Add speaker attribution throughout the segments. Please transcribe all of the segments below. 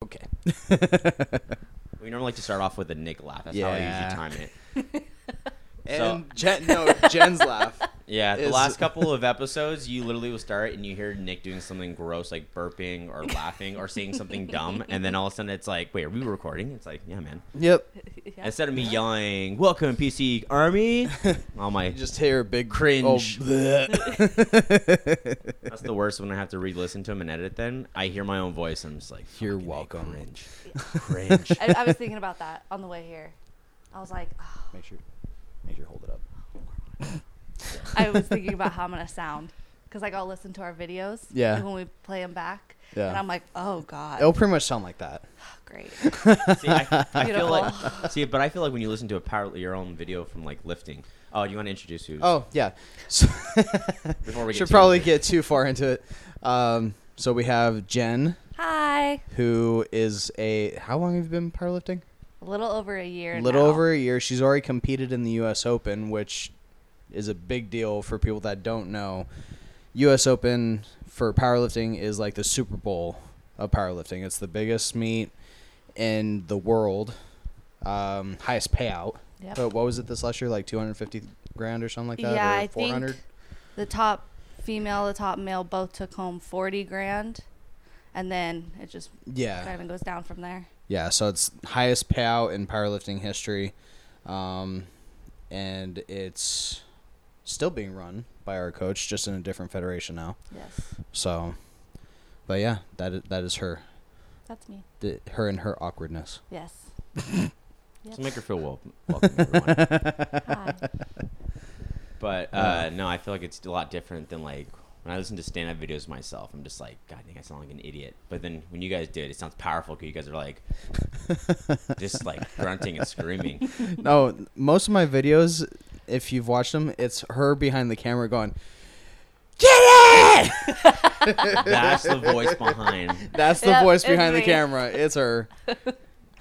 Speaker 1: We normally like to start off with a Nick laugh. That's
Speaker 2: Yeah.
Speaker 1: how I usually time it.
Speaker 2: And
Speaker 1: So-
Speaker 2: Jen, no, Jen's laugh.
Speaker 1: Yeah, the
Speaker 2: Is-
Speaker 1: last couple of episodes, you literally will start and you hear Nick doing something gross, like burping or laughing or saying something dumb, and then all of a sudden it's like, wait, are we recording? It's like, yeah, man.
Speaker 2: Yep.
Speaker 3: Yeah.
Speaker 1: Instead of me yelling, "Welcome, PC Army," all Oh my
Speaker 2: You just hear a big
Speaker 1: Cringe.
Speaker 2: Oh, bleh.
Speaker 1: that's the worst when I have to re-listen to them and edit them. I hear my own voice. I'm just like,
Speaker 2: You're
Speaker 1: "Fucking A,
Speaker 2: welcome.
Speaker 1: Cringe. Cringe.
Speaker 3: I, I was thinking about that on the way here. I was like, oh,
Speaker 2: make sure, make sure, hold it up.
Speaker 3: I was thinking about how I'm gonna sound because like I'll listen to our videos.
Speaker 2: Yeah.
Speaker 3: and when we play them back,
Speaker 2: Yeah.
Speaker 3: and I'm like, oh god,
Speaker 2: It'll pretty much sound like that.
Speaker 3: great.
Speaker 1: see, I, I feel
Speaker 3: Beautiful.
Speaker 1: like see, but I feel like when you listen to a power your own video from like lifting. Oh, you want to introduce who's?
Speaker 2: Oh yeah. So
Speaker 1: Before we get
Speaker 2: should
Speaker 1: too
Speaker 2: probably
Speaker 1: into it.
Speaker 2: get too far into it. Um, so we have Jen,
Speaker 3: Hi,
Speaker 2: who is a how long have you been powerlifting?
Speaker 3: a little over a year.
Speaker 2: little
Speaker 3: now.
Speaker 2: over a year. She's already competed in the U.S. Open, which is a big deal for people that don't know. U.S. Open for powerlifting is like the Super Bowl of powerlifting. It's the biggest meet in the world, um, highest payout.
Speaker 3: Yep.
Speaker 2: But what was it this last year? Like two hundred fifty grand or something like that.
Speaker 3: yeah,
Speaker 2: or
Speaker 3: I think the top female, the top male, both took home forty grand, and then it just
Speaker 2: Yeah.
Speaker 3: kind of goes down from there.
Speaker 2: Yeah, so it's highest payout in powerlifting history, um, and it's still being run by our coach, just in a different federation now.
Speaker 3: Yes,
Speaker 2: So, but yeah, that is, that is her,
Speaker 3: that's me.
Speaker 2: the, her and her awkwardness.
Speaker 3: Yes. Yep.
Speaker 1: So make her feel wel- welcome, everyone.
Speaker 3: Hi.
Speaker 1: But uh, no, I feel like it's a lot different than like when I listen to stand-up videos myself. I'm just like, God, I think I sound like an idiot. But then when you guys do it, it sounds powerful because you guys are like, just like grunting and screaming.
Speaker 2: no, most of my videos, if you've watched them, it's her behind the camera going, "Get it!"
Speaker 1: That's the voice behind.
Speaker 2: That's the
Speaker 3: Yep,
Speaker 2: voice
Speaker 3: it's
Speaker 2: behind the
Speaker 3: me.
Speaker 2: camera. It's her.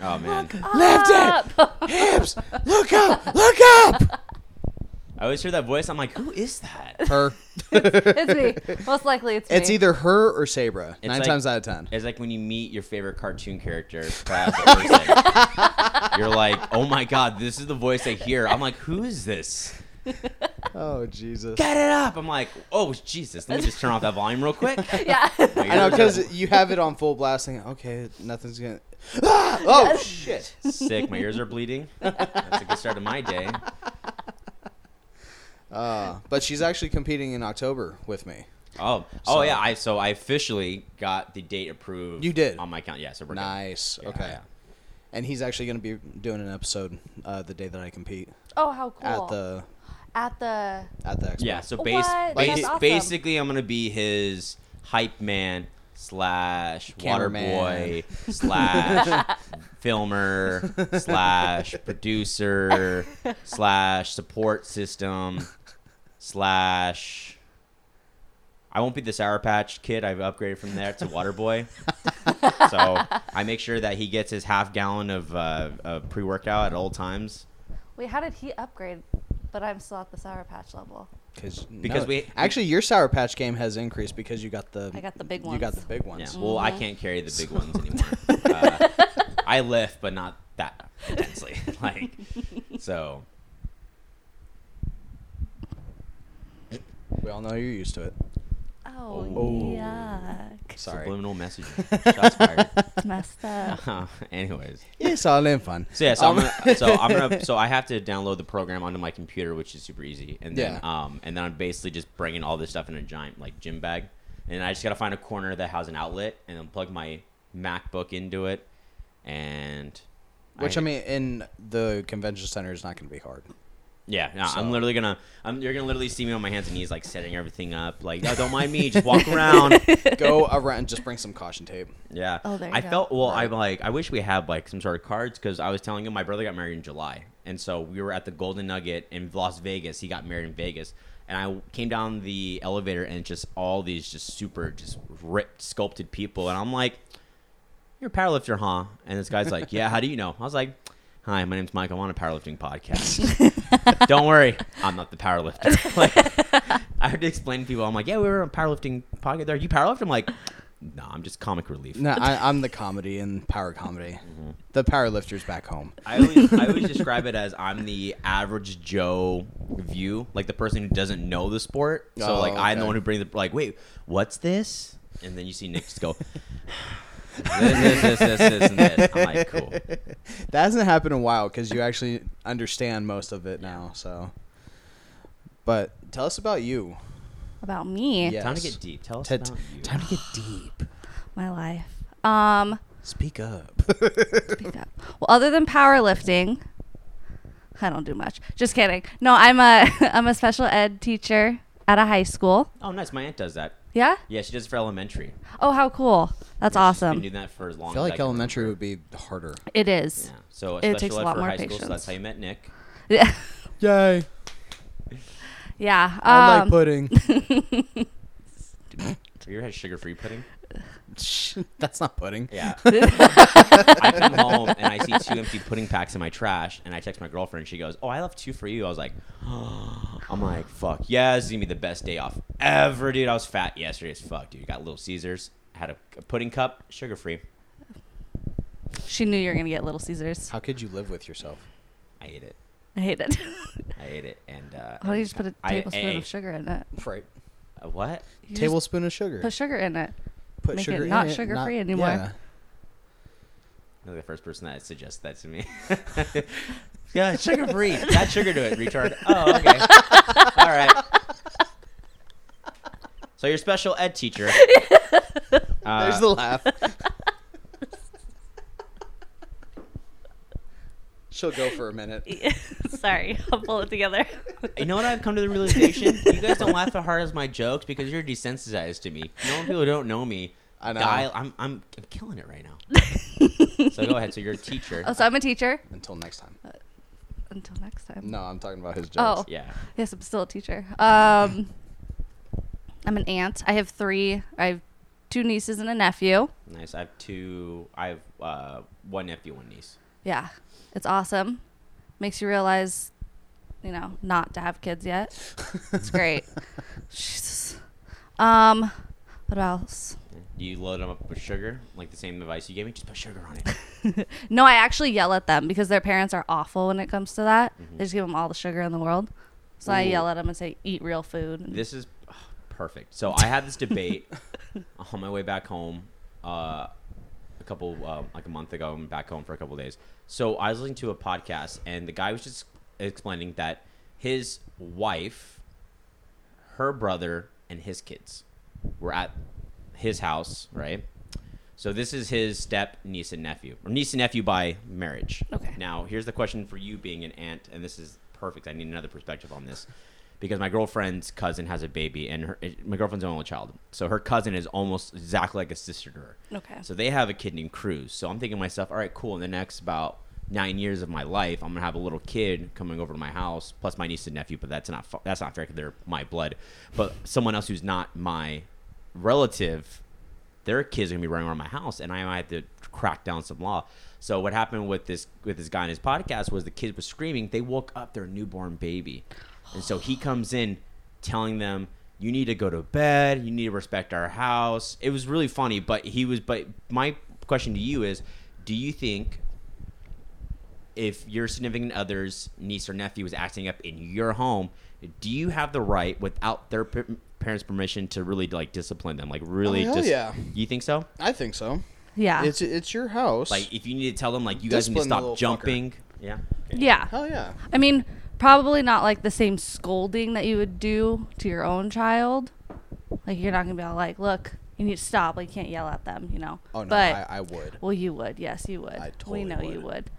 Speaker 1: Oh man,
Speaker 2: uh Lift it, hips. Look up, look up.
Speaker 1: I always hear that voice. I'm like, who is that?
Speaker 2: Her.
Speaker 3: it's me. Most likely, it's me.
Speaker 2: It's either her or Sabra.
Speaker 1: It's
Speaker 2: nine
Speaker 1: like-
Speaker 2: times out of ten.
Speaker 1: It's like when you meet your favorite cartoon character. perhaps at first sight. You're like, oh my God, this is the voice I hear. I'm like, who is this?
Speaker 2: Oh Jesus!
Speaker 1: Get it up! I'm like, oh Jesus! Let me just turn off that volume real quick.
Speaker 3: Yeah.
Speaker 2: I know because you have it on full blast. Thinking, okay, nothing's gonna. Ah! Oh shit!
Speaker 1: sick. My ears are bleeding. That's a good start to my day.
Speaker 2: Uh, but she's actually competing in October with me.
Speaker 1: Oh, oh yeah. I so I officially got the date approved.
Speaker 2: You did?
Speaker 1: on my account. Yeah, so we're good.
Speaker 2: Nice.
Speaker 1: Yeah,
Speaker 2: okay.
Speaker 1: yeah.
Speaker 2: And he's actually gonna be doing an episode uh, the day that I compete
Speaker 3: oh, how cool.
Speaker 2: at the
Speaker 3: At the
Speaker 2: at the expo.
Speaker 1: Yeah. So base,
Speaker 3: What?
Speaker 1: base
Speaker 2: That's
Speaker 3: awesome.
Speaker 1: basically, I'm gonna be his hype man slash water
Speaker 2: Cameraman.
Speaker 1: boy slash filmer slash producer slash support system slash. I won't be the Sour Patch kid. I've upgraded from there to Water Boy. so I make sure that he gets his half gallon of, uh, of pre workout at all times.
Speaker 3: wait, how did he upgrade? But I'm still at the sour patch level.
Speaker 2: Cause,
Speaker 1: Because
Speaker 2: no,
Speaker 1: we-
Speaker 2: actually your Sour Patch game has increased because you got the
Speaker 3: I got the big
Speaker 2: You got
Speaker 3: ones.
Speaker 2: the big
Speaker 1: Yeah.
Speaker 2: ones.
Speaker 1: Well,
Speaker 3: Mm-hmm.
Speaker 1: I can't carry the big ones anymore. uh, I lift, but not that intensely. like, so
Speaker 2: We all know you're used to it.
Speaker 3: Oh,
Speaker 1: Oh.
Speaker 3: yuck!
Speaker 2: Sorry.
Speaker 1: subliminal messaging. Shots fired.
Speaker 3: It's messed up.
Speaker 1: Uh, anyways,
Speaker 2: It's all in fun.
Speaker 1: so yeah, so
Speaker 2: Um,
Speaker 1: I'm gonna, so I'm gonna so I have to download the program onto my computer, which is super easy, and then
Speaker 2: Yeah.
Speaker 1: um and then I'm basically just bringing all this stuff in a giant like gym bag, and I just gotta find a corner that has an outlet, and then plug my MacBook into it, and
Speaker 2: Which I mean, in the convention center is not going to be hard.
Speaker 1: Yeah, no,
Speaker 2: So-
Speaker 1: I'm literally gonna. I'm, you're gonna literally see me on my hands and knees, like setting everything up. Like, no, don't mind me. Just walk around.
Speaker 2: Go around, just bring some caution tape.
Speaker 1: Yeah.
Speaker 3: Oh, there you
Speaker 1: I
Speaker 3: go.
Speaker 1: felt well. I'm like, I wish we had like some sort of cards because I was telling him my brother got married in July, and so we were at the Golden Nugget in Las Vegas. He got married in Vegas, and I came down the elevator and just all these just super just ripped sculpted people, and I'm like, "You're a powerlifter, huh?" And this guy's like, "Yeah. How do you know?" I was like. Hi, my name's Mike. I'm on a powerlifting podcast. Don't worry, I'm not the powerlifter. like, I had to explain to people. I'm like, yeah, we were on a powerlifting podcast. Are you powerlift? I'm like, No, I'm just comic relief.
Speaker 2: No, I, I'm the comedy and power comedy.
Speaker 1: Mm-hmm.
Speaker 2: The power lifters back home.
Speaker 1: I always, I always describe it as I'm the average Joe view, like the person who doesn't know the sport. So
Speaker 2: Oh,
Speaker 1: like I'm
Speaker 2: okay.
Speaker 1: the one who brings the like, wait, what's this? And then you see Nick just go, this, this, this, this, this, and this. I'm like, cool.
Speaker 2: That hasn't happened in a while because you actually understand most of it now. So, but tell us about you.
Speaker 3: About me,
Speaker 2: Yeah.
Speaker 1: Time to
Speaker 2: Yes.
Speaker 1: get deep. Tell us
Speaker 2: T-
Speaker 1: about you.
Speaker 2: time to get deep.
Speaker 3: my life. Um,
Speaker 2: Speak up.
Speaker 3: pick up. Well, other than powerlifting, I don't do much. Just kidding. No, I'm a I'm a special ed teacher at a high school.
Speaker 1: Oh, nice. My aunt does that.
Speaker 3: Yeah.
Speaker 1: Yeah, she does it for elementary.
Speaker 3: Oh, how cool.
Speaker 1: She's
Speaker 3: That's
Speaker 1: been
Speaker 3: awesome.
Speaker 1: doing that for as long.
Speaker 2: I feel
Speaker 1: as
Speaker 2: like
Speaker 1: can
Speaker 2: elementary
Speaker 1: remember.
Speaker 2: would be harder.
Speaker 3: It is.
Speaker 1: Yeah. So
Speaker 3: It takes
Speaker 1: especially
Speaker 3: a
Speaker 1: for
Speaker 3: lot more
Speaker 1: high school.
Speaker 3: patience.
Speaker 1: So that's how you met Nick.
Speaker 3: Yeah.
Speaker 2: Yay!
Speaker 3: yeah.
Speaker 2: I
Speaker 3: Um,
Speaker 2: like pudding.
Speaker 1: Have you ever had sugar-free pudding?
Speaker 2: That's not pudding.
Speaker 1: Yeah. I come home and I see two empty pudding packs in my trash, and I text my girlfriend. She goes, "Oh, I left two for you." I was like, "I'm like, fuck yeah, this is gonna be the best day off ever, dude." I was fat yesterday as fuck, dude. Got Little Caesars, had a, a pudding cup, sugar free.
Speaker 3: she knew you were gonna get Little Caesars.
Speaker 2: How could you live with yourself?
Speaker 1: I ate it.
Speaker 3: I hate it.
Speaker 1: I ate it, and uh,
Speaker 3: Why do you
Speaker 1: and
Speaker 3: just put a
Speaker 1: I-
Speaker 3: tablespoon
Speaker 1: I-
Speaker 3: of sugar in it?
Speaker 2: Right.
Speaker 1: uh, What?
Speaker 3: You just
Speaker 2: Tablespoon of sugar.
Speaker 3: Put sugar in it.
Speaker 2: Put
Speaker 3: make it
Speaker 2: sugar in
Speaker 3: not
Speaker 2: it,
Speaker 3: sugar-free anymore.
Speaker 2: Yeah.
Speaker 1: You're the first person that suggested that to me. yeah, sugar free. Add sugar to it, retard. Oh, okay. All right. So your special ed teacher. Uh,
Speaker 2: There's the laugh. She'll go for a minute.
Speaker 3: Sorry, I'll pull it together.
Speaker 1: you know what I've come to the realization? You guys don't laugh as hard as my jokes because you're desensitized to me. You know when people don't know me,
Speaker 2: I know.
Speaker 1: die- I'm, I'm, I'm killing it right now. so go ahead. So you're a teacher.
Speaker 3: oh, so I'm a teacher
Speaker 2: Until next time.
Speaker 3: until next time.
Speaker 2: No, I'm talking about his
Speaker 3: Oh.
Speaker 2: jokes.
Speaker 1: Yeah.
Speaker 3: Yes, I'm still a teacher. Um, I'm an aunt. I have three. I have two nieces and a nephew.
Speaker 1: Nice. I have two. I have uh, one nephew, one niece.
Speaker 3: Yeah, it's awesome. Makes you realize, you know, not to have kids yet. It's great. Jesus. Um, what else?
Speaker 1: Do you load them up with sugar? Like the same advice you gave me? Just put sugar on it.
Speaker 3: No, I actually yell at them because their parents are awful when it comes to that.
Speaker 2: Mm-hmm.
Speaker 3: They just give them all the sugar in the world. So I
Speaker 1: Ooh.
Speaker 3: yell at them and say, "Eat real food." and-
Speaker 1: This is oh, perfect. So I had this debate on my way back home, uh, a couple uh, like a month ago. I'm back home for a couple days. So I was listening to a podcast, and the guy was just explaining that his wife, her brother, and his kids were at his house, right? So this is his step niece and nephew, or niece and nephew by marriage.
Speaker 3: Okay.
Speaker 1: Now here's the question for you, being an aunt, and this is perfect. I need another perspective on this, because my girlfriend's cousin has a baby, and her, my girlfriend's an only child, so her cousin is almost exactly like a sister to her.
Speaker 3: Okay.
Speaker 1: So they have a kid named Cruz. So I'm thinking to myself, all right, cool. In the next about nine years of my life, I'm gonna have a little kid coming over to my house, plus my niece and nephew. But that's not fu- that's not fair. 'cause They're my blood, but someone else who's not my relative, their kids are gonna be running around my house, and I might have to crack down some law. So what happened with this with this guy in his podcast was the kid was screaming. They woke up their newborn baby, and so he comes in telling them you need to go to bed you need to respect our house it was really funny but he was but my question to you is do you think if your significant other's niece or nephew was acting up in your home do you have the right without their p- parents permission to really like discipline them like really
Speaker 2: Oh, hell
Speaker 1: just
Speaker 2: yeah.
Speaker 1: you think so
Speaker 2: I think so.
Speaker 3: yeah.
Speaker 2: It's it's your house.
Speaker 1: like if you need to tell them like you guys need to
Speaker 2: Discipline the
Speaker 1: stop
Speaker 2: little fucker.
Speaker 1: jumping yeah
Speaker 3: yeah.
Speaker 2: hell yeah.
Speaker 3: I mean, probably not like the same scolding that you would do to your own child. Like you're not gonna be all like, "Look, you need to stop. Like you can't yell at them," you know.
Speaker 2: Oh no,
Speaker 3: But
Speaker 2: I, I would.
Speaker 3: well, you would. Yes, you would.
Speaker 2: I
Speaker 3: we
Speaker 2: totally
Speaker 3: know you
Speaker 2: would.
Speaker 3: would.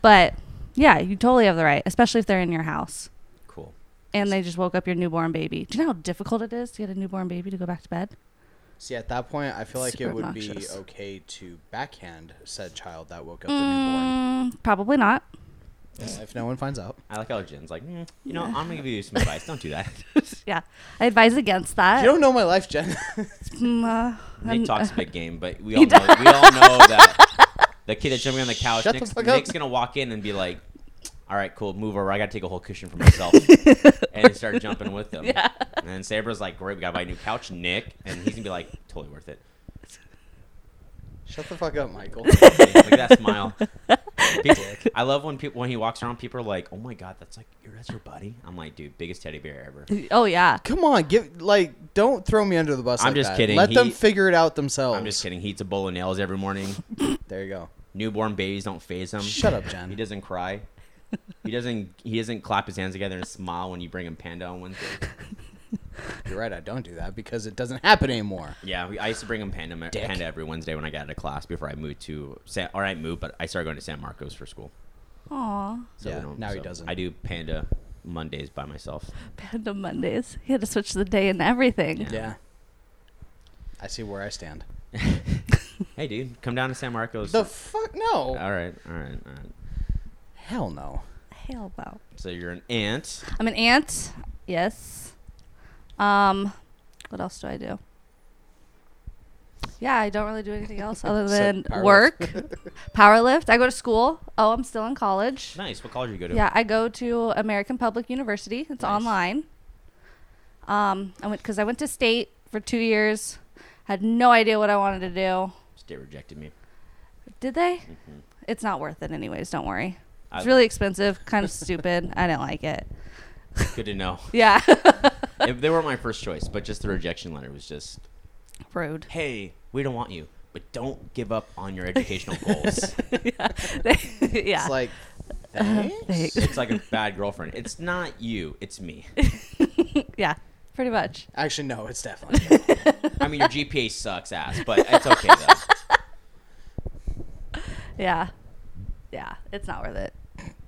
Speaker 3: But yeah, you totally have the right, especially if they're in your house
Speaker 1: cool
Speaker 3: and they just woke up your newborn baby. Do you know how difficult it is to get a newborn baby to go back to bed?
Speaker 2: See, at that point, I feel like
Speaker 3: Super
Speaker 2: it would
Speaker 3: obnoxious.
Speaker 2: be okay to backhand said child that woke up
Speaker 3: Mm, probably not.
Speaker 2: the newborn if no one finds out.
Speaker 1: i like how jen's like mm, you know i'm gonna give you some advice don't do that
Speaker 3: Yeah, I advise against that.
Speaker 2: You don't know my life, Jen.
Speaker 3: Mm, uh,
Speaker 1: Nick
Speaker 3: I'm-
Speaker 1: talks big game, but we all know, we all know that the kid that's jumping on the couch,
Speaker 2: Shut the
Speaker 1: Nick's,
Speaker 2: fuck up.
Speaker 1: Nick's gonna walk in and be like, "All right, cool, move over. I gotta take a whole cushion for myself," and start jumping with them. And then Sabra's like, "Great, we gotta buy a new couch, Nick," and he's gonna be like, "Totally worth it."
Speaker 2: Shut the fuck up, Michael.
Speaker 1: Like that smile. People- I love when people when he walks around, people are like, "Oh my god, that's like your that's your buddy." I'm like, dude, biggest teddy bear ever.
Speaker 3: Oh yeah.
Speaker 2: Come on, give like don't throw me under the bus.
Speaker 1: I'm
Speaker 2: like
Speaker 1: just
Speaker 2: that.
Speaker 1: kidding.
Speaker 2: Let them
Speaker 1: He-
Speaker 2: figure it out themselves.
Speaker 1: I'm just kidding. He eats a bowl of nails every morning.
Speaker 2: There you go.
Speaker 1: Newborn babies don't phase him.
Speaker 2: Shut up, Jen.
Speaker 1: He doesn't cry. He doesn't. He doesn't clap his hands together and smile when you bring him panda on Wednesday.
Speaker 2: You're right. I don't do that because it doesn't happen anymore.
Speaker 1: Yeah, we, I used to bring him panda
Speaker 2: Dick.
Speaker 1: panda every Wednesday when I got out of class before I moved to San. All right, moved, but I started going to San Marcos for school.
Speaker 3: Aw.
Speaker 1: So we
Speaker 2: Yeah,
Speaker 1: don't-
Speaker 2: now he
Speaker 1: so
Speaker 2: doesn't.
Speaker 1: I do panda Mondays by myself.
Speaker 3: Panda Mondays. He had to switch the day and everything.
Speaker 1: Yeah.
Speaker 2: Yeah. I see where I stand.
Speaker 1: Hey, dude, come down to San Marcos.
Speaker 2: The fuck no.
Speaker 1: all right, all right, all right.
Speaker 2: Hell no.
Speaker 3: Hell no.
Speaker 1: So you're an ant.
Speaker 3: I'm an aunt. Yes. Um, what else do I do? Yeah, I don't really do anything else other than
Speaker 2: Except power
Speaker 3: work, powerlift. I go to school. Oh, I'm still in college.
Speaker 1: Nice. What college you go to?
Speaker 3: Yeah, I go to American Public University. It's
Speaker 1: Nice.
Speaker 3: online. Um, I went because I went to state for two years. Had no idea what I wanted to do.
Speaker 1: State rejected me.
Speaker 3: Did they?
Speaker 1: Mhm.
Speaker 3: It's not worth it, anyways. Don't worry.
Speaker 1: I-
Speaker 3: It's really expensive, kind of stupid. I didn't like it.
Speaker 1: good to know.
Speaker 3: Yeah.
Speaker 1: if they weren't my first choice, but just the rejection letter was just,
Speaker 3: Rude.
Speaker 1: hey, we don't want you, but don't give up on your educational goals.
Speaker 3: yeah. yeah.
Speaker 2: It's like
Speaker 3: Thanks.
Speaker 2: thanks.
Speaker 1: it's like a bad girlfriend. It's not you, it's me.
Speaker 3: yeah. Pretty much.
Speaker 2: Actually, no. It's definitely.
Speaker 1: I mean, your GPA sucks ass, but it's okay though.
Speaker 3: Yeah. Yeah. It's not worth it.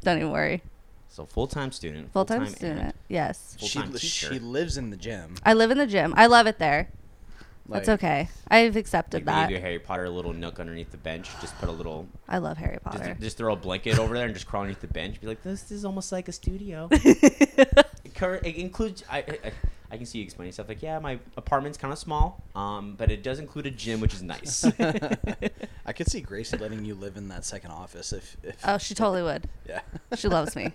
Speaker 3: Don't even worry.
Speaker 1: So full time student,
Speaker 3: Full time
Speaker 1: full-time
Speaker 3: student.
Speaker 1: aunt.
Speaker 3: Yes.
Speaker 2: she
Speaker 1: Full-time teacher.
Speaker 2: she lives in the gym.
Speaker 3: I live in the gym. I love it there. That's
Speaker 2: Like,
Speaker 3: okay. I've
Speaker 1: Like
Speaker 3: accepted
Speaker 1: they give
Speaker 3: that.
Speaker 1: you Harry Potter a little nook underneath the bench. Just put a little,
Speaker 3: I love Harry
Speaker 1: just,
Speaker 3: Potter.
Speaker 1: just throw a blanket over there and just crawl underneath the bench. Be like, this is almost like a studio. It cover- it includes. I, I, I can see you explaining stuff like, yeah, my apartment's kind of small, um, but it does include a gym, which is nice.
Speaker 2: I could see Gracie letting you live in that second office if. if
Speaker 3: Oh, she totally would.
Speaker 2: Yeah.
Speaker 3: She loves me.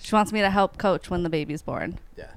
Speaker 3: She wants me to help coach when the baby's born.
Speaker 2: Yeah.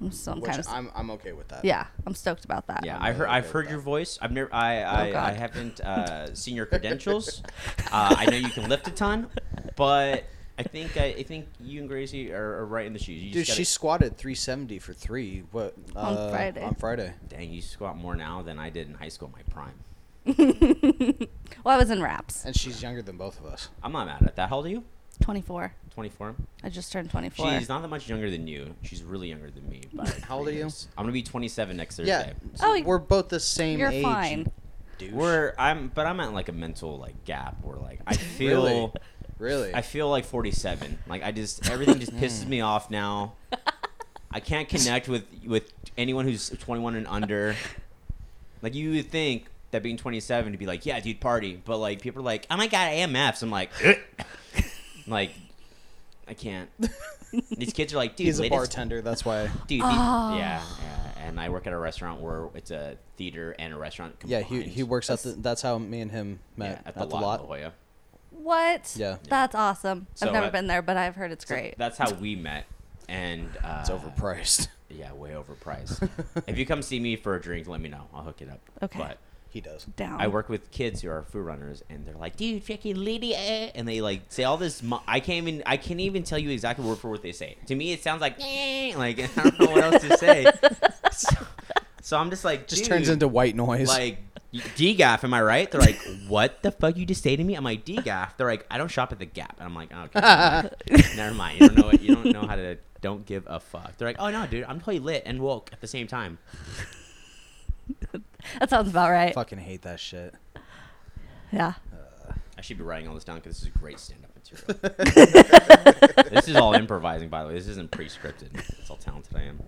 Speaker 3: I'm so I'm
Speaker 2: Which
Speaker 3: kind of
Speaker 2: I'm I'm okay with that.
Speaker 3: yeah. I'm stoked about that.
Speaker 1: yeah,
Speaker 2: I'm
Speaker 1: I heard.
Speaker 2: really
Speaker 1: I've
Speaker 2: okay
Speaker 1: heard
Speaker 2: with
Speaker 1: your
Speaker 2: that.
Speaker 1: voice. I've never. I
Speaker 2: Oh,
Speaker 1: I, I
Speaker 3: God.
Speaker 1: haven't uh, seen your credentials. uh, I know you can lift a ton, but I think I, I think you and Gracie are, are right in the shoes. You
Speaker 2: Dude,
Speaker 1: just gotta-
Speaker 2: she squatted 370 for three. What
Speaker 3: On
Speaker 2: uh,
Speaker 3: Friday.
Speaker 2: On Friday.
Speaker 1: dang, you squat more now than I did in high school, in my prime.
Speaker 3: Well, I was in wraps.
Speaker 2: And she's younger than both of us.
Speaker 1: I'm not mad at that. How old are you?
Speaker 3: 24.
Speaker 1: 24.
Speaker 3: I just turned 24.
Speaker 1: She's not that much younger than you. She's really younger than me. By
Speaker 2: How old are
Speaker 1: three
Speaker 2: you?
Speaker 1: years. I'm gonna be 27 next Thursday.
Speaker 2: Yeah.
Speaker 3: Oh,
Speaker 2: so we're both the same
Speaker 3: You're
Speaker 2: age.
Speaker 3: fine.
Speaker 2: Douche.
Speaker 1: We're I'm but I'm at like a mental like gap where like I feel
Speaker 2: Really? really.
Speaker 1: I feel like 47. Like I just everything just pisses me off now. I can't connect with with anyone who's 21 and under. Like you would think that being 27 to be like, yeah, dude, party, but like people are like, oh my god, AMFs. I'm like,
Speaker 2: Eh.
Speaker 1: "Ugh." like I can't. These kids are like, dude,
Speaker 2: He's a
Speaker 1: latest-
Speaker 2: bartender. That's why.
Speaker 1: Dude, these-
Speaker 3: Oh.
Speaker 1: yeah, yeah, and I work at a restaurant where it's a theater and a restaurant.
Speaker 2: Yeah,
Speaker 1: Combined.
Speaker 2: he he works at the. That's how me and him
Speaker 1: yeah,
Speaker 2: met
Speaker 1: at the lot, in La Jolla.
Speaker 3: What?
Speaker 2: Yeah.
Speaker 3: That's awesome.
Speaker 1: So,
Speaker 3: I've never
Speaker 1: uh,
Speaker 3: been there, but I've heard it's
Speaker 1: So
Speaker 3: great.
Speaker 1: that's how we met, and uh,
Speaker 2: It's overpriced.
Speaker 1: Yeah, way overpriced. if you come see me for a drink, let me know. I'll hook it up.
Speaker 3: Okay.
Speaker 1: But
Speaker 2: He does.
Speaker 3: Down.
Speaker 1: I work with kids who are food runners, and they're like, "Dude, freaking Lydia," and they like say all this. Mo- I can't even. I can't even tell you exactly word for word they say. To me, it sounds like "Eh," like I don't know what else to say. so, so I'm just like,
Speaker 2: Just
Speaker 1: "Dude,
Speaker 2: turns into white noise.
Speaker 1: like y- DGAF. Am I right? They're like, "What the fuck you just say to me?" I'm like, "DGAF." They're like, "I don't shop at the Gap," and I'm like, "Oh, "Okay." Never mind. You don't know. What, you don't know how to. Don't give a fuck. They're like, oh no, dude, I'm totally lit and woke at the same time.
Speaker 3: that sounds about right.
Speaker 2: Fucking hate that shit.
Speaker 3: Yeah.
Speaker 1: I should be writing all this down because this is great stand-up material. this is all improvising, by the way. This isn't pre-scripted. That's how talented I am.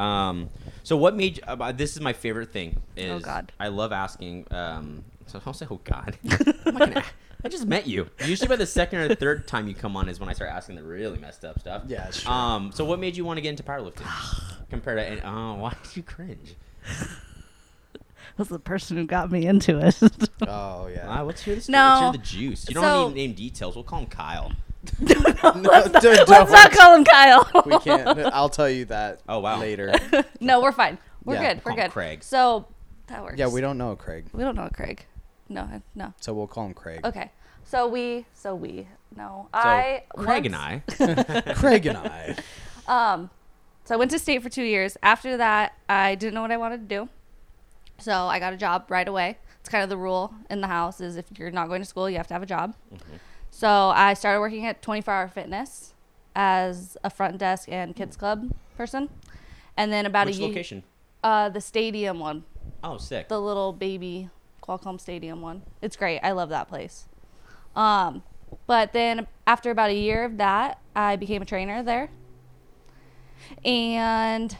Speaker 1: Um, so what made? You, uh, this is my favorite thing. Is
Speaker 3: Oh, God.
Speaker 1: I love asking. Um, so I'll say, oh God. I'm not gonna- I just met you. Usually by the second or third time you come on is when I start asking the really messed up stuff.
Speaker 2: Yeah, that's true.
Speaker 1: Um, so what made you want to get into powerlifting? Compared to, and, oh, why did you cringe?
Speaker 3: That's the person who got me into it.
Speaker 2: Oh
Speaker 1: Ah,
Speaker 2: yeah.
Speaker 1: let's hear this.
Speaker 3: No.
Speaker 1: Let's hear the juice. You don't
Speaker 3: So-
Speaker 1: need name details. We'll call him Kyle.
Speaker 2: No,
Speaker 3: let's, not,
Speaker 2: dude,
Speaker 3: let's not
Speaker 2: don't.
Speaker 3: call him Kyle.
Speaker 2: We can't. I'll tell you that.
Speaker 1: Oh, wow.
Speaker 2: Later.
Speaker 3: no, we're fine. We're
Speaker 2: Yeah,
Speaker 3: good.
Speaker 1: call
Speaker 3: We're
Speaker 1: him
Speaker 3: good.
Speaker 1: Craig.
Speaker 3: So that works.
Speaker 2: yeah, we don't know, Craig.
Speaker 3: We don't know Craig. No, I- no.
Speaker 2: So we'll call him Craig.
Speaker 3: Okay. So we, so we, no. I
Speaker 1: Craig and
Speaker 3: once-
Speaker 1: I.
Speaker 2: Craig and I.
Speaker 3: Um, so I went to state for two years. After that, I didn't know what I wanted to do, so I got a job right away. It's kind of the rule in the house is if you're not going to school, you have to have a job.
Speaker 1: Mm-hmm.
Speaker 3: So I started working at 24 Hour Fitness as a front desk and kids club person, and then about
Speaker 1: Hmm. Which
Speaker 3: a year,
Speaker 1: location?
Speaker 3: uh, the stadium one,
Speaker 1: Oh, sick.
Speaker 3: the little baby Qualcomm Stadium one. It's great. I love that place. Um, but then after about a year of that, I became a trainer there. And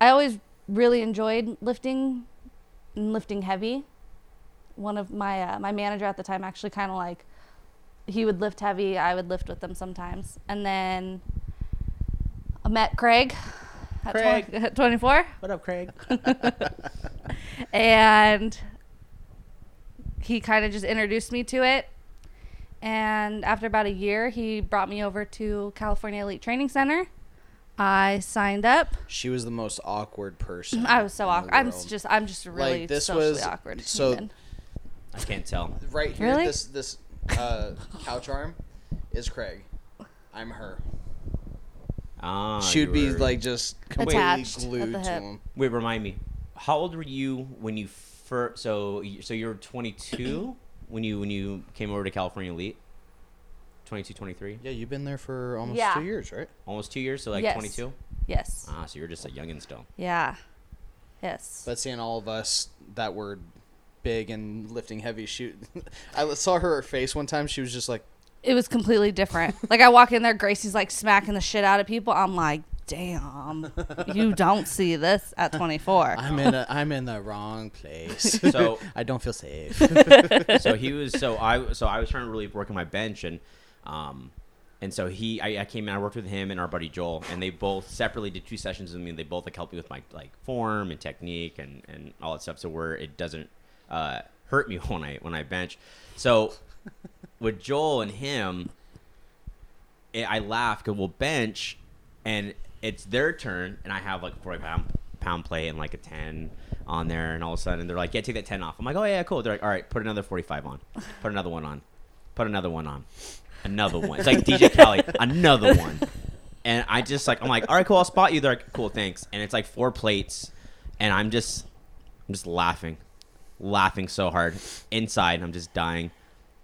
Speaker 3: I always really enjoyed lifting and lifting heavy. One of my uh, my manager at the time actually kind of like he would lift heavy, I would lift with them sometimes. And then I met Craig at
Speaker 1: Craig.
Speaker 3: 20 at 24
Speaker 1: what up, Craig?
Speaker 3: and he kind of just introduced me to it. And after about a year, he brought me over to California Elite Training Center. I signed up.
Speaker 2: She was the most awkward person.
Speaker 3: I was so
Speaker 2: in the
Speaker 3: awkward. I'm
Speaker 2: world.
Speaker 3: s- just I'm just a really
Speaker 2: Like, this
Speaker 3: socially
Speaker 2: was-
Speaker 3: awkward.
Speaker 2: so-
Speaker 3: human.
Speaker 1: I can't tell.
Speaker 2: right here.
Speaker 3: Really?
Speaker 2: This this uh, couch arm is Craig. I'm her.
Speaker 1: Ah,
Speaker 2: She'd
Speaker 1: you
Speaker 2: be
Speaker 1: were-
Speaker 2: like just completely
Speaker 3: Attached at the
Speaker 2: glued to
Speaker 3: hip.
Speaker 2: him.
Speaker 1: Wait, remind me. How old were you when you first? So, you- so you were 22 when you when you came over to California Elite. 22, 23,
Speaker 2: Yeah, you've been there for almost
Speaker 3: Yeah.
Speaker 2: two years, right?
Speaker 1: almost two years. So like
Speaker 3: Yes.
Speaker 1: 22.
Speaker 3: yes.
Speaker 1: Ah, so you're just a youngin still.
Speaker 3: Yeah. Yes.
Speaker 2: But seeing all of us that were big and lifting heavy, shoot, I saw her face one time. She was just like,
Speaker 3: it was completely different. like I walk in there, Gracie's like smacking the shit out of people. I'm like, damn, you don't see this at 24.
Speaker 2: "I'm in a, I'm in the wrong place.
Speaker 1: So-
Speaker 2: I don't feel safe."
Speaker 1: so he was so I so I was trying to really work on my bench and um and so he I, I came in I worked with him and our buddy Joel and they both separately did two sessions with me and they both like helped me with my like form and technique and and all that stuff so where it doesn't uh, hurt me when I when I bench so with Joel and him it, I laugh because we'll bench and it's their turn and I have like a 40 pound, pound plate and like a 10 on there and all of a sudden they're like, yeah, take that 10 off. I'm like, oh yeah, cool. They're like, all right, put another 45 on. Put another one on. Put another one on. Another one. It's like DJ Khaled, another one. And I just like, I'm like, all right, cool, I'll spot you. They're like, cool, thanks. And it's like four plates and I'm just, I'm just laughing, laughing so hard inside. I'm just dying,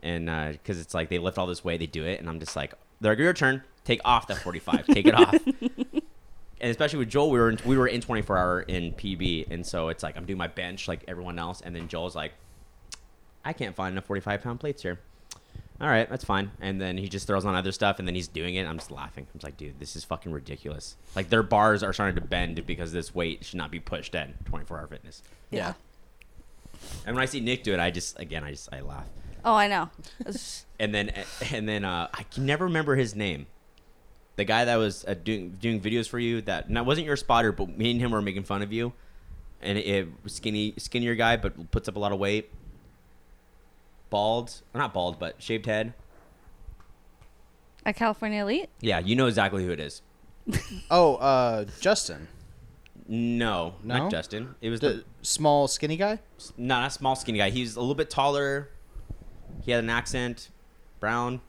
Speaker 1: and because it's like they lift all this weight, they do it, and I'm just like, "They're like, your turn. Take off that 45. Take it off." And especially with Joel, we were in, we were in 24 hour in PB, and so it's like I'm doing my bench like everyone else, and then Joel's like, "I can't find enough 45 pound plates here." All right, that's fine. And then he just throws on other stuff, and then he's doing it. and I'm just laughing. I'm just like, dude, this is fucking ridiculous. Like their bars are starting to bend because this weight should not be pushed in 24 hour fitness.
Speaker 2: yeah.
Speaker 1: And when I see Nick do it, I just again, I just I laugh.
Speaker 3: Oh, I know. It's-
Speaker 1: And then and then uh, I can never remember his name. The guy that was uh, doing doing videos for you that not wasn't your spotter, but me and him were making fun of you. And it, it was skinny skinnier guy, but puts up a lot of weight. Bald, or not bald, but shaved head.
Speaker 3: At California Elite?
Speaker 1: Yeah, you know exactly who it is.
Speaker 2: Oh, uh, Justin,
Speaker 1: No,
Speaker 2: No?
Speaker 1: not Justin. It was
Speaker 2: the
Speaker 1: the,
Speaker 2: small skinny guy.
Speaker 1: no, not small skinny guy. He was a little bit taller. He had an accent, brown.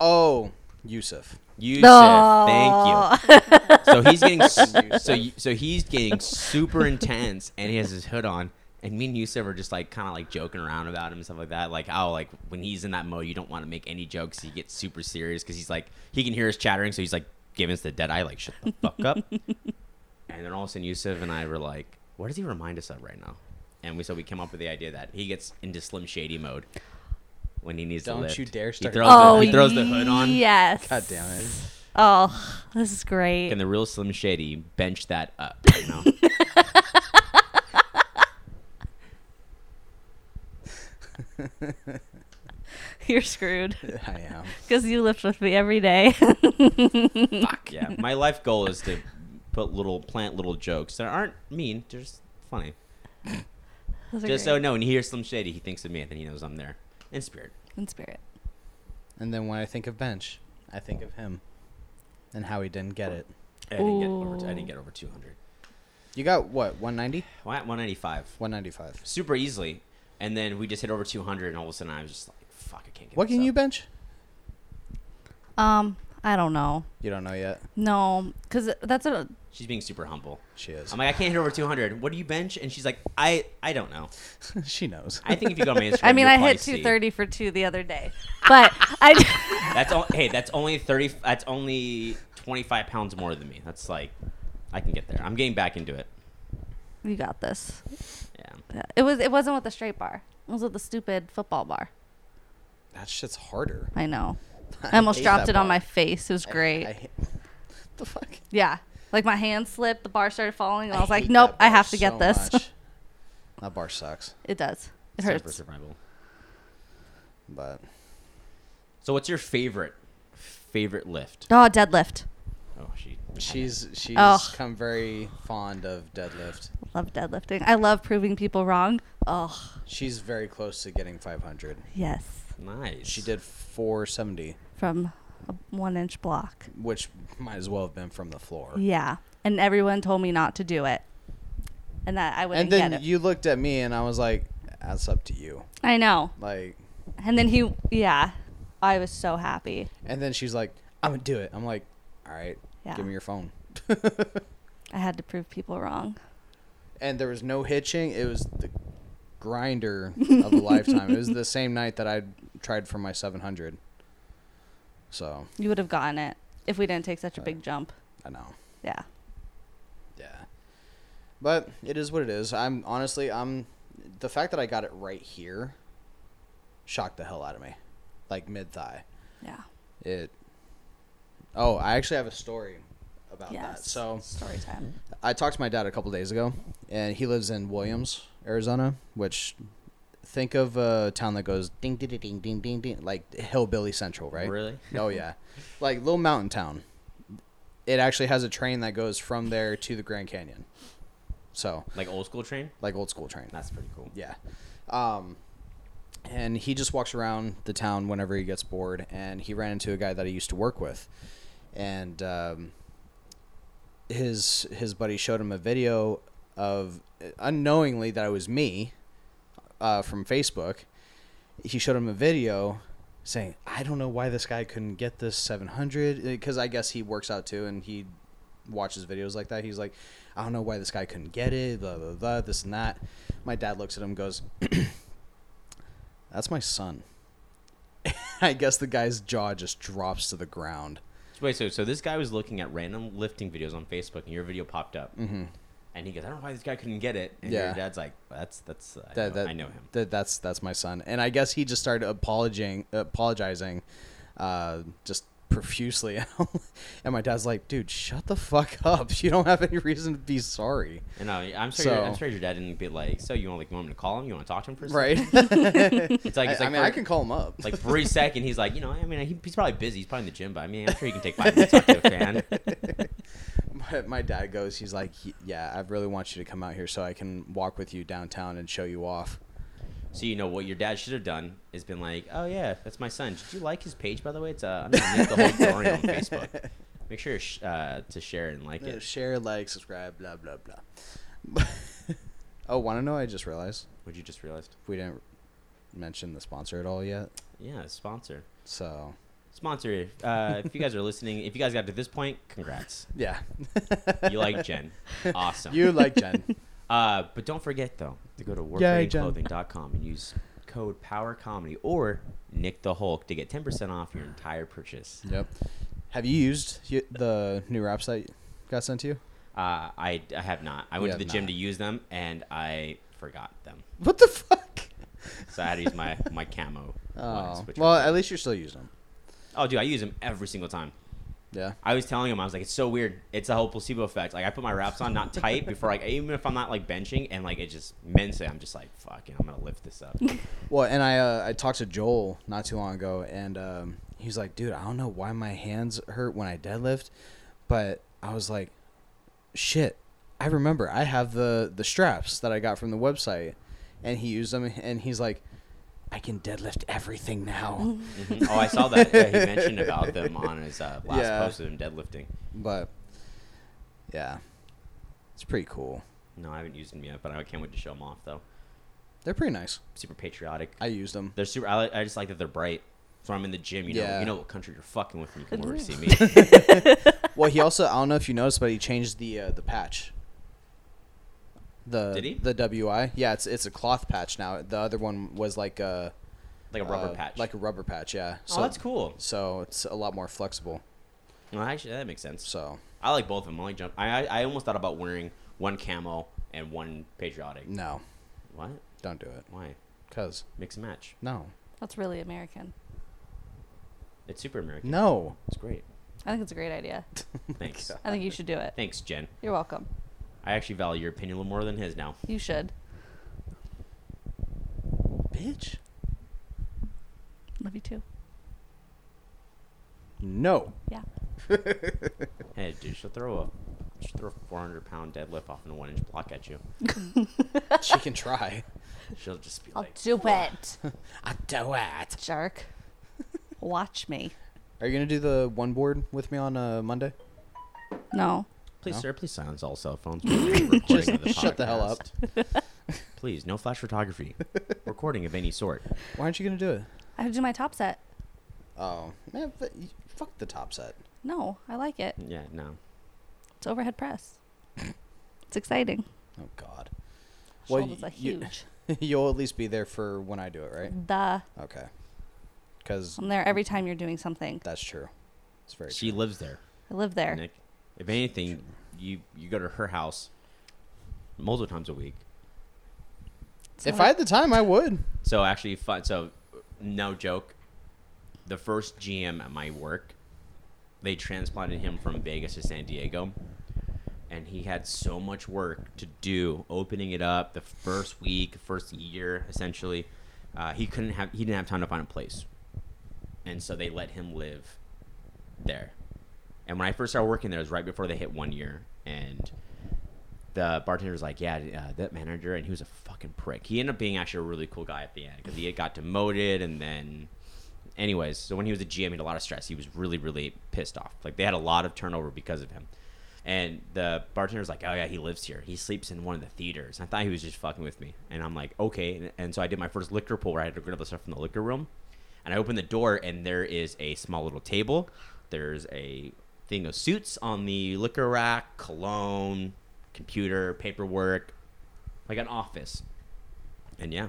Speaker 2: Oh, Yusuf.
Speaker 1: Yusuf, thank you. So he's getting s- so you- so he's getting super intense, and he has his hood on. And me and Yusuf are just like kind of like joking around about him and stuff like that. Like oh, like when he's in that mode, you don't want to make any jokes. He gets super serious because he's like he can hear us chattering, so he's like giving us the dead eye, like shut the fuck up. and then all of a sudden, Yusuf and I were like, what does he remind us of right now? And we so we came up with the idea that he gets into Slim Shady mode when he needs to
Speaker 2: Don't
Speaker 1: lift.
Speaker 2: you dare start-
Speaker 1: He throws,
Speaker 3: Oh,
Speaker 1: the, he throws the hood on.
Speaker 3: Yes.
Speaker 2: God damn it.
Speaker 3: Oh, this is great.
Speaker 1: Can the real Slim Shady bench that up? You know?
Speaker 3: You're screwed
Speaker 2: I am.
Speaker 3: because you lift with me every day.
Speaker 1: Fuck yeah. My life goal is to put little plant little jokes that aren't mean, they're just funny.
Speaker 3: Those are
Speaker 1: Just so
Speaker 3: great.
Speaker 1: no, when he hears Slim Shady, he thinks of me, and then he knows I'm there in spirit.
Speaker 3: in spirit.
Speaker 2: And then when I think of bench, I think of him and how he didn't get it.
Speaker 1: I didn't get over. I
Speaker 3: Ooh.
Speaker 1: didn't get over 200.
Speaker 2: You got what? 190?
Speaker 1: Why at 195?
Speaker 2: 195.
Speaker 1: Super easily. And then we just hit over 200, and all of a sudden I was just like, fuck, I can't get
Speaker 2: What
Speaker 1: this
Speaker 2: can you
Speaker 1: up.
Speaker 2: bench?
Speaker 3: Um, I don't know.
Speaker 2: You don't know yet.
Speaker 3: No, because that's a
Speaker 1: She's being super humble.
Speaker 2: She is.
Speaker 1: I'm like, I can't hit over 200. What do you bench? And she's like, I I don't know.
Speaker 2: she knows.
Speaker 1: I think if you go on my Instagram,
Speaker 3: I mean,
Speaker 1: you'll
Speaker 3: I
Speaker 1: probably
Speaker 3: hit
Speaker 1: see.
Speaker 3: 230 for two the other day, but I.
Speaker 1: That's all. Hey, that's only 30. That's only 25 pounds more than me. That's like, I can get there. I'm getting back into it.
Speaker 3: you got this.
Speaker 1: Yeah.
Speaker 3: Yeah. It was. It wasn't with the straight bar. It was with the stupid football bar.
Speaker 2: that shit's harder.
Speaker 3: I know. I almost
Speaker 2: hate
Speaker 3: dropped
Speaker 2: that
Speaker 3: it on
Speaker 2: bar.
Speaker 3: my face. It was great.
Speaker 2: I hate- the fuck.
Speaker 3: yeah. Like my hand slipped, the bar started falling, and I, was like,
Speaker 2: hate
Speaker 3: "Nope,
Speaker 2: that
Speaker 3: I
Speaker 2: bar
Speaker 3: have to get
Speaker 2: so
Speaker 3: this."
Speaker 2: much. that bar sucks,
Speaker 3: it does. It
Speaker 1: It's time for
Speaker 3: hurts.
Speaker 1: survival.
Speaker 2: but
Speaker 1: So, what's your favorite favorite lift?
Speaker 3: Oh, deadlift.
Speaker 1: Oh, she.
Speaker 2: she's she's
Speaker 3: Ugh.
Speaker 2: come very fond of deadlift.
Speaker 3: Love deadlifting. I love proving people wrong. Oh,
Speaker 2: She's very close to getting 500.
Speaker 3: yes.
Speaker 1: Nice.
Speaker 2: She did 470,
Speaker 3: From a one inch block.
Speaker 2: which might as well have been from the floor.
Speaker 3: Yeah. And everyone told me not to do it. And that I wouldn't
Speaker 2: and then
Speaker 3: get it.
Speaker 2: you looked at me and I was like, "That's up to you."
Speaker 3: I know.
Speaker 2: Like,
Speaker 3: And then he, yeah. I was so happy.
Speaker 2: and then she's like, "I'm gonna do it." I'm like, "All right,
Speaker 3: Yeah.
Speaker 2: give me your phone."
Speaker 3: I had to prove people wrong.
Speaker 2: and there was no hitching. It was the grinder of a lifetime. It was the same night that I tried for my 700. So
Speaker 3: You would have gotten it if we didn't take such a big jump.
Speaker 2: I know,
Speaker 3: Yeah.
Speaker 2: yeah. But it is what it is. I'm honestly, I'm the fact that I got it right here shocked the hell out of me, like mid thigh.
Speaker 3: Yeah.
Speaker 2: It. Oh, I actually have a story about that.
Speaker 3: Yes.
Speaker 2: So
Speaker 3: story time.
Speaker 2: I talked to my dad a couple days ago, and he lives in Williams, Arizona, which think of a town that goes ding ding ding ding ding ding like hillbilly central, right?
Speaker 1: Really?
Speaker 2: Oh yeah. like little mountain town. It actually has a train that goes from there to the Grand Canyon. So,
Speaker 1: Like old school train?
Speaker 2: like old school train.
Speaker 1: That's pretty cool.
Speaker 2: Yeah. Um, and he just walks around the town whenever he gets bored. And he ran into a guy that he used to work with, and um, his his buddy showed him a video of uh, unknowingly that it was me uh, from Facebook. He showed him a video saying, "I don't know why this guy couldn't get this 700 because I guess he works out too, and he watches videos like that. He's like, I don't know why this guy couldn't get it, blah blah blah, this and that. My dad looks at him, and goes, "That's my son." I guess the guy's jaw just drops to the ground.
Speaker 1: So wait, so so this guy was looking at random lifting videos on Facebook, and your video popped up, mm-hmm. and he goes, "I don't know why this guy couldn't get it." And
Speaker 2: Yeah.
Speaker 1: your dad's like, "That's that's uh, I,
Speaker 2: That,
Speaker 1: know,
Speaker 2: that-
Speaker 1: I know him."
Speaker 2: that- that's that's my son, and I guess he just started apologizing, apologizing, uh, just profusely. and my dad's like, "Dude, shut the fuck up! You don't have any reason to be sorry."
Speaker 1: And uh, I'm sorry, your- I'm
Speaker 2: So-
Speaker 1: sorry, your dad didn't be like, "So you want like you want me to call him? You want to talk to him for a second?"
Speaker 2: Right?
Speaker 1: It's like,
Speaker 2: I,
Speaker 1: it's like
Speaker 2: I mean,
Speaker 1: for,
Speaker 2: I can call him up.
Speaker 1: like for a second, he's like, you know, I mean, he, he's probably busy. He's probably in the gym, but I mean, I'm sure he can take five minutes to talk to a fan.
Speaker 2: my, my dad goes he's like "Y- yeah i really want you to come out here so i can walk with you downtown and show you off
Speaker 1: So you know what your dad should have done is been like, "Oh yeah, that's my son. Did you like his page by the way? It's uh, I'm gonna link the whole story on Facebook. Make sure sh- uh, to share and like
Speaker 2: Uh,
Speaker 1: it.
Speaker 2: share like subscribe blah blah blah oh want to know i just realized
Speaker 1: Would you just realized?
Speaker 2: we didn't mention the sponsor at all yet
Speaker 1: Yeah, sponsor,
Speaker 2: so
Speaker 1: sponsor. Uh, if you guys are listening, if you guys got to this point, congrats.
Speaker 2: yeah
Speaker 1: You like Jen, awesome.
Speaker 2: you like jen
Speaker 1: Uh, but don't forget though to go to
Speaker 2: Yay, Jen.
Speaker 1: workratedclothing.com and use code Power Comedy or Nick the Hulk to get ten percent off your entire purchase.
Speaker 2: yep have you used y- the new rap site got sent to you
Speaker 1: Uh, I I have not. I
Speaker 2: You
Speaker 1: went
Speaker 2: have
Speaker 1: to the gym
Speaker 2: not.
Speaker 1: to use them and I forgot them,
Speaker 2: what the fuck
Speaker 1: so I had to use my my camo.
Speaker 2: oh
Speaker 1: which
Speaker 2: well
Speaker 1: are-
Speaker 2: at least you're still using them
Speaker 1: oh dude, I use them every single time.
Speaker 2: yeah
Speaker 1: I was telling him, I was like, it's so weird. It's the whole placebo effect. Like I put my wraps on not tight before, like even if I'm not like benching, and like it just mentally, I'm just like, fucking, I'm gonna lift this up.
Speaker 2: Well, and I uh, I talked to Joel not too long ago, and um, he was like, "Dude, I don't know why my hands hurt when I deadlift," but I was like, "Shit, I remember I have the the straps that I got from the website," and he used them, and he's like, "I can deadlift everything now."
Speaker 1: Mhm. Oh, I saw that. Yeah, he mentioned about them on his uh, last
Speaker 2: Yeah.
Speaker 1: post of him deadlifting.
Speaker 2: but yeah, it's pretty cool.
Speaker 1: No, I haven't used them yet, but I can't wait to show them off though.
Speaker 2: They're pretty nice.
Speaker 1: super patriotic.
Speaker 2: I used them.
Speaker 1: They're super. I, li- I just like that they're bright. So I'm in the gym. You know,
Speaker 2: Yeah.
Speaker 1: you know what country you're fucking with when you come over to see me.
Speaker 2: Well, he also I don't know if you noticed, but he changed the uh, the patch. The
Speaker 1: Did he?
Speaker 2: the WI? Yeah, it's it's a cloth patch now. The other one was like a
Speaker 1: Like a rubber
Speaker 2: uh,
Speaker 1: patch.
Speaker 2: Like a rubber patch, yeah.
Speaker 1: oh, that's cool.
Speaker 2: So it's a lot more flexible.
Speaker 1: Well, actually, that makes sense.
Speaker 2: So
Speaker 1: I like both of them. I like jump. I, I I almost thought about wearing one camo and one patriotic.
Speaker 2: no,
Speaker 1: What?
Speaker 2: don't do it.
Speaker 1: Why?
Speaker 2: Cause
Speaker 1: Mix and match.
Speaker 2: no,
Speaker 3: That's really American.
Speaker 1: It's super American.
Speaker 2: no.
Speaker 1: It's great.
Speaker 3: I think it's a great idea.
Speaker 1: Thanks.
Speaker 2: God.
Speaker 3: I think you should do it.
Speaker 1: Thanks, Jen.
Speaker 3: You're welcome.
Speaker 1: I actually value your opinion a little more than his now.
Speaker 3: You should.
Speaker 2: Bitch.
Speaker 3: Love you too.
Speaker 2: No.
Speaker 3: Yeah.
Speaker 1: Hey, dude, she'll throw a she'll throw a 400 pound deadlift off in a one inch block at you.
Speaker 2: she can try.
Speaker 1: She'll just be
Speaker 3: I'll
Speaker 1: like,
Speaker 3: do it.
Speaker 2: I do it.
Speaker 3: Jerk. Watch me.
Speaker 2: Are you gonna do the one board with me on uh, Monday?
Speaker 3: No.
Speaker 1: please,
Speaker 2: No?
Speaker 1: sir, please silence all cell phones. while we're recording
Speaker 2: Just shut the hell up.
Speaker 1: podcast. please, no flash photography, recording of any sort.
Speaker 2: Why aren't you gonna do it?
Speaker 3: I have to do my top set.
Speaker 2: Oh man, f- fuck the top set.
Speaker 3: No, I like it.
Speaker 1: Yeah, no.
Speaker 3: It's overhead press. It's exciting.
Speaker 2: Oh god. Well,
Speaker 3: Shoulders
Speaker 2: y-
Speaker 3: are
Speaker 2: you-
Speaker 3: huge.
Speaker 2: You'll at least be there for when I do it, right?
Speaker 3: The
Speaker 2: Okay. Because
Speaker 3: I'm there every time you're doing something.
Speaker 2: that's true. It's very
Speaker 1: She lives there,
Speaker 3: I live there.
Speaker 1: Nick. If anything, you you go to her house multiple times a week.
Speaker 3: It's
Speaker 2: true. If
Speaker 3: not-
Speaker 2: I had the time, I would.
Speaker 1: So actually, fun. So no joke. The first GM at my work, they transplanted him from Vegas to San Diego, and he had so much work to do opening it up the first week, first year, essentially. Uh, he couldn't have. He didn't have time to find a place, and so they let him live there. And when I first started working there, it was right before they hit one year, and the bartender was like, "Yeah, uh, that manager," and he was a fucking prick. He ended up being actually a really cool guy at the end because he had got demoted, and then, anyways, so when he was a GM, he had a lot of stress. He was really, really pissed off. Like they had a lot of turnover because of him. And the bartender was like, "Oh yeah, he lives here. He sleeps in one of the theaters." I thought he was just fucking with me, and I'm like, "Okay." And, and so I did my first liquor pull where I had to grab the stuff from the liquor room, and I opened the door, and there is a small little table. There's a thing of suits on the liquor rack, cologne, computer, paperwork, like an office. And yeah,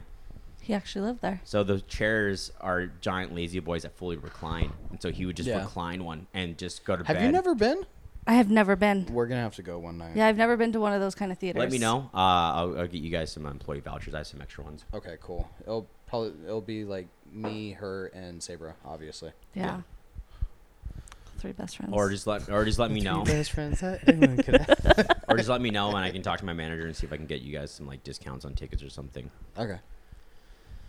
Speaker 3: he actually lived there.
Speaker 1: so the chairs are giant lazy boys that fully recline, and so he would just
Speaker 2: Yeah.
Speaker 1: recline one and just go to
Speaker 2: Have
Speaker 1: bed.
Speaker 2: you never been?
Speaker 3: I have never been.
Speaker 2: We're gonna have to go one night.
Speaker 3: Yeah, I've never been to one of those kind of theaters.
Speaker 1: Let me know. Uh, I'll, I'll get you guys some employee vouchers. I have some extra ones.
Speaker 2: Okay, cool. It'll probably it'll be like me, her, and Sabra, obviously.
Speaker 3: Yeah.
Speaker 1: Yeah.
Speaker 3: Three best friends.
Speaker 1: Or just let, or just let me know,
Speaker 2: best friends that anyone could have.
Speaker 1: or just let me know, and I can talk to my manager and see if I can get you guys some like discounts on tickets or something.
Speaker 2: Okay.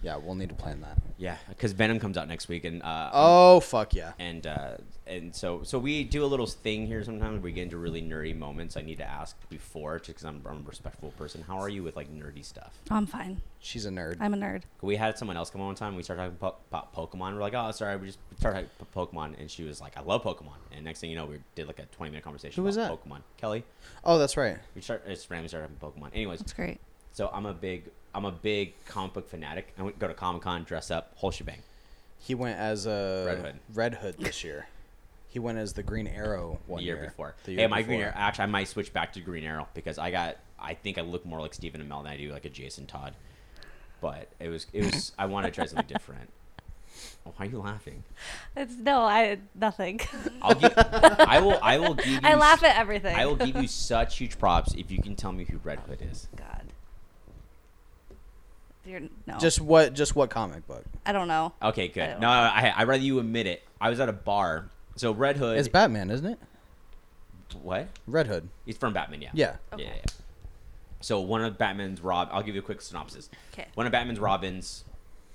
Speaker 2: Yeah, we'll need to plan that.
Speaker 1: Yeah, because Venom comes out next week, and uh,
Speaker 2: Oh fuck yeah.
Speaker 1: and uh, and so so we do a little thing here sometimes. We get into really nerdy moments. I need to ask before, just because I'm, I'm a respectful person. How are you with like nerdy stuff?
Speaker 3: Oh, I'm fine.
Speaker 2: She's a nerd.
Speaker 3: I'm a nerd.
Speaker 1: We had someone else come on one time. We started talking po- about Pokemon. We're like, oh, sorry, we just started talking about Pokemon, and she was like, I love Pokemon. And next thing you know, we did like a 20 minute conversation.
Speaker 2: Who was
Speaker 1: about
Speaker 2: that?
Speaker 1: Pokemon Kelly.
Speaker 2: oh, that's right.
Speaker 1: We start I just randomly started talking Pokemon. Anyways,
Speaker 3: That's great.
Speaker 1: so I'm a big I'm a big comic book fanatic. I would go to Comic Con, dress up, whole shebang.
Speaker 2: He went as a
Speaker 1: Red Hood.
Speaker 2: Red Hood this year. He went as the Green Arrow one
Speaker 1: the year, before.
Speaker 2: The
Speaker 1: hey, my Green
Speaker 2: before.
Speaker 1: Arrow. Actually, I might switch back to Green Arrow because I got. I think I look more like Stephen Amell than I do like a Jason Todd. But it was. It was. I want to try something different. Oh, why are you laughing?
Speaker 3: It's no, I nothing.
Speaker 1: I'll give, I will. I will give. You,
Speaker 3: I laugh
Speaker 1: s-
Speaker 3: at everything.
Speaker 1: I will give you such huge props if you can tell me who Red Hood is.
Speaker 3: God. You're no.
Speaker 2: Just what? Just what comic book?
Speaker 3: I don't know.
Speaker 1: Okay,
Speaker 3: I
Speaker 1: good.
Speaker 3: don't
Speaker 1: No, I. I rather you admit it. I was at a bar. So Red Hood.
Speaker 2: It's Batman, isn't it?
Speaker 1: what?
Speaker 2: Red Hood.
Speaker 1: He's from Batman. Yeah.
Speaker 2: Yeah.
Speaker 1: Yeah,
Speaker 3: Okay.
Speaker 1: yeah. So one of Batman's Rob, I'll give you a quick synopsis.
Speaker 3: 'Kay.
Speaker 1: One of Batman's Robins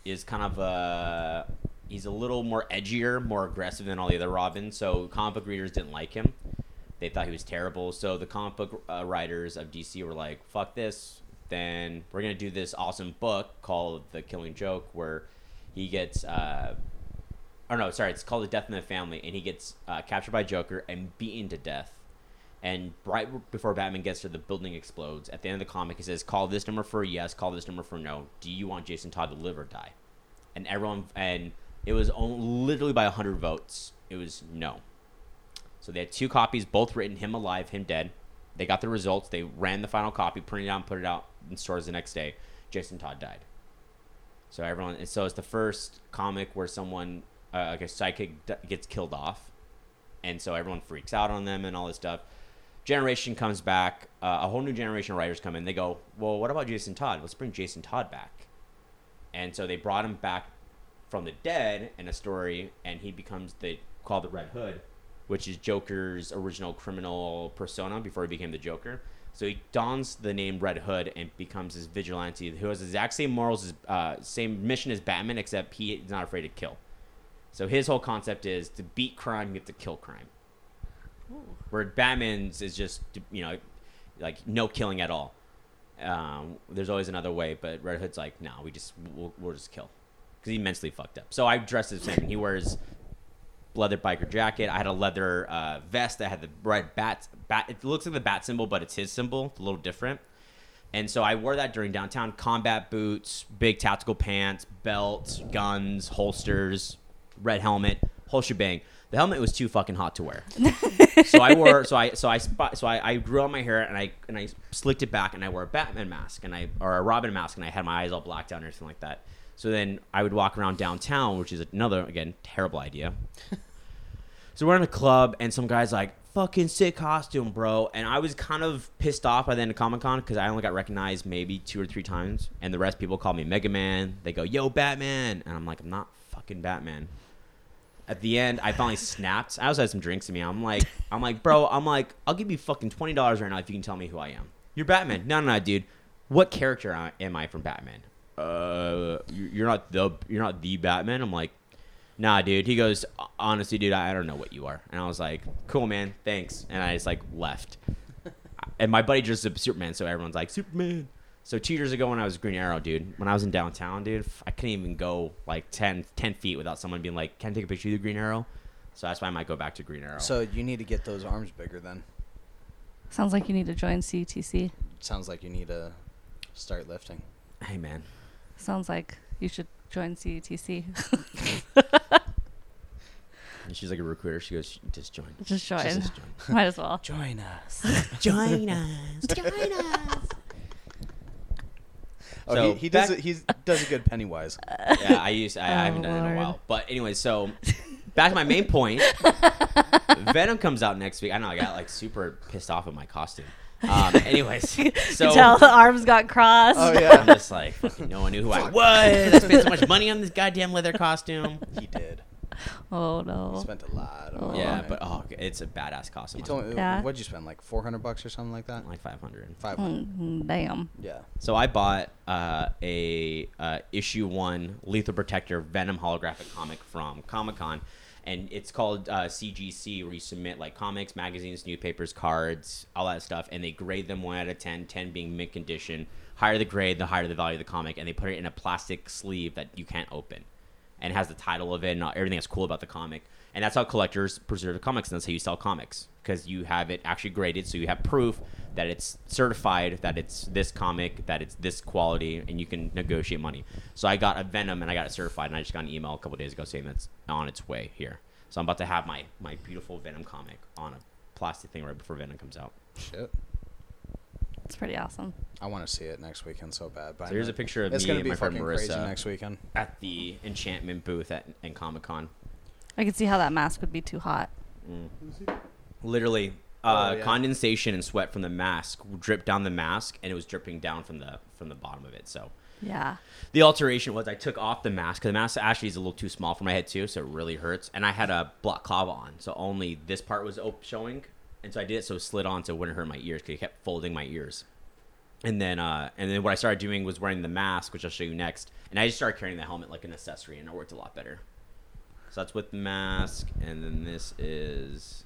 Speaker 1: is kind of a he's a little more edgier, more aggressive than all the other Robins. So comic book readers didn't like him. They thought he was terrible. So the comic book uh, writers of DC were like, "Fuck this." Then we're gonna do this awesome book called The Killing Joke, where he gets. Uh, Oh no, sorry, it's called The Death in the Family, and he gets uh, captured by Joker and beaten to death And right before Batman gets there, the building explodes. At the end of the comic, he says, "Call this number for a yes. Call this number for no. Do you want Jason Todd to live or die?" And everyone, and it was on, literally by hundred votes. It was no. So they had two copies, both written him alive, him dead. They got the results. They ran the final copy, printed it out, and put it out in stores the next day. Jason Todd died. So everyone, and so it's the first comic where someone, uh, like a psychic, d- gets killed off, and so everyone freaks out on them and all this stuff. Generation comes back, uh, a whole new generation of writers come in. They go, well, what about Jason Todd? Let's bring Jason Todd back. And so they brought him back from the dead in a story, and he becomes the called the Red Hood, which is Joker's original criminal persona before he became the Joker. So he dons the name Red Hood and becomes this vigilante who has the exact same morals, as, uh, same mission as Batman, except he is not afraid to kill. So his whole concept is to beat crime, you have to kill crime. Where Batman's is just you know, like no killing at all. Um, there's always another way, but Red Hood's like, no, we just we'll, we'll just kill because he mentally fucked up. So I dressed as him. He wears leather biker jacket. I had a leather uh, vest. I had the red bat. Bat. It looks like the bat symbol, but it's his symbol. It's a little different. And so I wore that during downtown. Combat boots, big tactical pants, belts, guns, holsters, red helmet, whole shebang. The helmet was too fucking hot to wear. so I wore so I so I spot so I, I grew out my hair and I and I slicked it back and I wore a Batman mask and I or a Robin mask and I had my eyes all blacked out and everything like that. So then I would walk around downtown, which is another again terrible idea. so we're in a club and some guy's like fucking sick costume, bro. And I was kind of pissed off by the end of Comic Con because I only got recognized maybe two or three times, and the rest people call me Mega Man. They go, "Yo, Batman," and I'm like, "I'm not fucking Batman." At the end, I finally snapped. I also had some drinks in me. I'm like, I'm like, bro, I'm like, I'll give you fucking twenty dollars right now if you can tell me who I am. You're Batman. No, no, no, dude. What character I- am I from Batman? Uh, you- you're not the you're not the Batman. I'm like, nah, dude. He goes, honestly, dude, I I don't know what you are. And I was like, cool, man, thanks. And I just like left. And my buddy just is Superman, so everyone's like Superman. So two years ago, when I was Green Arrow, dude, when I was in downtown, dude, f- I couldn't even go like 10, 10 feet without someone being like, "Can I take a picture of you, Green Arrow?" So that's why I might go back to Green Arrow.
Speaker 2: So you need to get those arms bigger. Then
Speaker 3: Sounds like you need to join CTC.
Speaker 2: sounds like you need to start lifting.
Speaker 1: hey, man,
Speaker 3: Sounds like you should join CTC.
Speaker 1: and she's like a recruiter. She goes, "Just join,
Speaker 3: Just join.
Speaker 1: Just, just join.
Speaker 3: Might as well.
Speaker 2: Join us.
Speaker 1: Join us. Join us.
Speaker 2: Oh,
Speaker 1: So,
Speaker 2: he, he does.
Speaker 1: back-
Speaker 2: it he does a good Pennywise.
Speaker 1: yeah, I used I, I
Speaker 3: Oh,
Speaker 1: haven't done it in a
Speaker 3: Lord.
Speaker 1: while. But anyway, so back to my main point. Venom comes out next week. I know I got like super pissed off at my costume. Um, anyways,
Speaker 3: you
Speaker 1: so
Speaker 3: can tell the arms got crossed.
Speaker 2: Oh
Speaker 1: I'm
Speaker 2: yeah,
Speaker 1: just like fucking no one knew who I was. I spent so much money on this goddamn leather costume.
Speaker 2: he did.
Speaker 3: Oh,
Speaker 2: He
Speaker 3: no.
Speaker 2: spent a lot. Of
Speaker 3: Oh.
Speaker 2: money
Speaker 1: Yeah,
Speaker 2: on it.
Speaker 1: but oh, it's a badass costume.
Speaker 2: you told me
Speaker 3: Yeah.
Speaker 2: what'd you spend? Like four hundred bucks or something like that.
Speaker 1: like 500.
Speaker 2: Five.
Speaker 3: Mm, Damn.
Speaker 2: Yeah.
Speaker 1: So I bought uh, a uh, issue one Lethal Protector Venom holographic comic from Comic Con, and it's called uh, CGC, where you submit like comics, magazines, newspapers, cards, all that stuff, and they grade them one out of 10, 10 being mid condition. Higher the grade, the higher the value of the comic, and they put it in a plastic sleeve that you can't open, and it has the title of it and everything that's cool about the comic. And that's how collectors preserve comics, and that's how you sell comics because you have it actually graded, so you have proof that it's certified, that it's this comic, that it's this quality, and you can negotiate money. So I got a Venom and I got it certified, and I just got an email a couple days ago saying that's on its way here. So I'm about to have my my beautiful Venom comic on a plastic thing right before Venom comes out.
Speaker 2: Shit.
Speaker 3: It's pretty awesome.
Speaker 2: I want to see it next weekend so bad. But I
Speaker 1: So here's
Speaker 2: know
Speaker 1: a picture of
Speaker 2: it's
Speaker 1: me
Speaker 2: gonna
Speaker 1: and
Speaker 2: be
Speaker 1: my friend
Speaker 2: fucking crazy
Speaker 1: Marissa
Speaker 2: next weekend.
Speaker 1: at the Enchantment booth at in Comic Con.
Speaker 3: I could see how that mask would be too hot.
Speaker 1: literally uh,
Speaker 2: Oh, yeah.
Speaker 1: condensation and sweat from the mask dripped down the mask and it was dripping down from the from the bottom of it so
Speaker 3: Yeah.
Speaker 1: the alteration was i took off the mask 'cause the mask actually is a little too small for my head too so it really hurts and i had a black clava on so only this part was op- showing and so i did it so it slid on so it wouldn't hurt my ears because it kept folding my ears and then uh, and then what i started doing was wearing the mask which i'll show you next and i just started carrying the helmet like an accessory and it worked a lot better so that's with the mask, and then this is,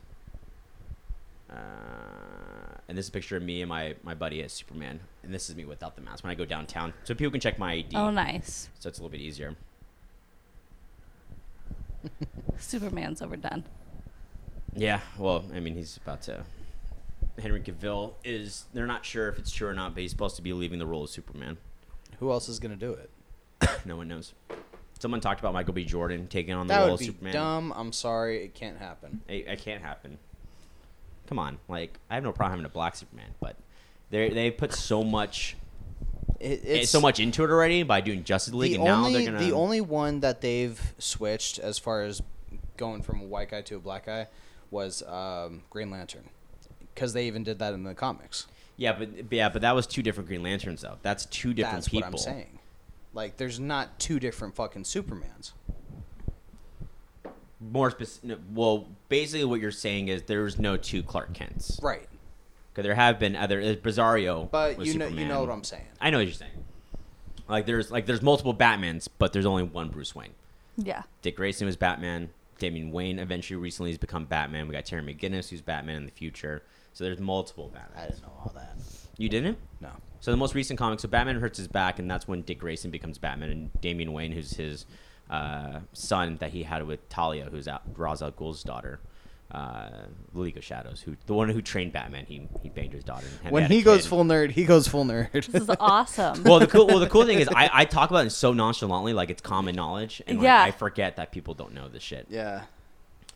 Speaker 1: uh, and this is a picture of me and my my buddy as Superman, and this is me without the mask when I go downtown, so people can check my ID.
Speaker 3: Oh, nice.
Speaker 1: So it's a little bit easier.
Speaker 3: Superman's overdone.
Speaker 1: Yeah, well, I mean, he's about to Henry Cavill is they're not sure if it's true or not, but he's supposed to be leaving the role of Superman.
Speaker 2: Who else is gonna do it?
Speaker 1: no one knows. Someone talked about Michael B. Jordan taking on the
Speaker 2: That
Speaker 1: role
Speaker 2: would
Speaker 1: of
Speaker 2: be
Speaker 1: Superman.
Speaker 2: dumb. I'm sorry, it can't happen.
Speaker 1: It, it can't happen. Come on, like I have no problem having a black Superman, but they they put so much
Speaker 2: It,
Speaker 1: it's, so much into it already by doing Justice League,
Speaker 2: the
Speaker 1: and now
Speaker 2: only
Speaker 1: they're gonna
Speaker 2: the only one that they've switched as far as going from a white guy to a black guy was um, Green Lantern, because they even did that in the comics.
Speaker 1: yeah, but but yeah, but that was two different Green Lanterns though. That's two different
Speaker 2: That's
Speaker 1: people.
Speaker 2: what I'm saying. Like, there's not two different fucking Supermans.
Speaker 1: More specific. Well, basically, what you're saying is there's no two Clark Kents.
Speaker 2: Right.
Speaker 1: Because there have been other uh, Bizarro,
Speaker 2: But
Speaker 1: was
Speaker 2: you know you
Speaker 1: Superman.
Speaker 2: know what I'm saying.
Speaker 1: I know what you're saying. Like there's like there's multiple Batmans, but there's only one Bruce Wayne.
Speaker 3: Yeah.
Speaker 1: Dick Grayson was Batman. Damian Wayne eventually recently has become Batman. We got Terry McGinnis, who's Batman in the future. So there's multiple
Speaker 2: I
Speaker 1: Batmans.
Speaker 2: didn't know all that.
Speaker 1: You didn't?
Speaker 2: No.
Speaker 1: So the most recent comic, so Batman hurts his back, and that's when Dick Grayson becomes Batman, and Damian Wayne, who's his uh, son that he had with Talia, who's out, Ra's al Ghul's daughter, uh, League of Shadows, who the one who trained Batman, he he banged his daughter. and
Speaker 2: When
Speaker 1: had a
Speaker 2: he goes
Speaker 1: kid.
Speaker 2: full nerd, he goes full nerd.
Speaker 3: This is awesome.
Speaker 1: well, the cool well the cool thing is I, I talk about it so nonchalantly, like it's common knowledge, and like,
Speaker 3: Yeah.
Speaker 1: I forget that people don't know this shit.
Speaker 2: yeah.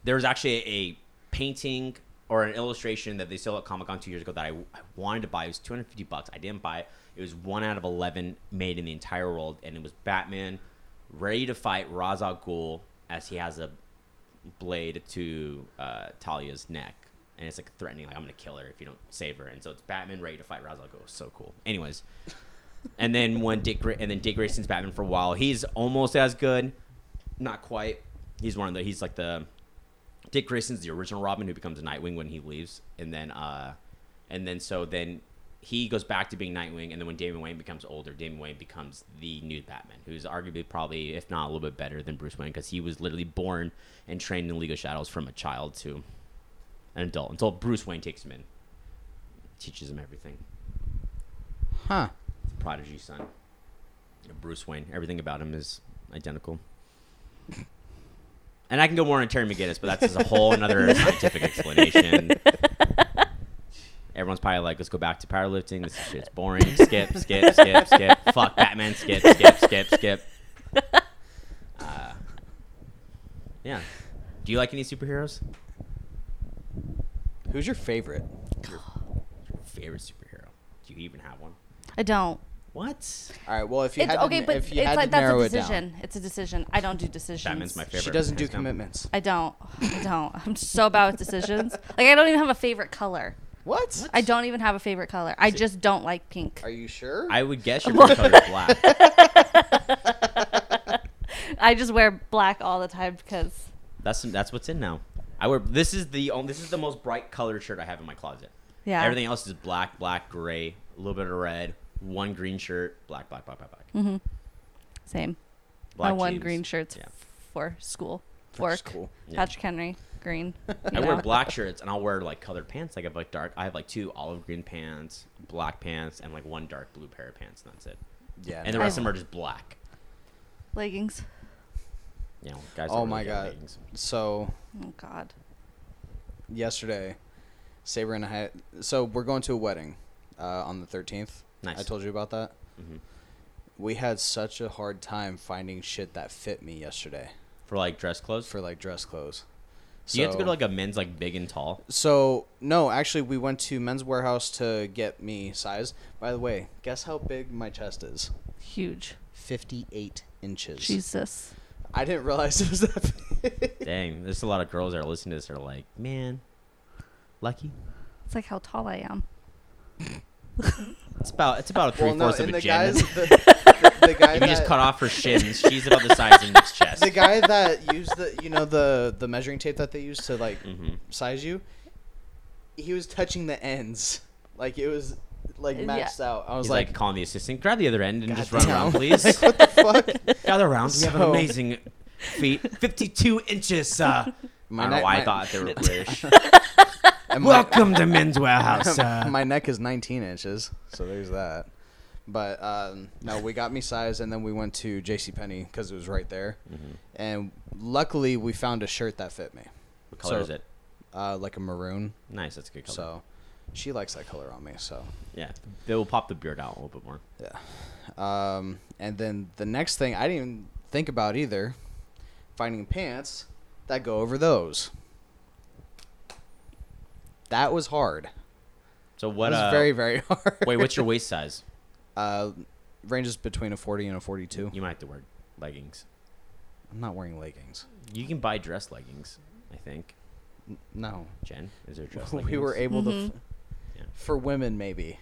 Speaker 1: There was actually a painting or an illustration that they sold at Comic Con two years ago that I, I wanted to buy. It was 250 bucks. I didn't buy it. It was one out of 11 made in the entire world, and it was Batman ready to fight Ra's al Ghul as he has a blade to uh, Talia's neck. And it's like threatening, like I'm gonna kill her if you don't save her. And so it's Batman ready to fight Ra's al Ghul. So cool. Anyways, and then when Dick Gra- and then Dick Grayson's Batman for a while, he's almost as good, not quite. He's one of the he's like the Dick Grayson's the original Robin who becomes Nightwing when he leaves, and then uh, and then so then he goes back to being Nightwing, and then when Damian Wayne becomes older, Damian Wayne becomes the new Batman, who's arguably probably if not a little bit better than Bruce Wayne because he was literally born and trained in League of Shadows from a child to an adult until Bruce Wayne takes him in, teaches him everything
Speaker 2: Huh.
Speaker 1: prodigy son. You know, Bruce Wayne. Everything about him is identical. And I can go more on Terry McGinnis, but that's just a whole another scientific explanation. Everyone's probably like, let's go back to powerlifting. This shit's boring. Skip, skip, skip, skip. Fuck Batman. Skip, skip, skip, skip. Uh, yeah. Do you like any superheroes?
Speaker 2: Who's your favorite?
Speaker 1: Favorite superhero? Do you even have one?
Speaker 3: I don't.
Speaker 1: What?
Speaker 2: All right. Well, if you
Speaker 3: It's,
Speaker 2: had
Speaker 3: okay,
Speaker 2: to,
Speaker 3: but
Speaker 2: if
Speaker 3: it's
Speaker 2: you had
Speaker 3: like
Speaker 2: to narrow
Speaker 3: that's a
Speaker 2: it down,
Speaker 3: decision. It's a decision. I don't do decisions.
Speaker 1: Batman's my favorite.
Speaker 2: she doesn't do
Speaker 1: hands down.
Speaker 2: commitments.
Speaker 3: I don't. I don't. I'm so bad with decisions. Like I don't even have a favorite color.
Speaker 2: What?
Speaker 3: I don't even have a favorite color. I just don't like pink.
Speaker 2: Are you sure?
Speaker 1: I would guess your favorite color is black.
Speaker 3: I just wear black all the time because
Speaker 1: That's that's what's in now. I wear this is the only this is the most bright colored shirt I have in my closet.
Speaker 3: yeah.
Speaker 1: Everything else is black, black, gray, a little bit of red, one green shirt, black, black, black, black, black.
Speaker 3: Same.
Speaker 1: black
Speaker 3: my Mm-hmm. one
Speaker 1: jeans.
Speaker 3: green shirt's
Speaker 1: Yeah.
Speaker 3: for school,
Speaker 2: That's
Speaker 3: work.
Speaker 2: cool.
Speaker 1: Yeah.
Speaker 3: Patrick Henry, green.
Speaker 1: I
Speaker 3: you
Speaker 1: wear
Speaker 3: know.
Speaker 1: black shirts and I'll wear like colored pants. Like I have like dark. I have like two olive green pants, black pants, and like one dark blue pair of pants, and that's it.
Speaker 2: Yeah.
Speaker 1: And the
Speaker 2: no.
Speaker 1: rest of them are just black.
Speaker 3: leggings.
Speaker 1: You know, guys.
Speaker 2: Oh
Speaker 1: don't
Speaker 2: my
Speaker 1: really get
Speaker 2: God.
Speaker 1: leggings.
Speaker 2: so
Speaker 3: Oh God.
Speaker 2: yesterday, Saber and I. Had, so we're going to a wedding uh, on the thirteenth.
Speaker 1: Nice.
Speaker 2: I told you about that.
Speaker 1: Mhm.
Speaker 2: We had such a hard time finding shit that fit me yesterday
Speaker 1: For like dress clothes.
Speaker 2: for like dress clothes.
Speaker 1: Do you have to go to
Speaker 2: So-
Speaker 1: like a men's like big and tall?
Speaker 2: So no, actually, we went to Men's Warehouse to get me size. By the way, guess how big my chest is?
Speaker 3: Huge.
Speaker 2: Fifty-eight inches.
Speaker 3: Jesus.
Speaker 2: I didn't realize it was that big.
Speaker 1: Dang, there's a lot of girls that are listening to this. that Are like, man, lucky.
Speaker 3: It's like how tall I am.
Speaker 1: It's about it's about a three
Speaker 2: well, no,
Speaker 1: fourths
Speaker 2: and
Speaker 1: of a
Speaker 2: the
Speaker 1: gym.
Speaker 2: guys, the, the, the guy
Speaker 1: You
Speaker 2: that,
Speaker 1: just cut off her shins. She's about the size of Nick's chest.
Speaker 2: the guy that used the you know the the measuring tape that they use to like
Speaker 1: hmm
Speaker 2: size you. He was touching the ends, like it was like
Speaker 3: Yeah.
Speaker 2: maxed out. I was
Speaker 1: He's like, calling the assistant. Grab the other end and
Speaker 2: "God
Speaker 1: just run around,
Speaker 2: damn."
Speaker 1: please.
Speaker 2: what the fuck?
Speaker 1: Gather around. We have an
Speaker 2: So-
Speaker 1: amazing feet, fifty-two inches. Uh, I don't know
Speaker 2: neck-
Speaker 1: why I thought they were British.
Speaker 2: and my-
Speaker 1: Welcome to Men's Warehouse. Uh,
Speaker 2: my neck is 19 inches, so there's that. But um, no, we got me size, and then we went to J.C. Penney because it was right there,
Speaker 1: Mm-hmm.
Speaker 2: and luckily we found a shirt that fit me,
Speaker 1: what color
Speaker 2: so-
Speaker 1: is it?
Speaker 2: uh, like a maroon.
Speaker 1: Nice. That's a good color.
Speaker 2: So She likes that color on me, so
Speaker 1: Yeah, they will pop the beard out a little bit more.
Speaker 2: yeah. Um, and then the next thing I didn't even think about either, finding pants that go over those. That was hard.
Speaker 1: So
Speaker 2: that
Speaker 1: what?
Speaker 2: was
Speaker 1: uh,
Speaker 2: very very hard.
Speaker 1: wait, what's your waist size?
Speaker 2: uh, ranges between a forty and a forty-two.
Speaker 1: You might have to wear leggings.
Speaker 2: I'm not wearing leggings.
Speaker 1: You can buy dress leggings, I think.
Speaker 2: N- No,
Speaker 1: Jen, is there dress leggings?
Speaker 2: we were able to.
Speaker 3: Mhm.
Speaker 2: f-
Speaker 1: Yeah.
Speaker 2: For women, maybe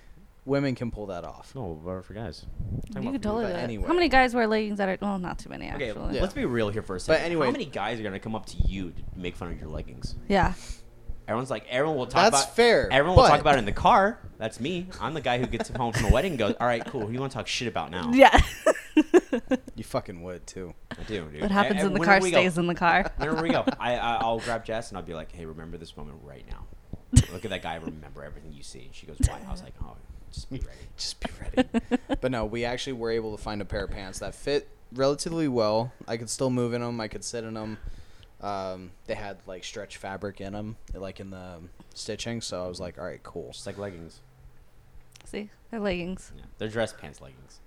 Speaker 2: women can pull that off.
Speaker 1: No, but for guys. Talking
Speaker 3: You
Speaker 1: about
Speaker 3: could
Speaker 1: for you.
Speaker 3: totally
Speaker 2: but
Speaker 3: do it.
Speaker 2: anyway.
Speaker 3: How many guys wear leggings that are well, not too many
Speaker 1: Okay,
Speaker 3: actually.
Speaker 1: let's be real here for a second.
Speaker 2: But anyway-
Speaker 1: how many guys are gonna come up to you to make fun of your leggings?
Speaker 3: Yeah.
Speaker 1: Everyone's like, everyone will talk
Speaker 2: That's
Speaker 1: about.
Speaker 2: fair,
Speaker 1: Everyone will
Speaker 2: but-
Speaker 1: talk about it in the car. That's me. I'm the guy who gets home from a wedding and goes, "All right, cool. Who you want to talk shit about now?"
Speaker 3: Yeah.
Speaker 2: You fucking would too.
Speaker 1: I do. Dude.
Speaker 3: what happens
Speaker 1: I- I-
Speaker 3: in the
Speaker 1: whenever
Speaker 3: car
Speaker 1: we go-
Speaker 3: stays in the car.
Speaker 1: Whenever we go, I, I I'll grab Jess and I'll be like, "Hey, remember this moment right now. Look at that guy. Remember everything you see." And she goes, "Why?" I was like, "Oh, just be ready."
Speaker 2: Just be ready. but no, we actually were able to find a pair of pants that fit relatively well. I could still move in them. I could sit in them. Um, they had like stretch fabric in them, like in the stitching. So I was like, all right, cool,
Speaker 1: Just like leggings.
Speaker 3: See, they're leggings.
Speaker 1: Yeah, they're dress pants leggings.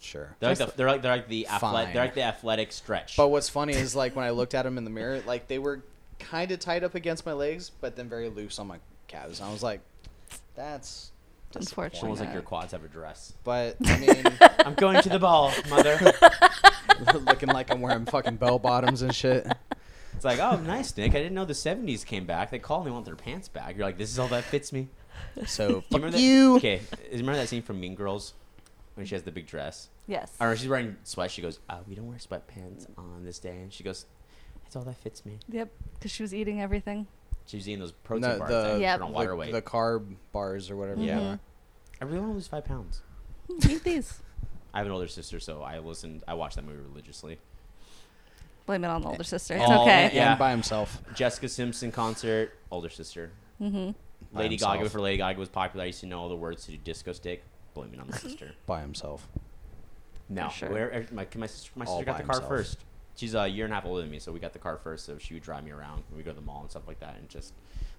Speaker 2: sure.
Speaker 1: They're like the, they're like they're like the athletic
Speaker 2: Fine.
Speaker 1: they're like the athletic stretch.
Speaker 2: But what's funny is like when I looked at them in the mirror, like they were kind of tied up against my legs, but then very loose on my calves. And I was like, that's
Speaker 1: it's
Speaker 3: Unfortunate.
Speaker 1: almost like
Speaker 2: disappointing.
Speaker 1: your quads have a dress.
Speaker 2: But I mean.
Speaker 1: I'm going to the ball, mother.
Speaker 2: looking like I'm wearing fucking bell bottoms and shit.
Speaker 1: It's like, oh, nice, Nick. I didn't know the '70s came back. They call and they want their pants back. You're like, this is all that fits me.
Speaker 2: So
Speaker 1: Do you remember
Speaker 2: fuck
Speaker 1: that?
Speaker 2: you.
Speaker 1: Okay, is- remember that scene from Mean Girls when she has the big dress?
Speaker 3: Yes.
Speaker 1: Or she's wearing sweat. She goes, uh, we don't wear sweatpants on this day, and she goes, it's all that fits me.
Speaker 3: Yep. Because she was eating everything.
Speaker 1: She was eating those protein
Speaker 2: No,
Speaker 1: bars
Speaker 2: the-
Speaker 1: that
Speaker 3: Yep.
Speaker 1: put on water
Speaker 2: the,
Speaker 1: weight.
Speaker 2: the carb bars or whatever.
Speaker 1: Yeah.
Speaker 2: they are.
Speaker 1: I really want to lose five pounds.
Speaker 3: Hmm, Eat these.
Speaker 1: I have an older sister, so I listened. I watched that movie religiously.
Speaker 3: Blame it on the older sister. It's
Speaker 1: Oh,
Speaker 3: okay.
Speaker 1: Yeah.
Speaker 2: And by himself.
Speaker 1: Jessica Simpson concert, older sister.
Speaker 3: Mm-hmm.
Speaker 2: By
Speaker 1: Lady
Speaker 2: himself.
Speaker 1: Gaga, before Lady Gaga was popular, I used to know all the words to do disco stick. Blame it on the sister.
Speaker 2: By himself.
Speaker 1: No,
Speaker 3: For sure.
Speaker 1: where er, my my sister, my
Speaker 2: All
Speaker 1: sister got
Speaker 2: by
Speaker 1: the car
Speaker 2: himself.
Speaker 1: first. She's a year and a half older than me, so we got the car first. So she would drive me around. We go to the mall and stuff like that, and just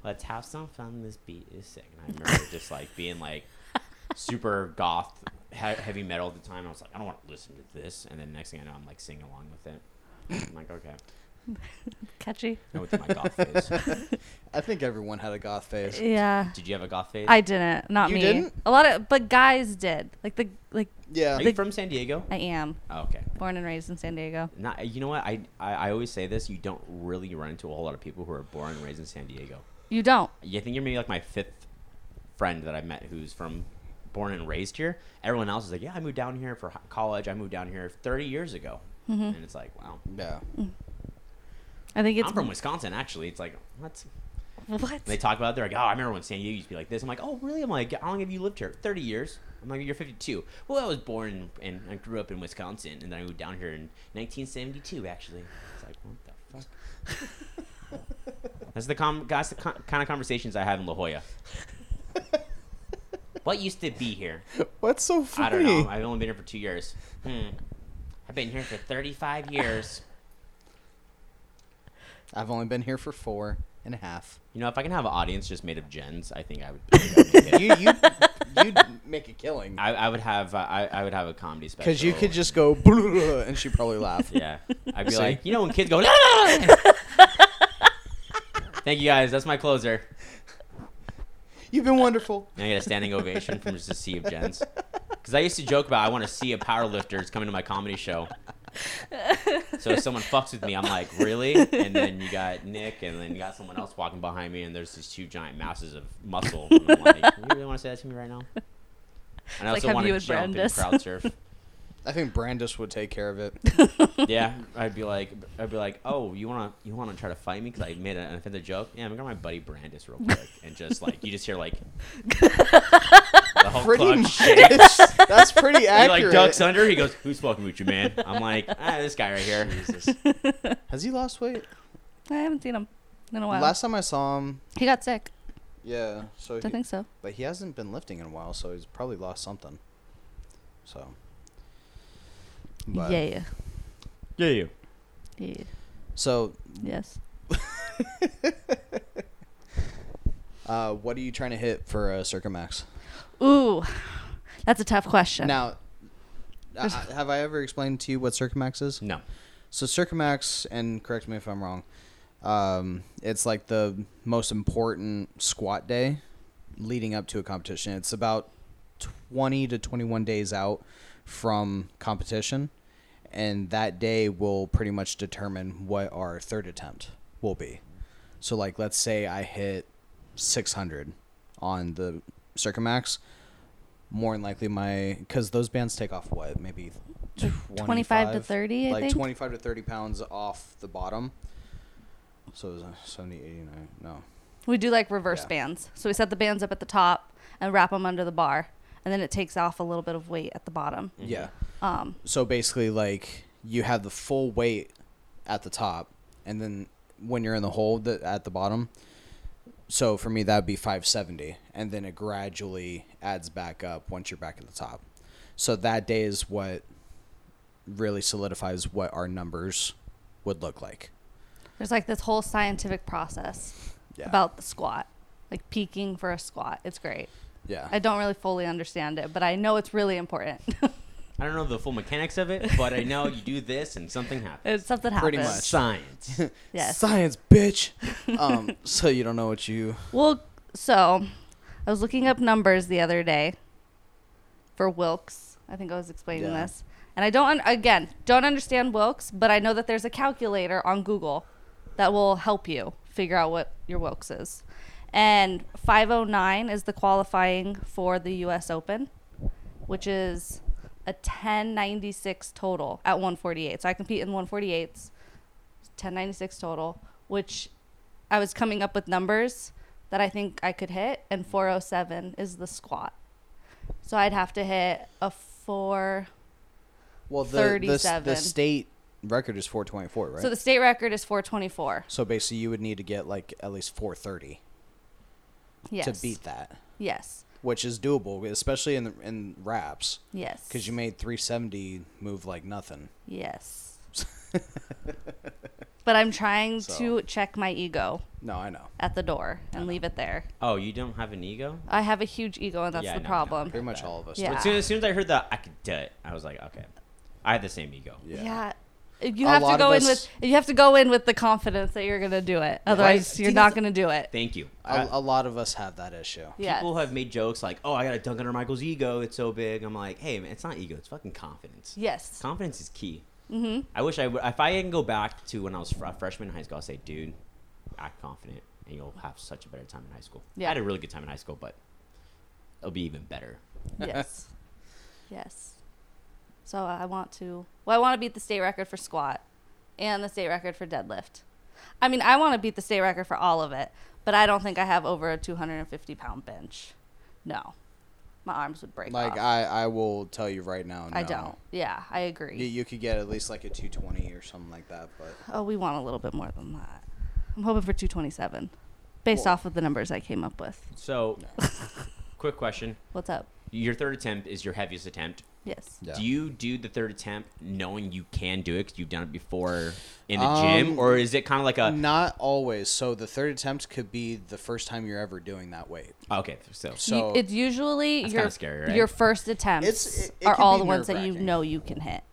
Speaker 1: let's have some fun. This beat is sick. And I remember just like being like super goth, he- heavy metal at the time. I was like, I don't want to listen to this. And then next thing I know, I'm like singing along with it. I'm like, okay,
Speaker 3: Catchy.
Speaker 1: I went through my goth phase.
Speaker 2: I think everyone had a goth phase.
Speaker 3: Yeah.
Speaker 1: Did you have a goth phase?
Speaker 3: I didn't. Not
Speaker 2: You
Speaker 3: me.
Speaker 2: didn't?
Speaker 3: A lot of, but guys did. Like the like.
Speaker 2: Yeah.
Speaker 1: Are you from San Diego?
Speaker 3: I am
Speaker 1: Oh, okay.
Speaker 3: born and raised in San Diego.
Speaker 1: Not, you know what? I, I I always say this. You don't really run into a whole lot of people who are born and raised in San Diego.
Speaker 3: You don't.
Speaker 1: Yeah, I think you're maybe like my fifth friend that I've met who's from born and raised here. Everyone else is like, yeah, I moved down here for hi- college. I moved down here 30 years ago. And it's like, wow.
Speaker 2: Yeah.
Speaker 3: I think it's
Speaker 1: I'm from Wisconsin, actually. It's like, what?
Speaker 3: what?
Speaker 1: They talk about it. They're like, oh, I remember when San Diego used to be like this. I'm like, oh, really? I'm like, how long have you lived here? 30 years. I'm like, you're 52. Well, I was born and I grew up in Wisconsin, and then I moved down here in 1972, actually. It's like, what the fuck? that's the, com- that's the con- kind of conversations I have in La Jolla. what used to be here?
Speaker 2: What's so
Speaker 1: I
Speaker 2: funny?
Speaker 1: don't know. I've only been here for two years. Hmm. I've been here for 35 years.
Speaker 2: I've only been here for four and a half.
Speaker 1: You know, if I can have an audience just made of gens, I think I would. I think I would make it.
Speaker 2: you you you'd make a killing
Speaker 1: I, I would have uh, I, I would have a comedy special
Speaker 2: because you could just go and she'd probably laugh.
Speaker 1: yeah I'd be
Speaker 2: See?
Speaker 1: like you know when kids go "Ah!" thank you guys that's my closer
Speaker 2: You've been wonderful.
Speaker 1: and I get a standing ovation from just a sea of gens because I used to joke about I want to see a powerlifters coming to my comedy show so if someone fucks with me I'm like really and then you got Nick and then you got someone else walking behind me and there's these two giant masses of muscle and I'm like you really want to say that to me right now and I
Speaker 3: It's like,
Speaker 1: also
Speaker 3: have
Speaker 1: want
Speaker 3: you
Speaker 1: to
Speaker 3: and
Speaker 1: jump and
Speaker 3: Brandis.
Speaker 1: crowd surf
Speaker 2: I think Brandis would take care of it.
Speaker 1: Yeah, I'd be like, I'd be like, oh, you wanna, you wanna try to fight me because I made an offensive joke? Yeah, I'm gonna my buddy Brandis real quick, and just like you just hear like the whole
Speaker 2: Pretty
Speaker 1: club
Speaker 2: much.
Speaker 1: shake.
Speaker 2: That's pretty
Speaker 1: He
Speaker 2: accurate.
Speaker 1: like ducks under. He goes, "Who's fucking with you, man?" I'm like, ah, this guy right here.
Speaker 2: Has he lost weight?
Speaker 3: I haven't seen him in a while.
Speaker 2: Last time I saw him,
Speaker 3: he got sick.
Speaker 2: yeah. So
Speaker 3: I
Speaker 2: he-
Speaker 3: think so.
Speaker 2: But he hasn't been lifting in a while, so he's probably lost something. So. But-
Speaker 3: Yeah.
Speaker 1: Yeah, you.
Speaker 3: Yeah.
Speaker 2: So
Speaker 3: Yes.
Speaker 2: Uh, what are you trying to hit for a Circumax?
Speaker 3: Ooh, that's a tough question.
Speaker 2: Now, uh, have I ever explained to you what Circumax is?
Speaker 1: No.
Speaker 2: So Circumax, and correct me if I'm wrong, um, it's like the most important squat day leading up to a competition. It's about 20 to 21 days out from competition, and that day will pretty much determine what our third attempt will be. So, like, let's say I hit 600 on the Circumax. More than likely, my because those bands take off what maybe
Speaker 3: Like 25 to 30, I
Speaker 2: like
Speaker 3: think?
Speaker 2: 25 to 30 pounds off the bottom. So it was uh, 70, 89. No.
Speaker 3: We do like reverse
Speaker 2: Yeah.
Speaker 3: bands. So we set the bands up at the top and wrap them under the bar, and then it takes off a little bit of weight at the bottom.
Speaker 2: Yeah.
Speaker 3: Um,
Speaker 2: So basically, like you have the full weight at the top, and then when you're in the hole th- at the bottom. So for me, that would be 570, and then it gradually adds back up once you're back at the top. So that day is what really solidifies what our numbers would look like.
Speaker 3: there's like this whole scientific process
Speaker 2: Yeah.
Speaker 3: about the squat, like peaking for a squat. It's great.
Speaker 2: yeah.
Speaker 3: I don't really fully understand it, but I know it's really important.
Speaker 1: I don't know the full mechanics of it, but I know you do this and something happens.
Speaker 3: it's something happens.
Speaker 2: Pretty much.
Speaker 1: Science.
Speaker 3: Yes.
Speaker 2: Science, bitch. um, so you don't know what you.
Speaker 3: Well, so I was looking up numbers the other day for Wilkes. I think I was explaining
Speaker 2: Yeah.
Speaker 3: this. And I don't, un- again, don't understand Wilkes, but I know that there's a calculator on Google that will help you figure out what your Wilkes is. And 509 is the qualifying for the US Open, which is a 1096 total at 148. So I compete in 148s, 1096 total, which I was coming up with numbers that I think I could hit, and 407 is the squat. So I'd have to hit a four.
Speaker 2: Well, the, the, s- the
Speaker 3: 37.
Speaker 2: state record is 424, right?
Speaker 3: So
Speaker 2: So,
Speaker 3: the state record is 424.
Speaker 2: basically, you would need to get like at least 430
Speaker 3: Yes.
Speaker 2: to beat that,
Speaker 3: Yes.
Speaker 2: which is doable, especially in the, in wraps,
Speaker 3: Yes.
Speaker 2: because you made 370 move like nothing.
Speaker 3: Yes. but I'm trying
Speaker 2: So.
Speaker 3: to check my ego
Speaker 2: No, I know.
Speaker 3: at the door and leave it there.
Speaker 1: Oh, you don't have an ego?
Speaker 3: I have a huge ego, and that's
Speaker 1: Yeah,
Speaker 3: the
Speaker 1: no, no,
Speaker 3: problem.
Speaker 2: Pretty much all of us.
Speaker 3: Yeah.
Speaker 1: As, soon, as soon as I heard that, I could do it. I was like, okay. I have the same ego.
Speaker 2: Yeah.
Speaker 3: Yeah. You
Speaker 2: A
Speaker 3: have
Speaker 2: lot
Speaker 3: to
Speaker 2: of
Speaker 3: go in
Speaker 2: us-
Speaker 3: with you have to go in with the confidence that you're gonna do it. Otherwise,
Speaker 1: See,
Speaker 3: you're
Speaker 1: that's-
Speaker 3: not gonna do it.
Speaker 1: Thank you.
Speaker 2: A,
Speaker 1: I-
Speaker 2: a lot of us have that issue.
Speaker 3: Yeah.
Speaker 1: People have made jokes like, "Oh, I got to dunk under Michael's ego. It's so big." I'm like, "Hey, man, it's not ego. It's fucking confidence.
Speaker 3: Yes.
Speaker 1: Confidence is key." Mm-hmm. I wish I would. If I can go back to when I was fr- a freshman in high school, I'd say, "Dude, act confident, and you'll have such a better time in high school."
Speaker 3: Yeah.
Speaker 1: I had a really good time in high school, but it'll be even better.
Speaker 3: yes. Yes. So I want to. Well, I want to beat the state record for squat and the state record for deadlift. I mean, I want to beat the state record for all of it, but I don't think I have over a 250 pound bench. No, my arms would break.
Speaker 2: Like,
Speaker 3: off.
Speaker 2: I, I will tell you right now. No.
Speaker 3: I don't. Yeah, I agree.
Speaker 2: You, you could get at least like a 220 or something like that, but
Speaker 3: Oh, we want a little bit more than that. I'm hoping for 227, based
Speaker 2: Well-
Speaker 3: off of the numbers I came up with.
Speaker 1: So, quick question:
Speaker 3: What's up?
Speaker 1: Your third attempt is your heaviest attempt.
Speaker 3: Yes.
Speaker 2: yeah.
Speaker 1: Do you do the third attempt knowing you can do it because you've done it before in the
Speaker 2: Um,
Speaker 1: gym, or is it kind of like a
Speaker 2: Not always. So the third attempt could be the first time you're ever doing that weight.
Speaker 1: okay? So
Speaker 3: You-
Speaker 2: So
Speaker 3: it's usually
Speaker 1: That's
Speaker 3: your
Speaker 1: kinda scary, right?
Speaker 3: your first attempts
Speaker 2: It's- it- it
Speaker 3: are
Speaker 2: can
Speaker 3: all
Speaker 2: be
Speaker 3: the ones that you
Speaker 2: nerve-wracking.
Speaker 3: know you can hit.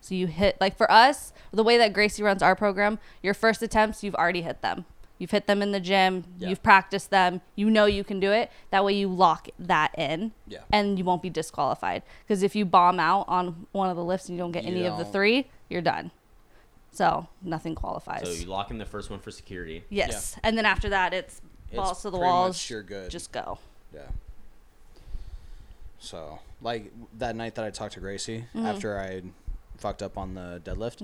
Speaker 3: So you hit like for us, the way that Gracie runs our program, your first attempts you've already hit them. You've hit them in the gym,
Speaker 2: Yeah.
Speaker 3: you've practiced them, you know you can do it. That way you lock that in
Speaker 2: Yeah.
Speaker 3: and you won't be disqualified. Because if you bomb out on one of the lifts and you don't get
Speaker 2: You
Speaker 3: any of the
Speaker 2: don't-
Speaker 3: three, you're done. So nothing
Speaker 1: so
Speaker 3: qualifies.
Speaker 1: you lock in the first one for security.
Speaker 3: yes. And then after that it's
Speaker 2: It's
Speaker 3: balls to the
Speaker 2: pretty much
Speaker 3: walls.
Speaker 2: you're good.
Speaker 3: Just go.
Speaker 2: yeah. So like that night that I talked to Gracie after I fucked up on the deadlift.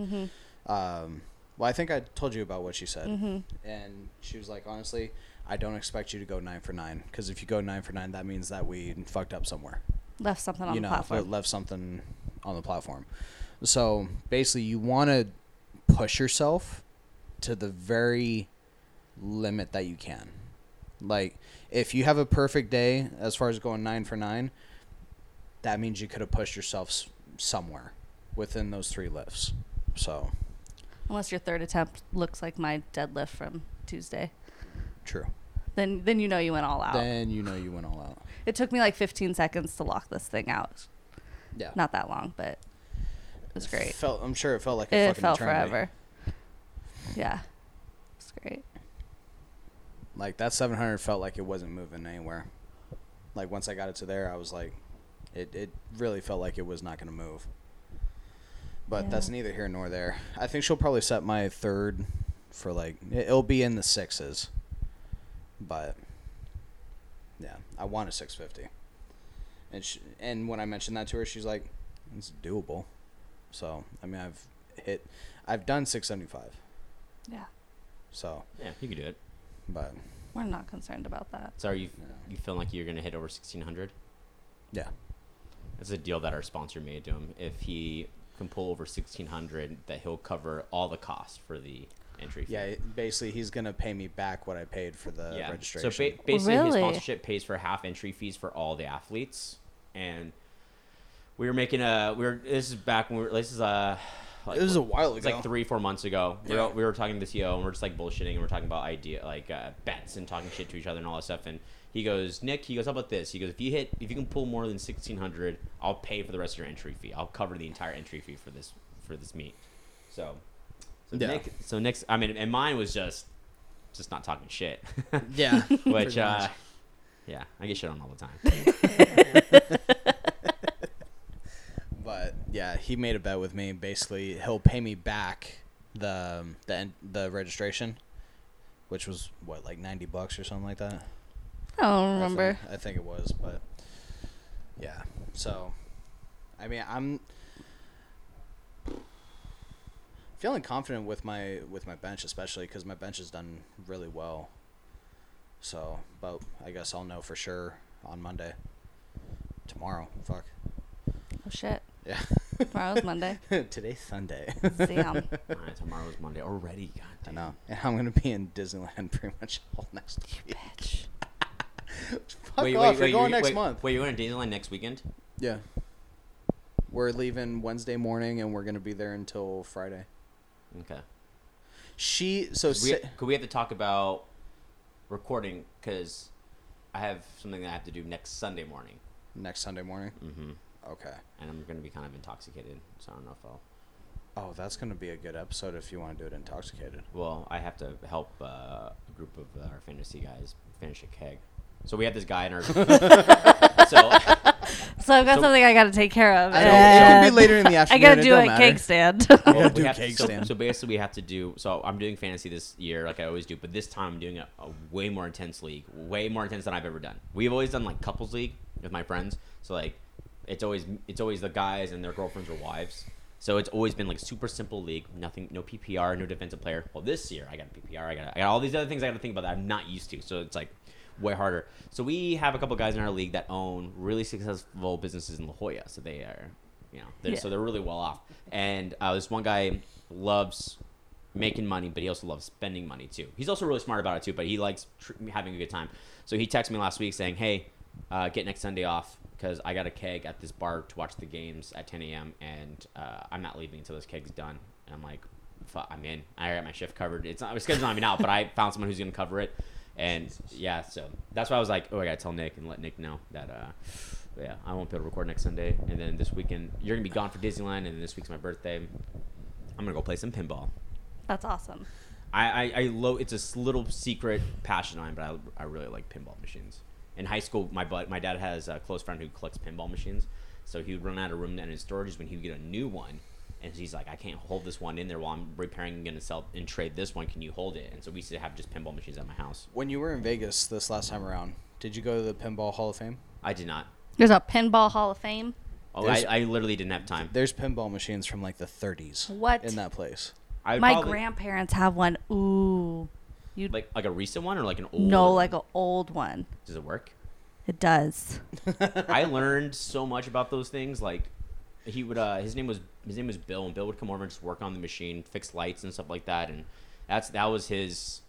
Speaker 2: Um, well, I think I told you about what she said, and she was like, honestly, I don't expect you to go nine for nine because if you go nine for nine, that means that we fucked up somewhere.
Speaker 3: Left something on
Speaker 2: you
Speaker 3: the
Speaker 2: know,
Speaker 3: platform.
Speaker 2: le- left something on the platform. So basically, you want to push yourself to the very limit that you can. Like, if you have a perfect day as far as going nine for nine, that means you could have pushed yourself s- somewhere within those three lifts. So
Speaker 3: Unless your third attempt looks like my deadlift from Tuesday.
Speaker 2: true.
Speaker 3: then then you know you went all out.
Speaker 2: Then you know you went all out.
Speaker 3: It took me like 15 seconds to lock this thing out.
Speaker 2: Yeah.
Speaker 3: Not that long, but it was great.
Speaker 2: Felt, I'm sure it felt like a
Speaker 3: It
Speaker 2: fucking
Speaker 3: felt
Speaker 2: eternity.
Speaker 3: forever. Yeah. It's great.
Speaker 2: Like that 700 felt like it wasn't moving anywhere. Like once I got it to there, I was like, it it really felt like it was not going to move. But
Speaker 3: Yeah.
Speaker 2: that's neither here nor there. I think she'll probably set my third for like it- it'll be in the sixes. But yeah, I want a 650. And she, and when I mentioned that to her, she's like, it's doable. So I mean, I've hit, I've done 675.
Speaker 3: Yeah.
Speaker 2: So,
Speaker 1: Yeah, you can do it.
Speaker 2: but
Speaker 3: We're not concerned about that.
Speaker 1: So are you
Speaker 2: yeah.
Speaker 1: you feeling like you're gonna hit over sixteen hundred?
Speaker 2: yeah.
Speaker 1: That's a deal that our sponsor made to him. If he can pull over sixteen hundred, that he'll cover all the costs for the entry fee.
Speaker 2: Yeah, it- basically, he's gonna pay me back what I paid for the
Speaker 1: yeah.
Speaker 2: registration.
Speaker 1: So ba- basically, his
Speaker 3: Really?
Speaker 1: sponsorship pays for half entry fees for all the athletes, and we were making a we were this is back when we were this is uh like,
Speaker 2: it was a while
Speaker 1: It's
Speaker 2: ago.
Speaker 1: like three, four months ago. We,
Speaker 2: Yeah.
Speaker 1: were, we were talking to the CEO and we're just like bullshitting and we're talking about idea like uh, bets and talking shit to each other and all that stuff. And he goes, Nick, he goes, how about this? He goes, if you hit, if you can pull more than sixteen hundred, I'll pay for the rest of your entry fee. I'll cover the entire entry fee for this for this meet. So, so
Speaker 2: Yeah.
Speaker 1: Nick, so Nick's, I mean, and mine was just, just not talking shit,
Speaker 2: Yeah,
Speaker 1: which,
Speaker 2: pretty
Speaker 1: uh,
Speaker 2: much.
Speaker 1: yeah, I get shit on all the time.
Speaker 2: but yeah, he made a bet with me. Basically, he'll pay me back the um, the en- the registration, which was what like ninety bucks or something like that.
Speaker 3: I don't
Speaker 2: I think-
Speaker 3: remember.
Speaker 2: I think, it was, but yeah. So, I mean, I'm feeling confident with my with my bench, especially because my bench has done really well. So, but I guess I'll know for sure on Monday. Tomorrow, fuck.
Speaker 3: Oh shit.
Speaker 2: Yeah.
Speaker 3: Tomorrow's Monday.
Speaker 2: Today's Sunday.
Speaker 3: Damn.
Speaker 1: all right, tomorrow's Monday already. God
Speaker 2: I
Speaker 1: damn.
Speaker 2: know, and I'm gonna be in Disneyland pretty much all next week.
Speaker 3: Bitch.
Speaker 2: Fuck off! we're
Speaker 1: you're-
Speaker 2: going next
Speaker 1: wait,
Speaker 2: month.
Speaker 1: Wait, you're going to Disneyland next weekend?
Speaker 2: Yeah. We're leaving Wednesday morning and we're going to be there until Friday.
Speaker 1: Okay.
Speaker 2: She so
Speaker 1: we,
Speaker 2: si-
Speaker 1: could we have to talk about recording because I have something that I have to do next Sunday morning,
Speaker 2: next Sunday morning.
Speaker 1: mm-hmm.
Speaker 2: Okay.
Speaker 1: and I'm going to be kind of intoxicated, so I don't know if I'll.
Speaker 2: Oh, that's going to be a good episode if you want to do it intoxicated.
Speaker 1: Well, I have to help uh, a group of uh, our fantasy guys finish a keg. So we have this guy in our. so
Speaker 3: So I've got
Speaker 1: So-
Speaker 3: something I got to take care of.
Speaker 2: I don't, it'll be
Speaker 3: and
Speaker 2: later in the
Speaker 3: I
Speaker 2: afternoon.
Speaker 3: got to
Speaker 2: it
Speaker 3: do
Speaker 2: don't
Speaker 3: a
Speaker 2: matter.
Speaker 3: cake stand.
Speaker 2: We
Speaker 1: Well,
Speaker 2: gotta
Speaker 1: we
Speaker 2: do a
Speaker 1: have-
Speaker 2: cake
Speaker 1: so,
Speaker 2: stand.
Speaker 1: so basically, we have to do. So I'm doing fantasy this year, like I always do, but this time I'm doing a, a way more intense league, way more intense than I've ever done. We've always done like couples league with my friends, so like it's always it's always the guys and their girlfriends or wives. So it's always been like super simple league, nothing, no PPR, no defensive player. Well, this year I got a PPR, I got I got all these other things I got to think about that I'm not used to. So it's like way harder. So we have a couple guys in our league that own really successful businesses in La Jolla. So they are, you know, they're,
Speaker 3: Yeah.
Speaker 1: so they're really well off. And uh, this one guy loves making money, but he also loves spending money too. He's also really smart about it too, but he likes tr- having a good time. So he texted me last week saying, "Hey, uh, get next Sunday off because I got a keg at this bar to watch the games at 10 a.m. and uh, I'm not leaving until this keg's done." And I'm like, "Fuck, I'm in. I got my shift covered. It's not, my schedule's not even out, but I found someone who's gonna cover it." And yeah, so that's why I was like, "Oh, I gotta tell Nick and let Nick know that." Uh, yeah, I won't be able to record next Sunday, and then this weekend you're gonna be gone for Disneyland, and then this week's my birthday. I'm gonna go play some pinball.
Speaker 3: That's awesome.
Speaker 1: I, I, I low. It's a s- little secret passion of mine, but I, I really like pinball machines. In high school, my bud, my dad has a close friend who collects pinball machines, so he would run out of room in his storages when he would get a new one, and he's like, I can't hold this one in there while I'm repairing and gonna sell and trade this one. Can you hold it? And so we used to have just pinball machines at my house.
Speaker 2: When you were in Vegas this last time around, did you go to the Pinball Hall of Fame?
Speaker 1: I did not.
Speaker 3: There's a pinball Hall of Fame.
Speaker 1: Oh, I,
Speaker 2: There's-
Speaker 1: I literally didn't have time.
Speaker 2: There's pinball machines from like the 30s.
Speaker 3: What?
Speaker 2: In that place.
Speaker 1: I would
Speaker 3: My
Speaker 1: probably-
Speaker 3: grandparents have one. Ooh. You
Speaker 1: like like a recent one or like an old.
Speaker 3: know like an old one.
Speaker 1: Does it work?
Speaker 3: It does.
Speaker 1: I learned so much about those things. Like he would, uh, his name was his name was Bill, and Bill would come over and just work on the machine, fix lights and stuff like that. And that's that was his.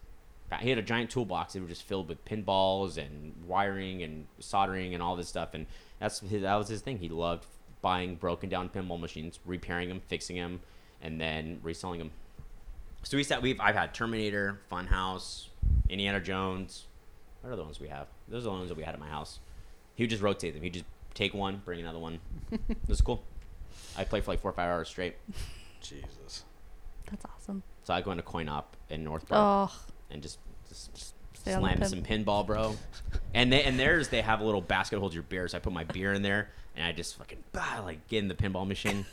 Speaker 1: He had a giant toolbox that was just filled with pinballs and wiring and soldering and all this stuff. And that's his, that was his thing. He loved buying broken down pinball machines, repairing them, fixing them, and then reselling them. So we sat. We've I've had Terminator, Funhouse, Indiana Jones, What are the ones we have? Those are the ones that we had at my house. He would just rotate them. He'd just take one, bring another one. it was cool. I played for like four or five hours straight.
Speaker 2: Jesus.
Speaker 3: That's awesome.
Speaker 1: So I go into coin op in North Park
Speaker 3: Oh,
Speaker 1: and just, just
Speaker 3: Stay on the
Speaker 1: slam
Speaker 3: pin.
Speaker 1: some pinball, bro. And they and theirs they have a little basket holds your beer, so I put my beer in there and I just fucking bah, like get in the pinball machine.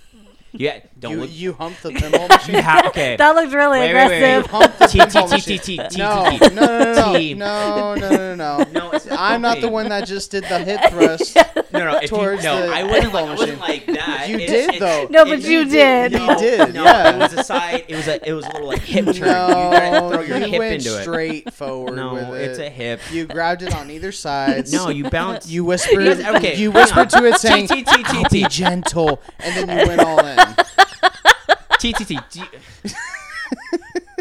Speaker 1: Yeah, don't
Speaker 2: you,
Speaker 1: look.
Speaker 2: you hump the pinball machine?
Speaker 1: You have okay.
Speaker 3: that looked really
Speaker 1: Wait, wait, wait.
Speaker 3: aggressive.
Speaker 2: hump the
Speaker 1: T-
Speaker 2: pinball
Speaker 1: T-
Speaker 2: machine.
Speaker 1: T- T- T-
Speaker 2: No,
Speaker 1: T-
Speaker 2: no, no,
Speaker 1: T.
Speaker 2: no, no, no, no, no, no.
Speaker 1: No, it's
Speaker 2: I'm not the
Speaker 1: okay.
Speaker 2: one that just did the hip thrust.
Speaker 1: No, no, if
Speaker 2: towards
Speaker 1: you, no,
Speaker 2: the
Speaker 1: I wasn't like,
Speaker 2: pinball
Speaker 1: I
Speaker 2: machine.
Speaker 1: wasn't like that.
Speaker 2: You
Speaker 1: It's-
Speaker 2: did,
Speaker 1: it's-
Speaker 2: though.
Speaker 3: No, but
Speaker 1: it's-
Speaker 3: you did.
Speaker 2: You did,
Speaker 1: no,
Speaker 2: yeah.
Speaker 1: It was a side. It was a. It was a little like hip turn. you gotta
Speaker 2: No,
Speaker 1: throw your
Speaker 2: you
Speaker 1: hip
Speaker 2: went
Speaker 1: into it.
Speaker 2: straight forward
Speaker 1: No,
Speaker 2: with it.
Speaker 1: it's a hip.
Speaker 2: You grabbed it on either side.
Speaker 1: No, you bounce.
Speaker 2: You whispered.
Speaker 1: You guys- okay,
Speaker 2: you
Speaker 1: hang
Speaker 2: whispered
Speaker 1: on.
Speaker 2: to it, saying,
Speaker 1: T- T- T-
Speaker 2: "I'll be
Speaker 1: T.
Speaker 2: gentle," and then you went all in.
Speaker 1: T T T. T-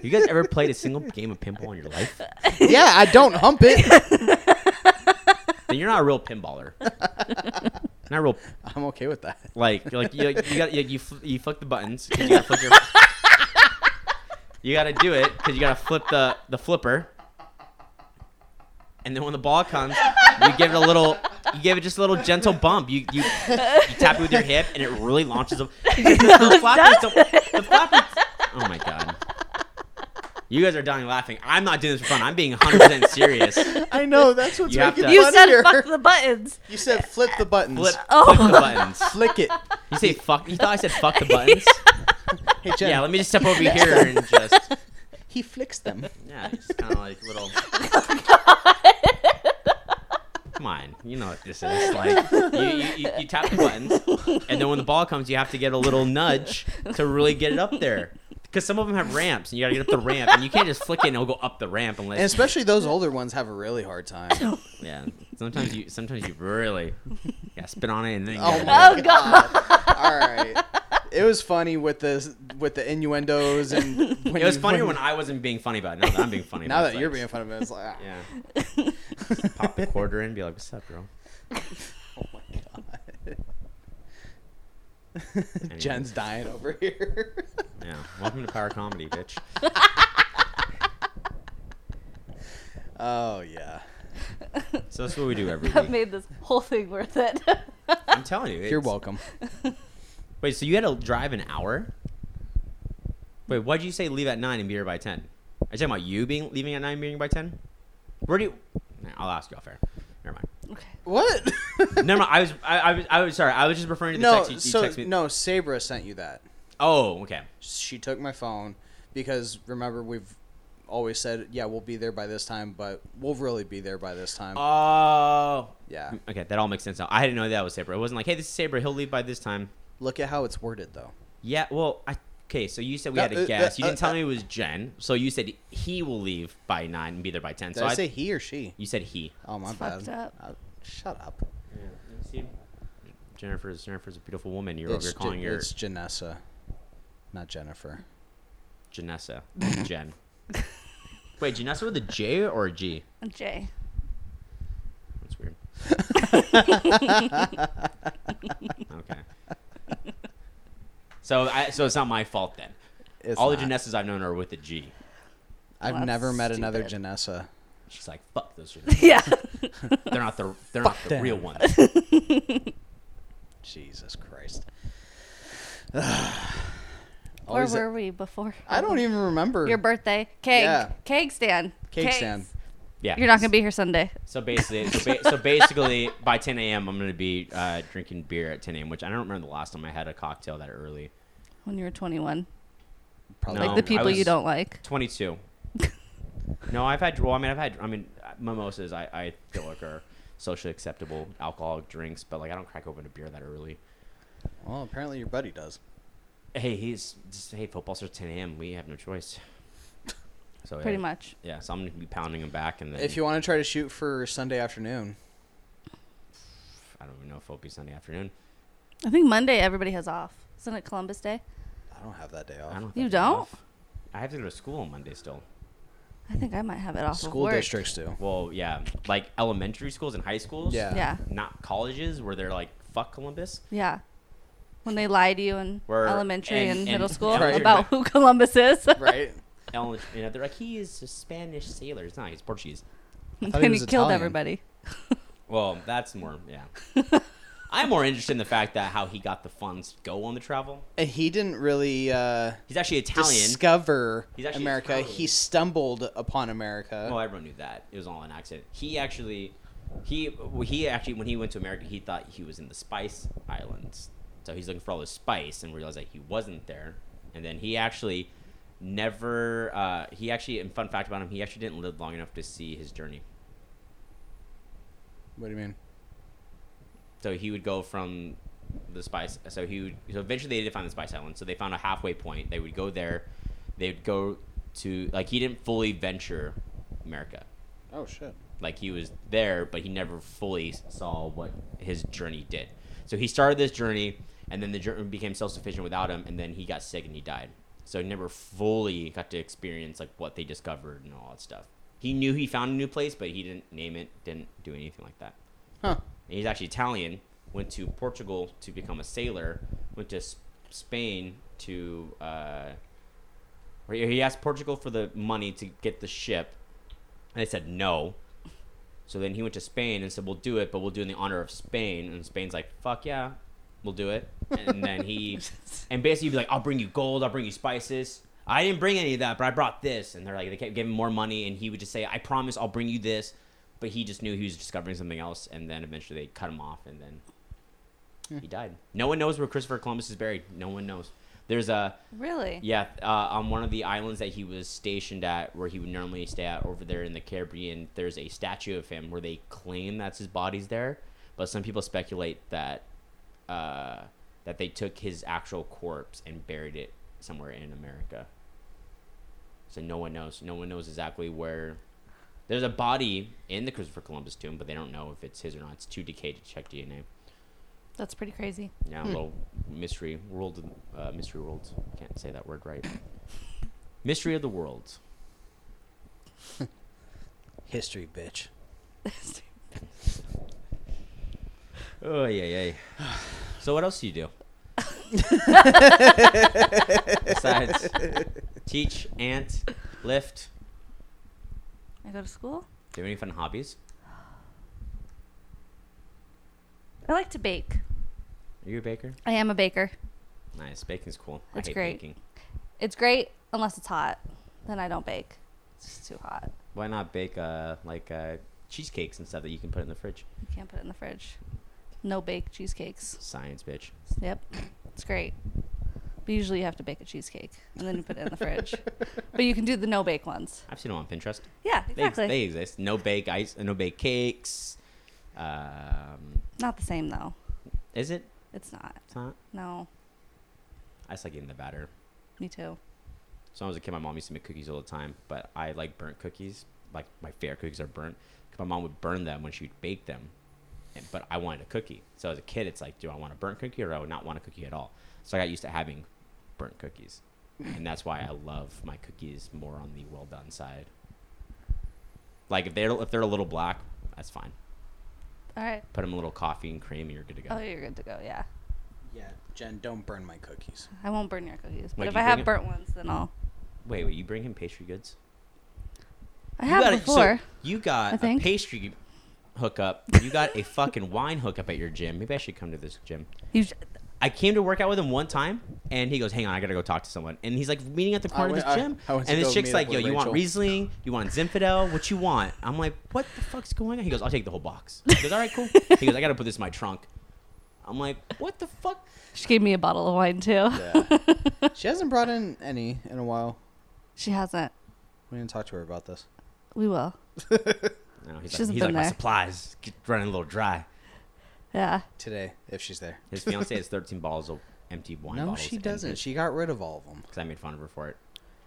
Speaker 1: You guys ever played a single game of pinball in your life?
Speaker 2: Yeah, I don't hump it.
Speaker 1: Then you're not a real pinballer. Not a real
Speaker 2: I'm okay with that.
Speaker 1: like you're like you you got you you, fl- you flick the buttons 'cause you gotta flick your. You gotta do it because you gotta flip the the flipper. And then when the ball comes, you give it a little, you give it just a little gentle bump. You you, you tap it with your hip, and it really launches them. the flappers don't- the flappers- Oh my god! You guys are dying laughing. I'm not doing this for fun. I'm being 100 percent serious.
Speaker 2: I know that's what's
Speaker 1: You have
Speaker 2: making
Speaker 1: to-
Speaker 3: You said
Speaker 2: funnier.
Speaker 3: fuck the buttons.
Speaker 2: you said flip the buttons.
Speaker 1: Flip,
Speaker 3: Oh.
Speaker 1: flip the buttons.
Speaker 2: Flick it.
Speaker 1: You say fuck. You thought I said fuck the buttons?
Speaker 2: Hey Jen.
Speaker 1: Yeah. Let me just step over here and just.
Speaker 2: he flicks them.
Speaker 1: Yeah, just kind of like little.
Speaker 2: Oh
Speaker 1: Come on, you know what this is. Like you, you, you, you tap the buttons, and then when the ball comes, you have to get a little nudge to really get it up there. Because some of them have ramps, and you gotta get up the ramp, and you can't just flick it and it'll go up the ramp
Speaker 2: And
Speaker 1: unless.
Speaker 2: especially those older ones have a really hard time.
Speaker 1: yeah, sometimes you sometimes you really, yeah, spin on it and then. You
Speaker 2: Oh
Speaker 1: gotta-
Speaker 2: my
Speaker 3: Oh,
Speaker 2: god. All right. It was funny with the with the innuendos and when
Speaker 1: it was
Speaker 2: you-
Speaker 1: funnier when I wasn't being funny about it. Now that I'm being funny.
Speaker 2: now
Speaker 1: about
Speaker 2: that
Speaker 1: it, it's
Speaker 2: you're
Speaker 1: like-
Speaker 2: being funny about it, it's like ah.
Speaker 1: Yeah. Pop the quarter in, and be like, "What's up, girl?"
Speaker 2: Oh my god. Jen's dying over here.
Speaker 1: Yeah. Welcome to power comedy, bitch.
Speaker 2: oh yeah.
Speaker 1: So that's what we do every
Speaker 3: That
Speaker 1: week.
Speaker 3: made this whole thing worth it.
Speaker 1: I'm telling you.
Speaker 2: You're
Speaker 1: it's-
Speaker 2: welcome.
Speaker 1: Wait, so you had to drive an hour? Wait, why'd you say leave at nine and be here by ten? Are you talking about you being leaving at nine and being here by ten? Where do you? Nah, I'll ask you off air. Never mind.
Speaker 3: Okay.
Speaker 2: What?
Speaker 1: Never mind. I was I, I was I was sorry. I was just referring to the
Speaker 2: no,
Speaker 1: text you, you
Speaker 2: so
Speaker 1: text me.
Speaker 2: no, Sabra sent you that.
Speaker 1: Oh, okay.
Speaker 2: she took my phone because remember we've always said yeah we'll be there by this time but we'll really be there by this
Speaker 1: Uh,
Speaker 2: time
Speaker 1: Oh.
Speaker 2: yeah
Speaker 1: Okay, that all makes sense now. I didn't know that was Saber. It wasn't like, hey, this is Saber. He'll leave by this time.
Speaker 2: look at how it's worded though
Speaker 1: Yeah. Well, I. Okay, so you said we
Speaker 2: No,
Speaker 1: had
Speaker 2: uh,
Speaker 1: a
Speaker 2: uh,
Speaker 1: guess. you
Speaker 2: uh,
Speaker 1: didn't tell
Speaker 2: uh,
Speaker 1: me it was Jen. So you said he will leave by nine and be there by ten.
Speaker 2: did
Speaker 1: so
Speaker 2: i say he or she
Speaker 1: you said he.
Speaker 2: oh my
Speaker 3: It's
Speaker 2: bad
Speaker 3: fucked up.
Speaker 2: Uh, shut up
Speaker 1: Yeah, you see, Jennifer's Jennifer's a beautiful woman. You're,
Speaker 2: it's,
Speaker 1: you're calling
Speaker 2: J-
Speaker 1: your
Speaker 2: it's janessa not jennifer
Speaker 1: Janessa, Jen. Wait, Janessa with a J or a G?
Speaker 3: Jay.
Speaker 1: That's weird. okay. So I, so it's not my fault then.
Speaker 2: it's
Speaker 1: All the
Speaker 2: not.
Speaker 1: Janessas I've known are with a G.
Speaker 2: i've
Speaker 3: Well,
Speaker 2: never
Speaker 3: that's
Speaker 2: met another
Speaker 3: stupid.
Speaker 2: janessa
Speaker 1: She's like, fuck those. Janessas.
Speaker 3: Yeah.
Speaker 1: They're not the they're
Speaker 2: Fuck
Speaker 1: not the
Speaker 2: them.
Speaker 1: real ones.
Speaker 2: jesus christ
Speaker 3: Where
Speaker 2: Always-
Speaker 3: were we before?
Speaker 2: i don't even remember
Speaker 3: Your birthday. Keg.
Speaker 2: Yeah.
Speaker 3: Keg stand.
Speaker 2: Keg
Speaker 3: Kegs.
Speaker 2: stand.
Speaker 1: Yeah.
Speaker 3: You're not going to be here Sunday.
Speaker 1: So basically, so, ba- so basically, by 10 a.m. I'm gonna be uh, drinking beer at 10 a.m., which I don't remember the last time I had a cocktail that early.
Speaker 3: when you were 21
Speaker 2: probably
Speaker 1: No,
Speaker 3: like the people
Speaker 1: was-
Speaker 3: you don't like
Speaker 1: 22. no, I've had. Well, I mean, I've had. I mean, uh, mimosas. I, I feel like are socially acceptable alcoholic drinks, but like I don't crack open a beer that early.
Speaker 2: well apparently your buddy does
Speaker 1: Hey, he's just hey football starts 10 a.m. We have no choice. So
Speaker 3: pretty
Speaker 1: yeah.
Speaker 3: much
Speaker 1: Yeah, so I'm gonna be pounding them back, and then
Speaker 2: if you want to try to shoot for sunday afternoon
Speaker 1: I don't even know if it'll be Sunday afternoon.
Speaker 3: i think monday everybody has off isn't it columbus day
Speaker 2: I don't have that day off.
Speaker 1: I don't.
Speaker 3: You
Speaker 1: have
Speaker 3: don't?
Speaker 1: enough. I have to go to school on Monday still.
Speaker 3: i think i might have it off of
Speaker 2: School
Speaker 3: work.
Speaker 2: districts do.
Speaker 1: Well, yeah, like elementary schools and high schools.
Speaker 2: Yeah.
Speaker 3: yeah
Speaker 1: Not colleges where they're like fuck Columbus.
Speaker 3: yeah when they lie to you in
Speaker 1: Where-
Speaker 3: elementary and,
Speaker 1: and- and
Speaker 3: middle school
Speaker 2: elementary-
Speaker 3: about who columbus is
Speaker 2: Right?
Speaker 1: Ele- you know, they're like he is a Spanish sailor. It's not. He's Portuguese.
Speaker 2: I thought he
Speaker 3: and
Speaker 2: was
Speaker 3: he killed
Speaker 2: Italian.
Speaker 3: everybody.
Speaker 1: Well, that's more yeah. I'm more interested in the fact that how he got the funds to go on the travel.
Speaker 2: And he didn't really uh,
Speaker 1: He's actually Italian.
Speaker 2: discover
Speaker 1: He's actually
Speaker 2: America.
Speaker 1: Italian.
Speaker 2: He stumbled upon America.
Speaker 1: well, everyone knew that it was all an accident. He actually, he he actually when he went to America, he thought he was in the Spice Islands, so he's looking for all the spice and realized that he wasn't there. And then he actually never. Uh, he actually, and fun fact about him, he actually didn't live long enough to see his journey.
Speaker 2: what do you mean?
Speaker 1: So he would go from the spice. So he would. So eventually they did find the spice island. So they found a halfway point. They would go there. They would go to like he didn't fully venture America.
Speaker 2: Oh shit.
Speaker 1: Like he was there, but he never fully saw what his journey did. So he started this journey, and then the journey became self sufficient without him. And then he got sick and he died. So he never fully got to experience like what they discovered and all that stuff. He knew he found a new place, but he didn't name it. Didn't do anything like that.
Speaker 2: Huh.
Speaker 1: And he's actually Italian. Went to Portugal to become a sailor. Went to S- Spain to. Uh, or he he asked Portugal for the money to get the ship, and they said no. So then he went to Spain and said, "We'll do it, but we'll do it in the honor of Spain." And Spain's like, "Fuck yeah, we'll do it." And then he, and basically he'd be like, "I'll bring you gold. I'll bring you spices." I didn't bring any of that, but I brought this. And they're like, they kept giving him more money, and he would just say, "I promise, I'll bring you this." But he just knew he was discovering something else, and then eventually they cut him off, and then he died. No one knows where Christopher Columbus is buried. No one knows. There's a
Speaker 3: Really?
Speaker 1: yeah, uh, on one of the islands that he was stationed at, where he would normally stay at over there in the Caribbean, there's a statue of him where they claim that's his body's there, but some people speculate that uh, that they took his actual corpse and buried it somewhere in America. So no one knows. No one knows exactly where. There's a body in the Christopher Columbus tomb, but they don't know if it's his or not. It's too decayed to check DNA.
Speaker 3: That's pretty crazy.
Speaker 1: Yeah, a little mystery world, of- uh, mystery world. Can't say that word right. mystery of the world.
Speaker 2: History, bitch.
Speaker 1: Oh yeah, yeah. so what else do you do? Besides, teach, ant, lift.
Speaker 3: I go to school.
Speaker 1: Do you have any fun hobbies?
Speaker 3: I like to bake.
Speaker 1: Are you a baker?
Speaker 3: I am a baker.
Speaker 1: Nice, baking's cool.
Speaker 3: That's
Speaker 1: I hate
Speaker 3: great.
Speaker 1: baking.
Speaker 3: It's great unless it's hot. Then I don't bake. It's just too hot.
Speaker 1: Why not bake uh, like uh, cheesecakes and stuff that you can put in the fridge?
Speaker 3: You can't put it in the fridge. No bake cheesecakes.
Speaker 1: Science, bitch.
Speaker 3: Yep. It's great. But usually you have to bake a cheesecake and then you put it in the fridge. But you can do the no bake ones.
Speaker 1: I've seen them on Pinterest.
Speaker 3: Yeah,
Speaker 1: They,
Speaker 3: exactly.
Speaker 1: they exist. No bake ice, no bake cakes. Um,
Speaker 3: Not the same though.
Speaker 1: is it?
Speaker 3: It's not.
Speaker 1: It's not.
Speaker 3: No.
Speaker 1: I just like eating the batter.
Speaker 3: Me too.
Speaker 1: So when I was a kid, my mom used to make cookies all the time, but I like burnt cookies. Like my favorite cookies are burnt. 'Cause my mom would burn them when she would bake them, and, but I wanted a cookie. So as a kid, it's like, do I want a burnt cookie or do I would not want a cookie at all? So I got used to having burnt cookies, and that's why I love my cookies more on the well done side. Like if they're if they're a little black, that's fine.
Speaker 3: All right.
Speaker 1: Put them a little coffee and cream, and you're good to go.
Speaker 3: Oh, you're good to go. Yeah.
Speaker 2: Yeah, Jen, don't burn my cookies.
Speaker 3: I won't burn your cookies. But
Speaker 1: Wait,
Speaker 3: if
Speaker 1: you
Speaker 3: I
Speaker 1: bring
Speaker 3: have
Speaker 1: it-
Speaker 3: burnt ones, then I'll.
Speaker 1: Wait, wait, you bring him pastry goods?
Speaker 3: I
Speaker 1: You
Speaker 3: have
Speaker 1: got a- so
Speaker 3: before.
Speaker 1: you got
Speaker 3: I
Speaker 1: a
Speaker 3: think.
Speaker 1: pastry hookup. You got a fucking wine hookup at your gym. Maybe I should come to this gym.
Speaker 3: You sh-
Speaker 1: I came to work out with him one time, and he goes, "Hang on, I gotta go talk to someone." And he's like meeting at the corner
Speaker 2: went-
Speaker 1: of this
Speaker 2: I-
Speaker 1: gym,
Speaker 2: I went to
Speaker 1: and
Speaker 2: go
Speaker 1: this chick's
Speaker 2: meet up
Speaker 1: like, "Yo,
Speaker 2: with
Speaker 1: you want
Speaker 2: Rachel."
Speaker 1: Riesling? You want Zinfandel? What you want?" I'm like, "What the fuck's going on?" He goes, "I'll take the whole box." He goes, "All right, cool." He goes, "I gotta put this in my trunk." I'm like, "What the fuck?"
Speaker 3: she gave me a bottle of wine too.
Speaker 2: Yeah. she hasn't brought in any in a while.
Speaker 3: She hasn't.
Speaker 2: We didn't talk to her about this.
Speaker 3: We will.
Speaker 1: No, he's
Speaker 3: She
Speaker 1: like,
Speaker 3: hasn't
Speaker 1: he's
Speaker 3: been
Speaker 1: like my
Speaker 3: there.
Speaker 1: supplies get running a little dry.
Speaker 3: Yeah.
Speaker 2: Today, if she's there.
Speaker 1: His fiance has 13 bottles of empty wine
Speaker 2: No,
Speaker 1: bottles.
Speaker 2: she
Speaker 1: in
Speaker 2: doesn't.
Speaker 1: his-
Speaker 2: She got rid of all of them.
Speaker 1: because I made fun of her for it.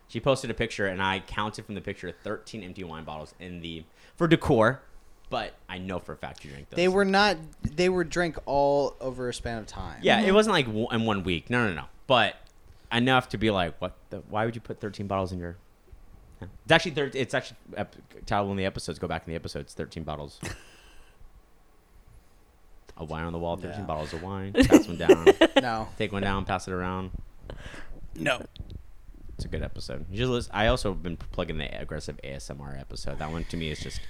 Speaker 1: She posted a picture, and I counted from the picture 13 empty wine bottles in the for decor. But I know for a fact you drank those.
Speaker 2: They were not. They were drink all over a span of time.
Speaker 1: yeah. It wasn't like w- in one week. No, no, no. But enough to be like, what? The, why would you put 13 bottles in your? Yeah. It's actually thir- it's actually ep- title in the episodes. Go back in the episodes. 13 bottles. A wine on the wall, 13
Speaker 2: Yeah.
Speaker 1: bottles of wine. Pass one down.
Speaker 2: No.
Speaker 1: Take one down, pass it around.
Speaker 2: No.
Speaker 1: It's a good episode. You just listen- I also have been plugging the aggressive ASMR episode. That one to me is just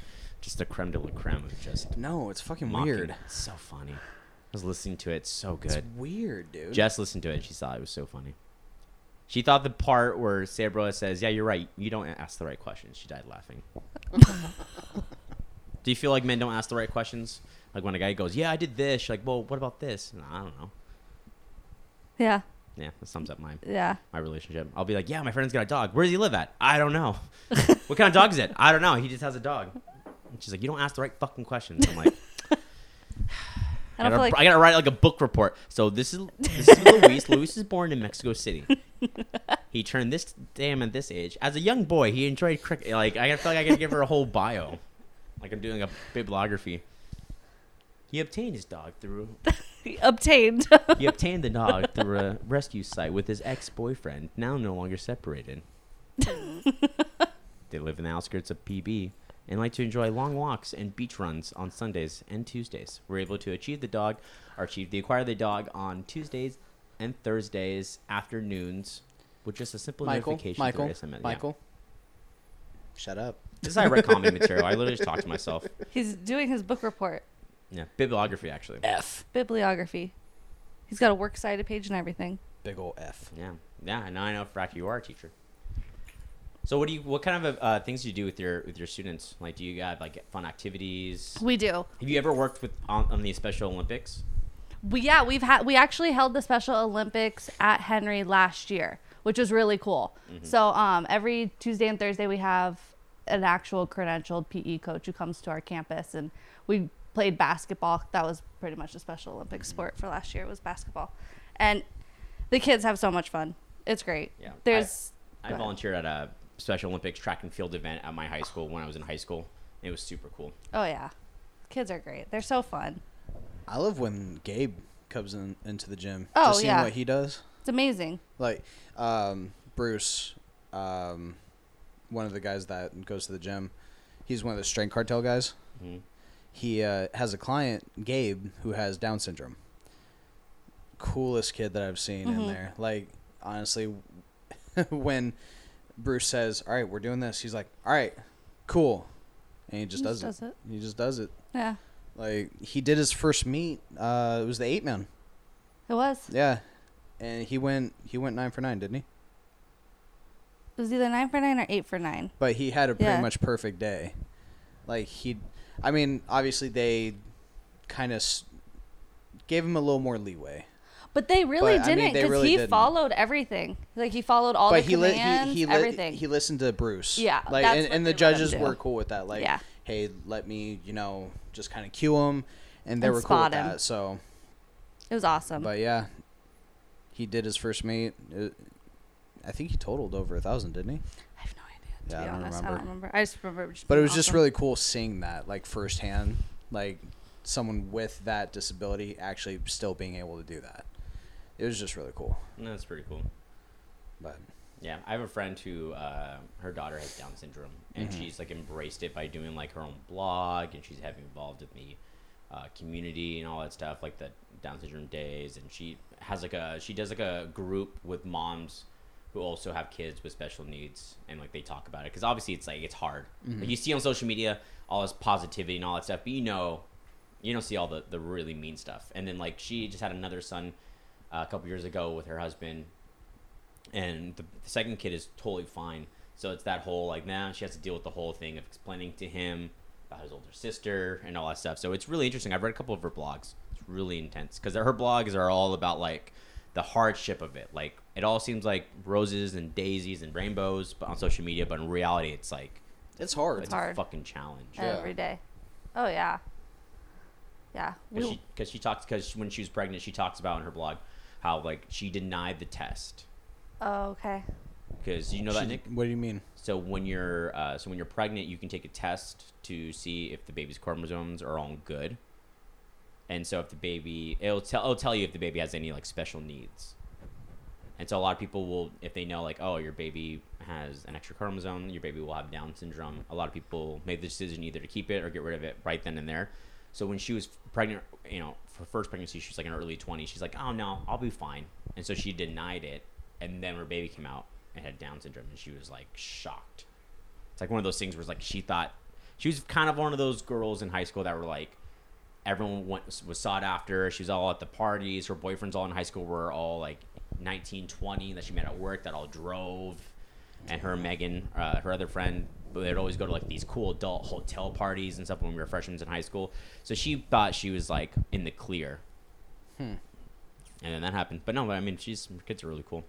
Speaker 1: just the creme de la creme of just
Speaker 2: No, it's fucking
Speaker 1: mocking.
Speaker 2: weird.
Speaker 1: It's so funny. I was listening to it. It's so
Speaker 2: It's
Speaker 1: good.
Speaker 2: weird, dude.
Speaker 1: Jess listened to it. and She thought it was so funny. She thought the part where Sabroa says, "Yeah, you're right. You don't ask the right questions." She died laughing. Do you feel like men don't ask the right questions? Like when a guy goes, "Yeah, I did this," you're like, "Well, what about this?" And I don't know.
Speaker 3: Yeah.
Speaker 1: Yeah, that sums up my
Speaker 3: Yeah.
Speaker 1: my relationship. I'll be like, "Yeah, my friend's got a dog. Where does he live at? I don't know. what kind of dog is it? I don't know. He just has a dog." And she's like, "You don't ask the right fucking questions." I'm like,
Speaker 3: I
Speaker 1: I
Speaker 3: don't feel
Speaker 1: gotta,
Speaker 3: like
Speaker 1: I gotta write like a book report. So this is this is Luis. Luis is born in Mexico City. He turned this damn at this age. As a young boy, he enjoyed cricket. Like I feel like I gotta give her a whole bio, like I'm doing a bibliography. He obtained his dog through.
Speaker 3: obtained.
Speaker 1: He obtained the dog through a rescue site with his ex-boyfriend, now no longer separated. they live in the outskirts of PB and like to enjoy long walks and beach runs on Sundays and Tuesdays. We're able to achieve the dog or achieve the acquire the dog on Tuesdays and Thursdays afternoons with just a simple
Speaker 2: Michael,
Speaker 1: notification
Speaker 2: Michael,
Speaker 1: through SMS. Yeah.
Speaker 2: Michael. Shut up.
Speaker 1: This is how I read comedy material. I literally just talked to myself.
Speaker 3: He's doing his book report,
Speaker 1: Yeah. Bibliography actually.
Speaker 2: F.
Speaker 3: bibliography. He's got a works cited page and everything.
Speaker 2: Big ol' F.
Speaker 1: Yeah, yeah. Now I know, Frack, you are a teacher. So, what do you? What kind of uh, things do you do with your with your students? Like, do you have like fun activities?
Speaker 3: We do.
Speaker 1: Have you ever worked with on, on the Special Olympics?
Speaker 3: We, yeah, we've had we actually held the Special Olympics at Henry last year, which was really cool.
Speaker 1: Mm-hmm.
Speaker 3: So um, every Tuesday and Thursday we have an actual credentialed PE coach who comes to our campus, and we played basketball. That was pretty much a Special
Speaker 1: Mm-hmm.
Speaker 3: Olympics sport for last year was basketball, and the kids have so much fun. It's great.
Speaker 1: Yeah, I-
Speaker 3: There's
Speaker 1: I
Speaker 3: Go ahead.
Speaker 1: volunteered at a Special Olympics track and field event at my high school when I was in high school. It was super cool.
Speaker 3: oh yeah, kids are great. They're so fun.
Speaker 2: I love when Gabe comes in into the gym.
Speaker 3: Oh,
Speaker 2: Just seeing
Speaker 3: yeah.
Speaker 2: what he does.
Speaker 3: It's amazing.
Speaker 2: Like, um, Bruce, um, one of the guys that goes to the gym, he's one of the strength cartel guys.
Speaker 1: Mhm.
Speaker 2: He uh, has a client, Gabe, who has Down syndrome. Coolest kid that I've seen in
Speaker 3: Mhm.
Speaker 2: there. Like, honestly, when Bruce says, All right, we're doing this, he's like, All right, cool. And he just, does, it. He just does it.
Speaker 3: Yeah,
Speaker 2: Like, he did his first meet. Uh, it was the eight man.
Speaker 3: it was.
Speaker 2: Yeah. And he went he went nine for nine, didn't he?
Speaker 3: It was either nine for nine or eight for nine.
Speaker 2: but he had a pretty
Speaker 3: Yeah.
Speaker 2: much perfect day. Like he, I mean, obviously they kind of s- gave him a little more leeway,
Speaker 3: But they really
Speaker 2: But, I mean,
Speaker 3: didn't
Speaker 2: they
Speaker 3: because
Speaker 2: really
Speaker 3: he
Speaker 2: didn't.
Speaker 3: followed everything. Like he followed all
Speaker 2: but
Speaker 3: the
Speaker 2: he, li-
Speaker 3: commands,
Speaker 2: he he li-
Speaker 3: everything.
Speaker 2: he listened to Bruce.
Speaker 3: Yeah,
Speaker 2: like
Speaker 3: that's
Speaker 2: and,
Speaker 3: what
Speaker 2: and
Speaker 3: they
Speaker 2: the
Speaker 3: let him
Speaker 2: judges
Speaker 3: do.
Speaker 2: were cool with that. Like,
Speaker 3: Yeah.
Speaker 2: hey, let me you know just kind of cue him, and they
Speaker 3: And
Speaker 2: were cool with
Speaker 3: spot him. Um.
Speaker 2: that. So,
Speaker 3: it was awesome.
Speaker 2: but yeah, he did his first meet. It- I think he totaled over a thousand, didn't he?
Speaker 3: I have no idea. To
Speaker 2: Yeah,
Speaker 3: be
Speaker 2: I don't
Speaker 3: honest, I
Speaker 2: remember.
Speaker 3: don't remember. I just remember. It just
Speaker 2: But it
Speaker 3: being
Speaker 2: was just
Speaker 3: awesome.
Speaker 2: really cool seeing that, like firsthand, like someone with that disability actually still being able to do that. It was just really cool.
Speaker 1: And that's pretty cool.
Speaker 2: But
Speaker 1: Yeah, I have a friend who uh, her daughter has Down syndrome, and she's like embraced it by doing like her own blog, and she's having involved in the uh, community and all that stuff, like the Down syndrome days, and she has like a she does like a group with moms who also have kids with special needs, and like they talk about it because obviously it's like it's hard. Like you see on social media all this positivity and all that stuff, but you know you don't see all the, the really mean stuff. And then like she just had another son uh, a couple years ago with her husband, and the, the second kid is totally fine. So it's that whole like now she has to deal with the whole thing of explaining to him about his older sister and all that stuff. So it's really interesting. I've read a couple of her blogs. It's really intense because her blogs are all about like the hardship of it. Like it all seems like roses and daisies and rainbows, but on social media. But in reality, it's like
Speaker 2: it's hard.
Speaker 1: it's a
Speaker 3: hard.
Speaker 1: fucking challenge.
Speaker 2: Yeah.
Speaker 3: every day. Oh yeah, yeah.
Speaker 1: because
Speaker 3: We,
Speaker 1: she, 'cause she talks because when she was pregnant she talks about in her blog how like she denied the test
Speaker 3: oh okay.
Speaker 1: because you know
Speaker 2: She-
Speaker 1: that Nick?
Speaker 2: What do you mean?
Speaker 1: so when you're uh, so when you're pregnant you can take a test to see if the baby's chromosomes are all good and so if the baby it'll tell it'll tell you if the baby has any like special needs and so a lot of people will if they know like oh your baby has an extra chromosome your baby will have down syndrome a lot of people made the decision either to keep it or get rid of it right then and there so when she was pregnant you know for first pregnancy she was like in her early 20s she's like oh no i'll be fine and so she denied it and then her baby came out and had down syndrome and she was like shocked it's like one of those things where it's like she thought She was kind of one of those girls in high school that were like, everyone went, was sought after. She was all at the parties. Her boyfriends all in high school were all like 19, 20 that she met at work that all drove. And her and Megan, uh, her other friend, they'd always go to like these cool adult hotel parties and stuff when we were freshmen in high school. So she thought she was like in the clear.
Speaker 2: Hmm.
Speaker 1: And then that happened. But no, I mean, she's her kids are really cool.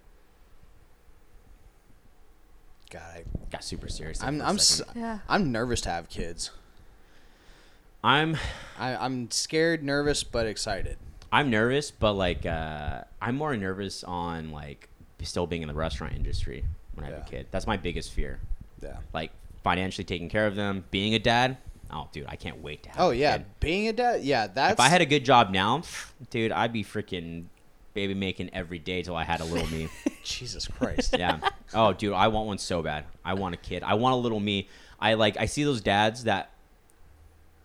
Speaker 2: God, I,
Speaker 1: Got super serious. there
Speaker 2: I'm
Speaker 1: for a
Speaker 2: I'm s-
Speaker 1: second.
Speaker 3: Yeah.
Speaker 2: I'm nervous to have kids.
Speaker 1: I'm
Speaker 2: I, I'm scared, nervous, but excited.
Speaker 1: I'm nervous, but like uh, I'm more nervous on like still being in the restaurant industry when I have
Speaker 2: Yeah.
Speaker 1: a kid. That's my biggest fear.
Speaker 2: Yeah.
Speaker 1: Like financially taking care of them, being a dad. Oh, dude, I can't wait to have.
Speaker 2: Oh
Speaker 1: a
Speaker 2: yeah,
Speaker 1: kid.
Speaker 2: being a dad. Yeah, that's.
Speaker 1: If I had a good job now, dude, I'd be freaking baby making every day till I had a little me.
Speaker 2: Jesus Christ.
Speaker 1: yeah. Oh, dude, I want one so bad. I want a kid. I want a little me. I like. I see those dads that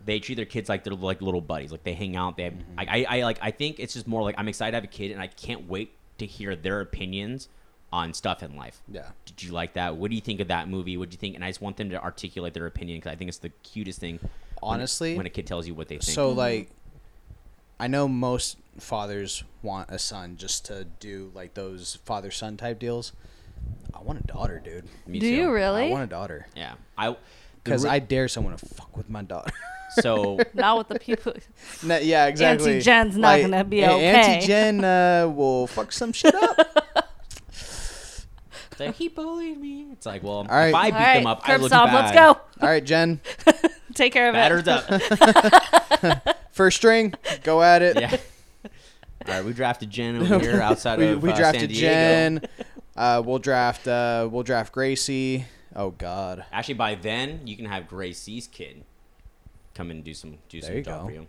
Speaker 1: they treat their kids like they're like little buddies. Like they hang out. They. Have,
Speaker 2: Mm-hmm.
Speaker 1: I, I. I like. I think it's just more like I'm excited to have a kid, and I can't wait to hear their opinions on stuff in life.
Speaker 2: yeah.
Speaker 1: Did you like that? What do you think of that movie? What do you think? And I just want them to articulate their opinion because I think it's the cutest thing. when-
Speaker 2: Honestly,
Speaker 1: when, a kid tells you what they think.
Speaker 2: So like, I know most fathers want a son just to do like those father son type deals. I want a daughter, dude.
Speaker 1: Me
Speaker 3: Do
Speaker 1: too.
Speaker 3: you
Speaker 2: I
Speaker 3: really?
Speaker 2: want a daughter
Speaker 1: Yeah. I.
Speaker 2: because I dare someone to fuck with my daughter.
Speaker 1: So
Speaker 3: Not with the people.
Speaker 2: No, yeah, exactly.
Speaker 3: Auntie Jen's not gonna be
Speaker 2: "Hey,
Speaker 3: okay."
Speaker 2: Auntie Jen uh, will fuck some shit up.
Speaker 1: it's like, he bullied me. It's like, well,
Speaker 2: right.
Speaker 1: if I
Speaker 3: All
Speaker 1: beat
Speaker 3: right,
Speaker 1: them up, I
Speaker 3: curb
Speaker 1: look
Speaker 3: stomp,
Speaker 1: bad.
Speaker 3: Let's go.
Speaker 2: All right, Jen,
Speaker 3: Take care of
Speaker 1: Batter's
Speaker 3: it.
Speaker 1: up.
Speaker 2: first string, go at it.
Speaker 1: yeah. All right, we drafted Jen over here outside
Speaker 2: we,
Speaker 1: of
Speaker 2: we
Speaker 1: uh, San
Speaker 2: drafted
Speaker 1: Diego.
Speaker 2: Jen. Uh, we'll draft. Uh, we'll draft Gracie. Oh God.
Speaker 1: Actually, by then you can have Gracie's kid come and do some do some
Speaker 2: you
Speaker 1: stuff
Speaker 2: go.
Speaker 1: for you.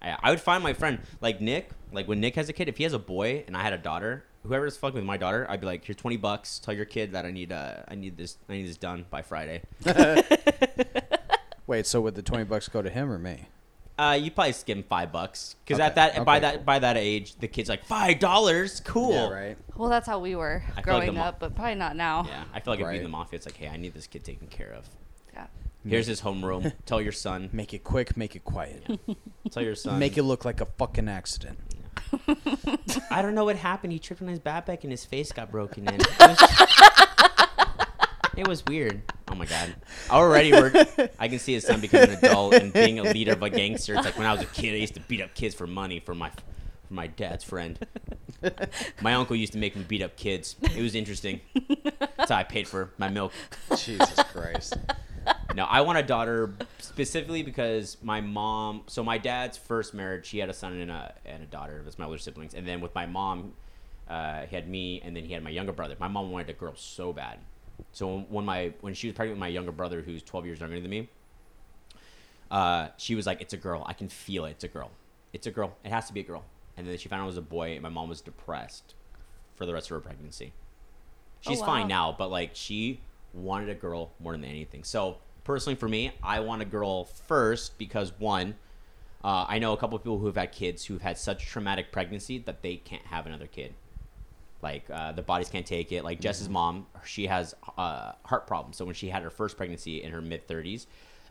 Speaker 1: I, I would find my friend like Nick. Like when Nick has a kid, if he has a boy and I had a daughter, whoever's fucking with my daughter, I'd be like, "Here's twenty bucks. Tell your kid that I need uh, I need this I need this done by Friday."
Speaker 2: Wait. So would the twenty bucks go to him or me?
Speaker 1: Uh, you probably skim five bucks because at
Speaker 2: Okay,
Speaker 1: that by
Speaker 2: okay,
Speaker 1: that
Speaker 2: cool.
Speaker 1: by that age, the kid's like five dollars. Cool.
Speaker 2: Yeah, right.
Speaker 3: Well, that's how we were
Speaker 1: I feel like
Speaker 3: growing
Speaker 1: the mo-
Speaker 3: up, but probably not now.
Speaker 1: Yeah, I feel like if being
Speaker 2: Right.
Speaker 1: the mafia, it's like, hey, I need this kid taken care of.
Speaker 3: Yeah.
Speaker 1: Here's his homeroom. Tell your son.
Speaker 2: Make it quick. Make it quiet.
Speaker 1: Tell your son.
Speaker 2: Make it look like a fucking accident.
Speaker 1: I don't know what happened. He tripped on his backpack and his face got broken in. It was, it was weird. Oh my god. Already, we're, I can see his son becoming an adult and being a leader of a gangster. It's like when I was a kid, I used to beat up kids for money for my for my dad's friend. My uncle used to make me beat up kids. It was interesting. That's how I paid for my milk.
Speaker 2: Jesus Christ.
Speaker 1: No, I want a daughter specifically because my mom. So my dad's first marriage, he had a son and a and a daughter. That's my older siblings. And then with my mom, uh, he had me, and then he had my younger brother. My mom wanted a girl so bad. So when, when my when she was pregnant with my younger brother, who's 12 years younger than me, uh, she was like, "It's a girl. I can feel it. It's a girl. It's a girl. It has to be a girl." And then she found out it was a boy, and my mom was depressed for the rest of her pregnancy. She's fine
Speaker 3: wow.
Speaker 1: now, but like she wanted a girl more than anything. So personally, for me, I want a girl first because one, uh, I know a couple of people who have had kids who've had such traumatic pregnancy that they can't have another kid. Like uh, the bodies can't take it. Like Jess's mom, she has uh, heart problems. So when she had her first pregnancy in her mid thirties,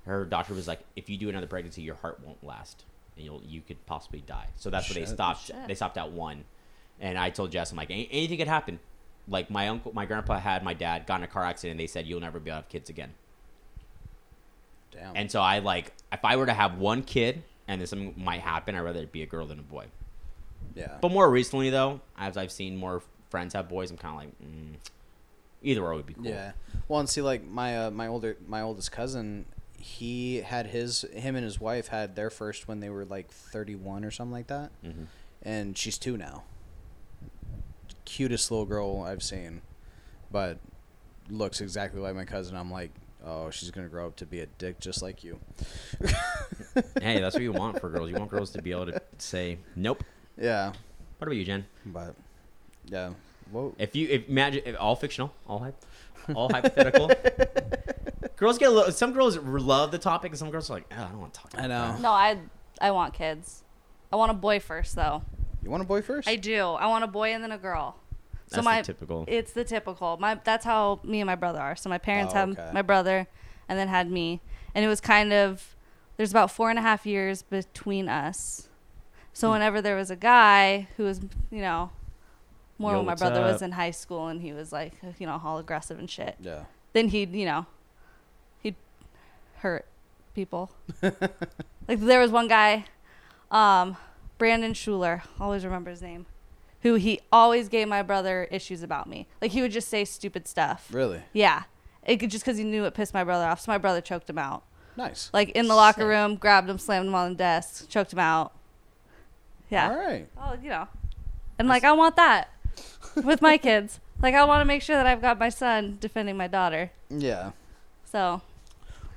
Speaker 1: her doctor was like, "If you do another pregnancy, your heart won't last, and you'll you could possibly die." So that's where they
Speaker 2: Shit.
Speaker 1: stopped.
Speaker 3: Shit.
Speaker 1: They stopped at one, and I told Jess, "I'm like, "Any- anything could happen." Like my uncle, my grandpa had my dad got in a car accident, and they said, "You'll never be able to have kids again."
Speaker 2: Damn.
Speaker 1: And so I like, if I were to have one kid and then something might happen, I'd rather it be a girl than a boy.
Speaker 2: yeah.
Speaker 1: But more recently, though, as I've seen more friends have boys, I'm kind of like, mm, either or would be cool.
Speaker 2: Yeah. Well, and see, like my uh, my older my oldest cousin, he had his him and his wife had their first when they were like thirty one or something like that,
Speaker 1: Mhm.
Speaker 2: and she's two now. Cutest little girl I've seen, but looks exactly like my cousin. I'm like, oh, she's gonna grow up to be a dick just like you.
Speaker 1: hey, that's what you want for girls. You want girls to be able to say, nope.
Speaker 2: Yeah,
Speaker 1: What about you, Jen?
Speaker 2: but yeah. Whoa.
Speaker 1: If you if, imagine if, all fictional, all hype, all hypothetical. girls get a little. Some girls love the topic, and some girls are like, oh, I don't want to talk.
Speaker 2: I
Speaker 1: About
Speaker 2: know.
Speaker 3: No, I I want kids. I want a boy first, though.
Speaker 2: You want a boy first?
Speaker 3: I do. I want a boy and then a girl.
Speaker 1: That's
Speaker 3: so
Speaker 1: the
Speaker 3: my
Speaker 1: typical.
Speaker 3: It's the typical. My that's how me and my brother are. So my parents
Speaker 2: Oh,
Speaker 3: had
Speaker 2: okay.
Speaker 3: my brother, and then had me, and it was kind of there's about four and a half years between us. So
Speaker 1: Hmm.
Speaker 3: whenever there was a guy who was, you know, more
Speaker 1: Yo,
Speaker 3: when my
Speaker 1: what's
Speaker 3: brother
Speaker 1: up?
Speaker 3: was in high school and he was like, you know, all aggressive and shit.
Speaker 2: Yeah.
Speaker 3: Then he'd, you know, he'd hurt people. like there was one guy, um, Brandon Schuler, always remember his name, who he always gave my brother issues about me. Like he would just say stupid stuff.
Speaker 2: Really
Speaker 3: Yeah. It could, just because he knew it pissed my brother off, so my brother choked him out.
Speaker 2: nice.
Speaker 3: Like in the locker room, grabbed him, slammed him on the desk, choked him out. Yeah.
Speaker 2: All right.
Speaker 3: Oh, you know. And like I want that with my kids. Like I want to make sure that I've got my son defending my daughter.
Speaker 2: Yeah.
Speaker 3: So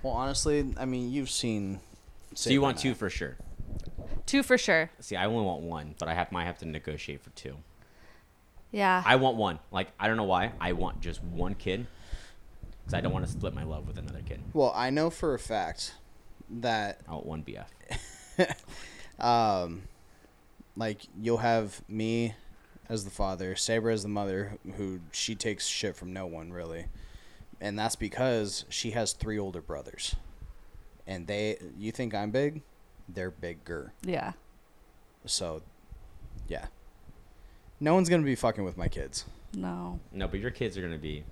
Speaker 2: Well, honestly, I mean, you've seen.
Speaker 1: So you want two for sure.
Speaker 3: two for sure.
Speaker 1: See, I only want one, but I have might have to negotiate for two.
Speaker 3: Yeah.
Speaker 1: I want one. Like I don't know why. I want just one kid because I don't want to split my love with another kid.
Speaker 2: Well, I know for a fact that
Speaker 1: I want one BF.
Speaker 2: um, like you'll have me as the father, Saber as the mother, who she takes shit from no one really, and that's because she has three older brothers, and they. You think I'm big? They're bigger.
Speaker 3: yeah.
Speaker 2: So, yeah. No one's gonna be fucking with my kids.
Speaker 3: No.
Speaker 1: No, but your kids are gonna be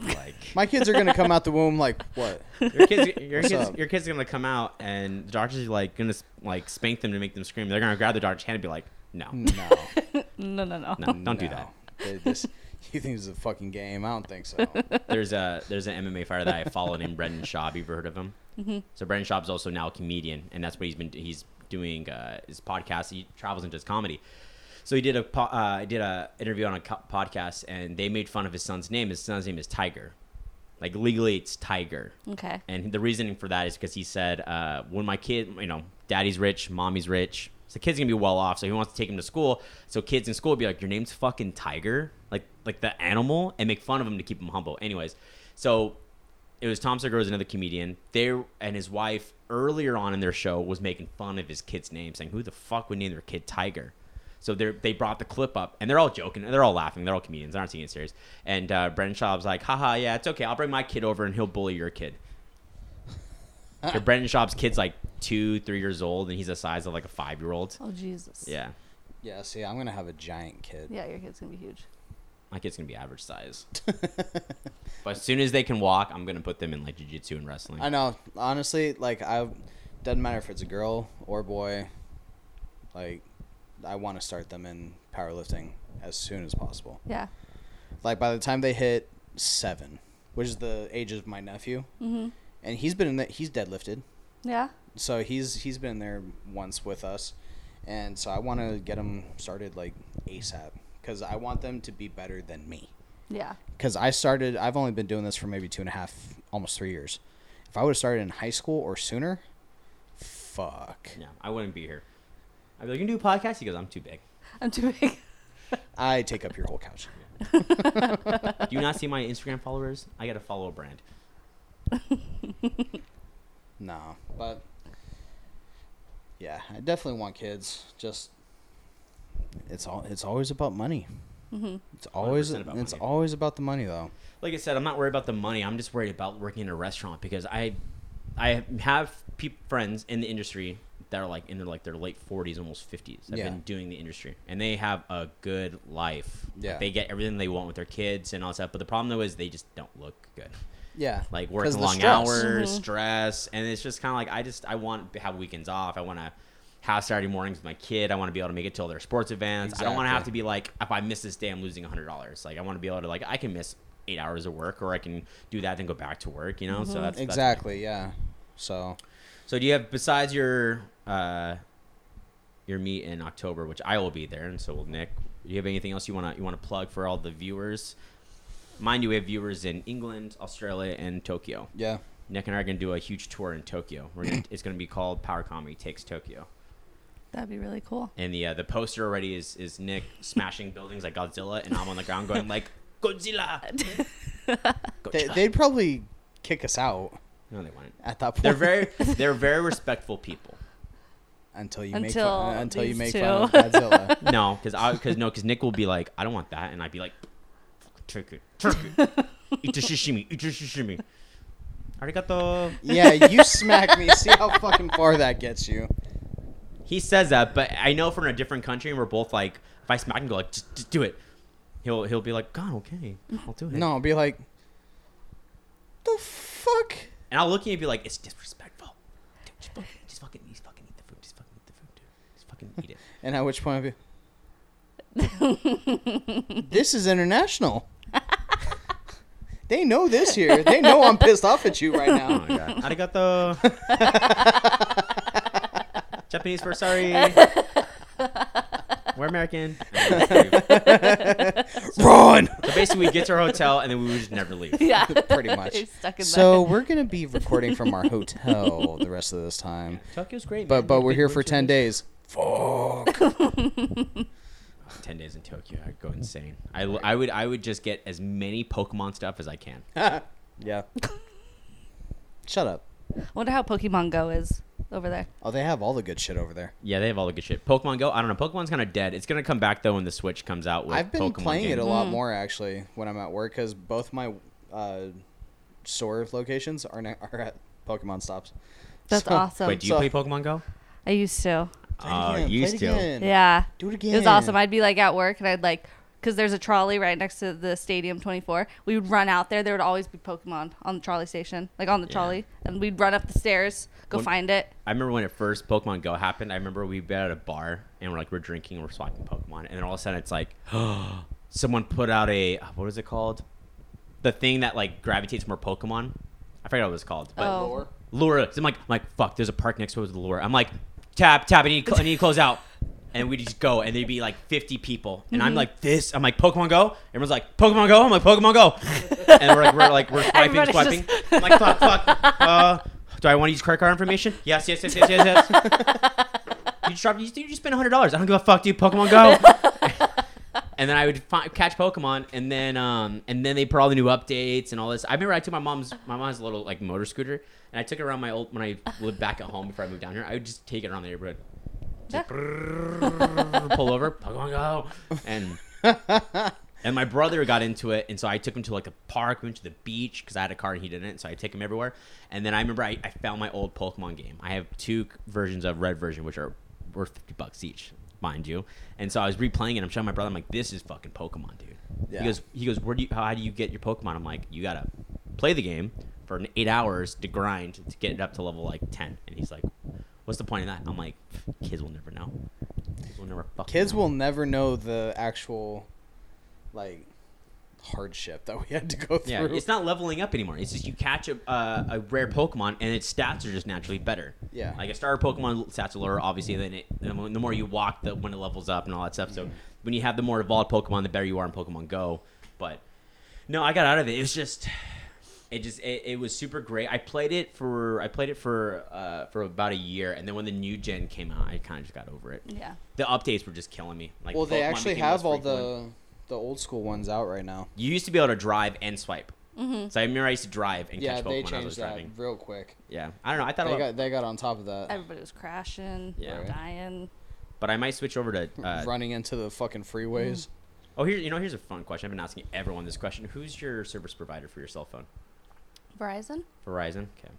Speaker 1: like
Speaker 2: My kids are gonna come out the womb like what?
Speaker 1: your kids. Your
Speaker 2: What's
Speaker 1: kids.
Speaker 2: up?
Speaker 1: Your kids are gonna come out, and the doctors are like gonna like spank them to make them scream. They're gonna grab the doctor's hand and be like, "No, no,
Speaker 2: No,
Speaker 3: No. No. No.
Speaker 1: don't do
Speaker 2: no.
Speaker 1: that."
Speaker 2: They- this- you think this is a fucking game? I don't think so.
Speaker 1: There's a there's an MMA fighter that I follow named Brendan Schaub. You ever heard of him? Mm-hmm. So Brendan Schaub's also now a comedian, and that's what he's been he's doing uh, his podcast. He travels into his comedy. So he did a po- uh, did a interview on a co- podcast, and they made fun of his son's name. His son's name is Tiger. Like legally, it's Tiger.
Speaker 3: Okay.
Speaker 1: And the reasoning for that is because he said, uh, when my kid, you know, daddy's rich, mommy's rich, so the kid's gonna be well off. So he wants to take him to school. So kids in school would be like, your name's fucking Tiger, like like the animal, and make fun of him to keep him humble. Anyways, so it was Tom Segura was another comedian. They and his wife earlier on in their show was making fun of his kid's name, saying, "Who the fuck would name their kid Tiger?" So they they brought the clip up, and they're all joking, and they're all laughing, they're all comedians, they aren't taking it serious. And uh, Brendan Schaub's like, "Haha, yeah, it's okay. I'll bring my kid over, and he'll bully your kid." So Brendan Schaub's kid's like two, three years old, and he's the size of like a five year old.
Speaker 3: Oh Jesus.
Speaker 1: Yeah,
Speaker 2: Yeah, see, I'm gonna have a giant kid.
Speaker 3: Yeah. Your kid's gonna be huge.
Speaker 1: my kid's gonna be average size. but as soon as they can walk, I'm gonna put them in like jujitsu and wrestling.
Speaker 2: I know. Honestly, like I doesn't matter if it's a girl or a boy. Like, I want to start them in powerlifting as soon as possible.
Speaker 3: Yeah.
Speaker 2: Like by the time they hit seven, which is the age of my nephew,
Speaker 1: Mm-hmm.
Speaker 3: Mhm.
Speaker 2: and he's been in that he's deadlifted.
Speaker 3: Yeah.
Speaker 2: so he's he's been in there once with us and so i want to get him started like asap because i want them to be better than me
Speaker 3: Yeah.
Speaker 2: because i started i've only been doing this for maybe two and a half almost three years if i would have started in high school or sooner fuck
Speaker 1: Yeah, I wouldn't be here. I'd be like, you can do a podcast? He goes, I'm too big.
Speaker 3: I'm too big.
Speaker 2: i take up your whole couch
Speaker 1: Do you not see my Instagram followers? I got to follow a brand.
Speaker 2: no but yeah i definitely want kids just it's all it's always about money it's always
Speaker 1: 100% about
Speaker 2: it's
Speaker 1: money.
Speaker 2: always about the money though
Speaker 1: Like I said, I'm not worried about the money. I'm just worried about working in a restaurant because I, I have peop friends in the industry that are like in their like their late 40s, almost 50s. Have
Speaker 2: Yeah.
Speaker 1: been doing the industry, and they have a good life. Like,
Speaker 2: Yeah.
Speaker 1: they get everything they want with their kids and all that stuff. But the problem though is they just don't look good.
Speaker 2: yeah
Speaker 1: Like
Speaker 2: 'Cause
Speaker 1: working
Speaker 2: the
Speaker 1: long
Speaker 2: stress. Mm-hmm.
Speaker 1: hours, stress, and it's just kind of like I just I want to have weekends off. I want to have Saturday mornings with my kid. I want to be able to make it to all their sports events. I don't want to have to
Speaker 2: Exactly.
Speaker 1: be like if I miss this day, I'm losing hundred dollars. Like I want to be able to like I can miss eight hours of work, or I can do that and go back to work. You know, so that's that's-
Speaker 2: Exactly. Yeah. So
Speaker 1: so do you have besides your uh your meet in October, which I will be there, and so will Nick. Do you have anything else you wanna you wanna plug for all the viewers? Mind you, we have viewers in England, Australia, and Tokyo.
Speaker 2: yeah,
Speaker 1: Nick and I are gonna do a huge tour in Tokyo. We're gonna, it's gonna be called Power Comedy Takes Tokyo,
Speaker 3: That'd be really cool.
Speaker 1: and the uh, the poster already is is Nick smashing buildings like Godzilla, and I'm on the ground going like Godzilla.
Speaker 2: they,
Speaker 1: Godzilla.
Speaker 2: they'd probably kick us out
Speaker 1: no, they won't.
Speaker 2: at that point.
Speaker 1: They're very they're very respectful people.
Speaker 2: until you make
Speaker 3: Until
Speaker 2: fun, until you
Speaker 3: these
Speaker 2: make
Speaker 3: two.
Speaker 2: fun of Godzilla.
Speaker 1: No, because I because no because Nick will be like, I don't want that, and I'd be like, turkey, turkey, eat the sashimi, eat the sashimi. Arigato.
Speaker 2: Yeah, you smack me. See how fucking far that gets you.
Speaker 1: He says that, but I know if we're in a different country and we're both like, if I smack him, go like, just, just do it. He'll he'll be like, God, okay, I'll do it.
Speaker 2: No, I'll be like, the fuck?
Speaker 1: And I'll look at you and be like, it's disrespectful. Dude, just fucking, just fucking, just fucking eat the food. Just fucking eat the food, dude. Just fucking eat it.
Speaker 2: And at which point I'll be, this is international. they know this here. They know I'm pissed off at you right
Speaker 1: Oh
Speaker 2: now.
Speaker 1: my god. Arigato. Japanese for sorry. We're American. so
Speaker 2: Run!
Speaker 1: basically, we get to our hotel and then we would just never leave.
Speaker 3: yeah.
Speaker 2: Pretty much.
Speaker 3: He's stuck in
Speaker 2: So
Speaker 3: that.
Speaker 2: we're gonna be recording from our hotel the rest of this time,
Speaker 1: Tokyo's great,
Speaker 2: but
Speaker 1: man.
Speaker 2: but
Speaker 1: Big
Speaker 2: we're here for
Speaker 1: roadshows.
Speaker 2: ten days. Fuck.
Speaker 1: Ten days in Tokyo, I'd go insane. I, I would I would just get as many Pokemon stuff as I can.
Speaker 2: Yeah. Shut up.
Speaker 3: Wonder how Pokemon Go is over there.
Speaker 2: Oh, they have all the good shit over there.
Speaker 1: Yeah, they have all the good shit. Pokemon Go, I don't know. Pokemon's kind of dead. It's gonna come back though when the Switch comes out. With
Speaker 2: I've been
Speaker 1: Pokemon
Speaker 2: playing
Speaker 1: games.
Speaker 2: it a lot
Speaker 3: Mm.
Speaker 2: more actually when I'm at work because both my uh, store locations are ne- are at Pokemon stops.
Speaker 3: That's
Speaker 2: So-
Speaker 3: awesome.
Speaker 1: Wait, do you
Speaker 2: So-
Speaker 1: play Pokemon Go?
Speaker 3: I used to.
Speaker 2: Play it
Speaker 1: Uh,
Speaker 2: again, play
Speaker 1: used
Speaker 2: it
Speaker 1: to.
Speaker 2: again.
Speaker 3: Yeah.
Speaker 2: Do it again.
Speaker 3: It was awesome. I'd be like at work and I'd like, because there's a trolley right next to the stadium 24. We would run out there. There would always be Pokemon on the trolley station, like on the
Speaker 1: Yeah.
Speaker 3: trolley. And we'd run up the stairs, go
Speaker 1: When-
Speaker 3: find it.
Speaker 1: I remember when it first Pokemon Go happened. I remember we been at a bar and we're like we're drinking, and we're swiping Pokemon, and then all of a sudden it's like, someone put out a what is it called? The thing that like gravitates more Pokemon. I forget what it was called, but
Speaker 3: Oh.
Speaker 1: lure. So I'm like, I'm like, fuck. There's a park next to it with the lure. I'm like, tap, tap. I need, to cl- I need to close out, and we just go, and there'd be like 50 people, and I'm like, this. I'm like, Pokemon Go. Everyone's like, Pokemon Go. I'm like, Pokemon Go, and we're like, we're like, we're swiping,
Speaker 3: Everybody's
Speaker 1: swiping.
Speaker 3: just-
Speaker 1: I'm like, fuck, fuck. Uh, do I want to use credit card information? Yes, yes, yes, yes, yes, yes. you just dropped. You, you just spent hundred dollars. I don't give a fuck, dude. Pokemon Go. and then I would fi- catch Pokemon, and then um, and then they put all the new updates and all this. I remember I took my mom's my mom's little like motor scooter, and I took it around my old when I lived back at home before I moved down here. I would just take it around the neighborhood,
Speaker 3: Yeah.
Speaker 1: pull over, Pokemon Go, and. And my brother got into it, and so I took him to like a park, we went to the beach because I had a car and he didn't, so I take him everywhere. And then I remember I, I found my old Pokemon game. I have two c- versions of Red version, which are worth fifty bucks each, mind you. And so I was replaying it. I'm showing my brother. I'm like, "This is fucking Pokemon, dude."
Speaker 2: Yeah.
Speaker 1: He goes, "He goes, where do you? How do you get your Pokemon?" I'm like, "You gotta play the game for an eight hours to grind to get it up to level like ten. And he's like, "What's the point of that?" I'm like, "Kids will never know. Kids will never fucking
Speaker 2: Kids
Speaker 1: know."
Speaker 2: will never know the actual, like, hardship that we had to go
Speaker 1: Yeah,
Speaker 2: through.
Speaker 1: it's not leveling up anymore. It's just you catch a, uh, a rare Pokemon and its stats are just naturally better.
Speaker 2: Yeah.
Speaker 1: like a starter Pokemon stats are lower, obviously. Then it the mo- the more you walk, the when it levels up and all that stuff.
Speaker 2: Mm-hmm.
Speaker 1: So when you have the more evolved Pokemon, the better you are in Pokemon Go. But no, I got out of it. It was just it just it, it was super great. I played it for I played it for uh, for about a year, and then when the new gen came out, I kind of just got over it.
Speaker 3: Yeah.
Speaker 1: The updates were just killing me. Like
Speaker 2: well, they
Speaker 1: Pokemon
Speaker 2: actually
Speaker 1: became less
Speaker 2: have all the
Speaker 1: frequent
Speaker 2: the old school ones out right now.
Speaker 1: you used to be able to drive and swipe. So I remember I used to drive and
Speaker 2: Mm-hmm. yeah,
Speaker 1: catch
Speaker 2: they
Speaker 1: Pokemon as I was
Speaker 2: changed that
Speaker 1: driving.
Speaker 2: real quick.
Speaker 1: Yeah, I don't know. I thought,
Speaker 2: They
Speaker 1: about,
Speaker 2: got they got on top of that,
Speaker 3: Everybody was crashing,
Speaker 1: Yeah.
Speaker 3: dying.
Speaker 1: but I might switch over to. Uh,
Speaker 2: running into the fucking freeways.
Speaker 1: oh, here you know here's a fun question. I've been asking everyone this question. Who's your service provider for your cell phone?
Speaker 3: Verizon?
Speaker 1: Verizon. Okay.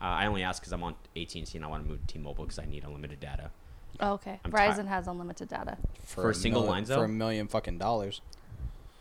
Speaker 1: Uh, I only ask because I'm on AT&T and I want to move to T-Mobile because I need unlimited data.
Speaker 3: Oh, okay.
Speaker 1: I'm
Speaker 3: Verizon
Speaker 1: ti-
Speaker 3: has unlimited data.
Speaker 1: For a single
Speaker 2: mil-
Speaker 1: line, though?
Speaker 2: for a million fucking dollars.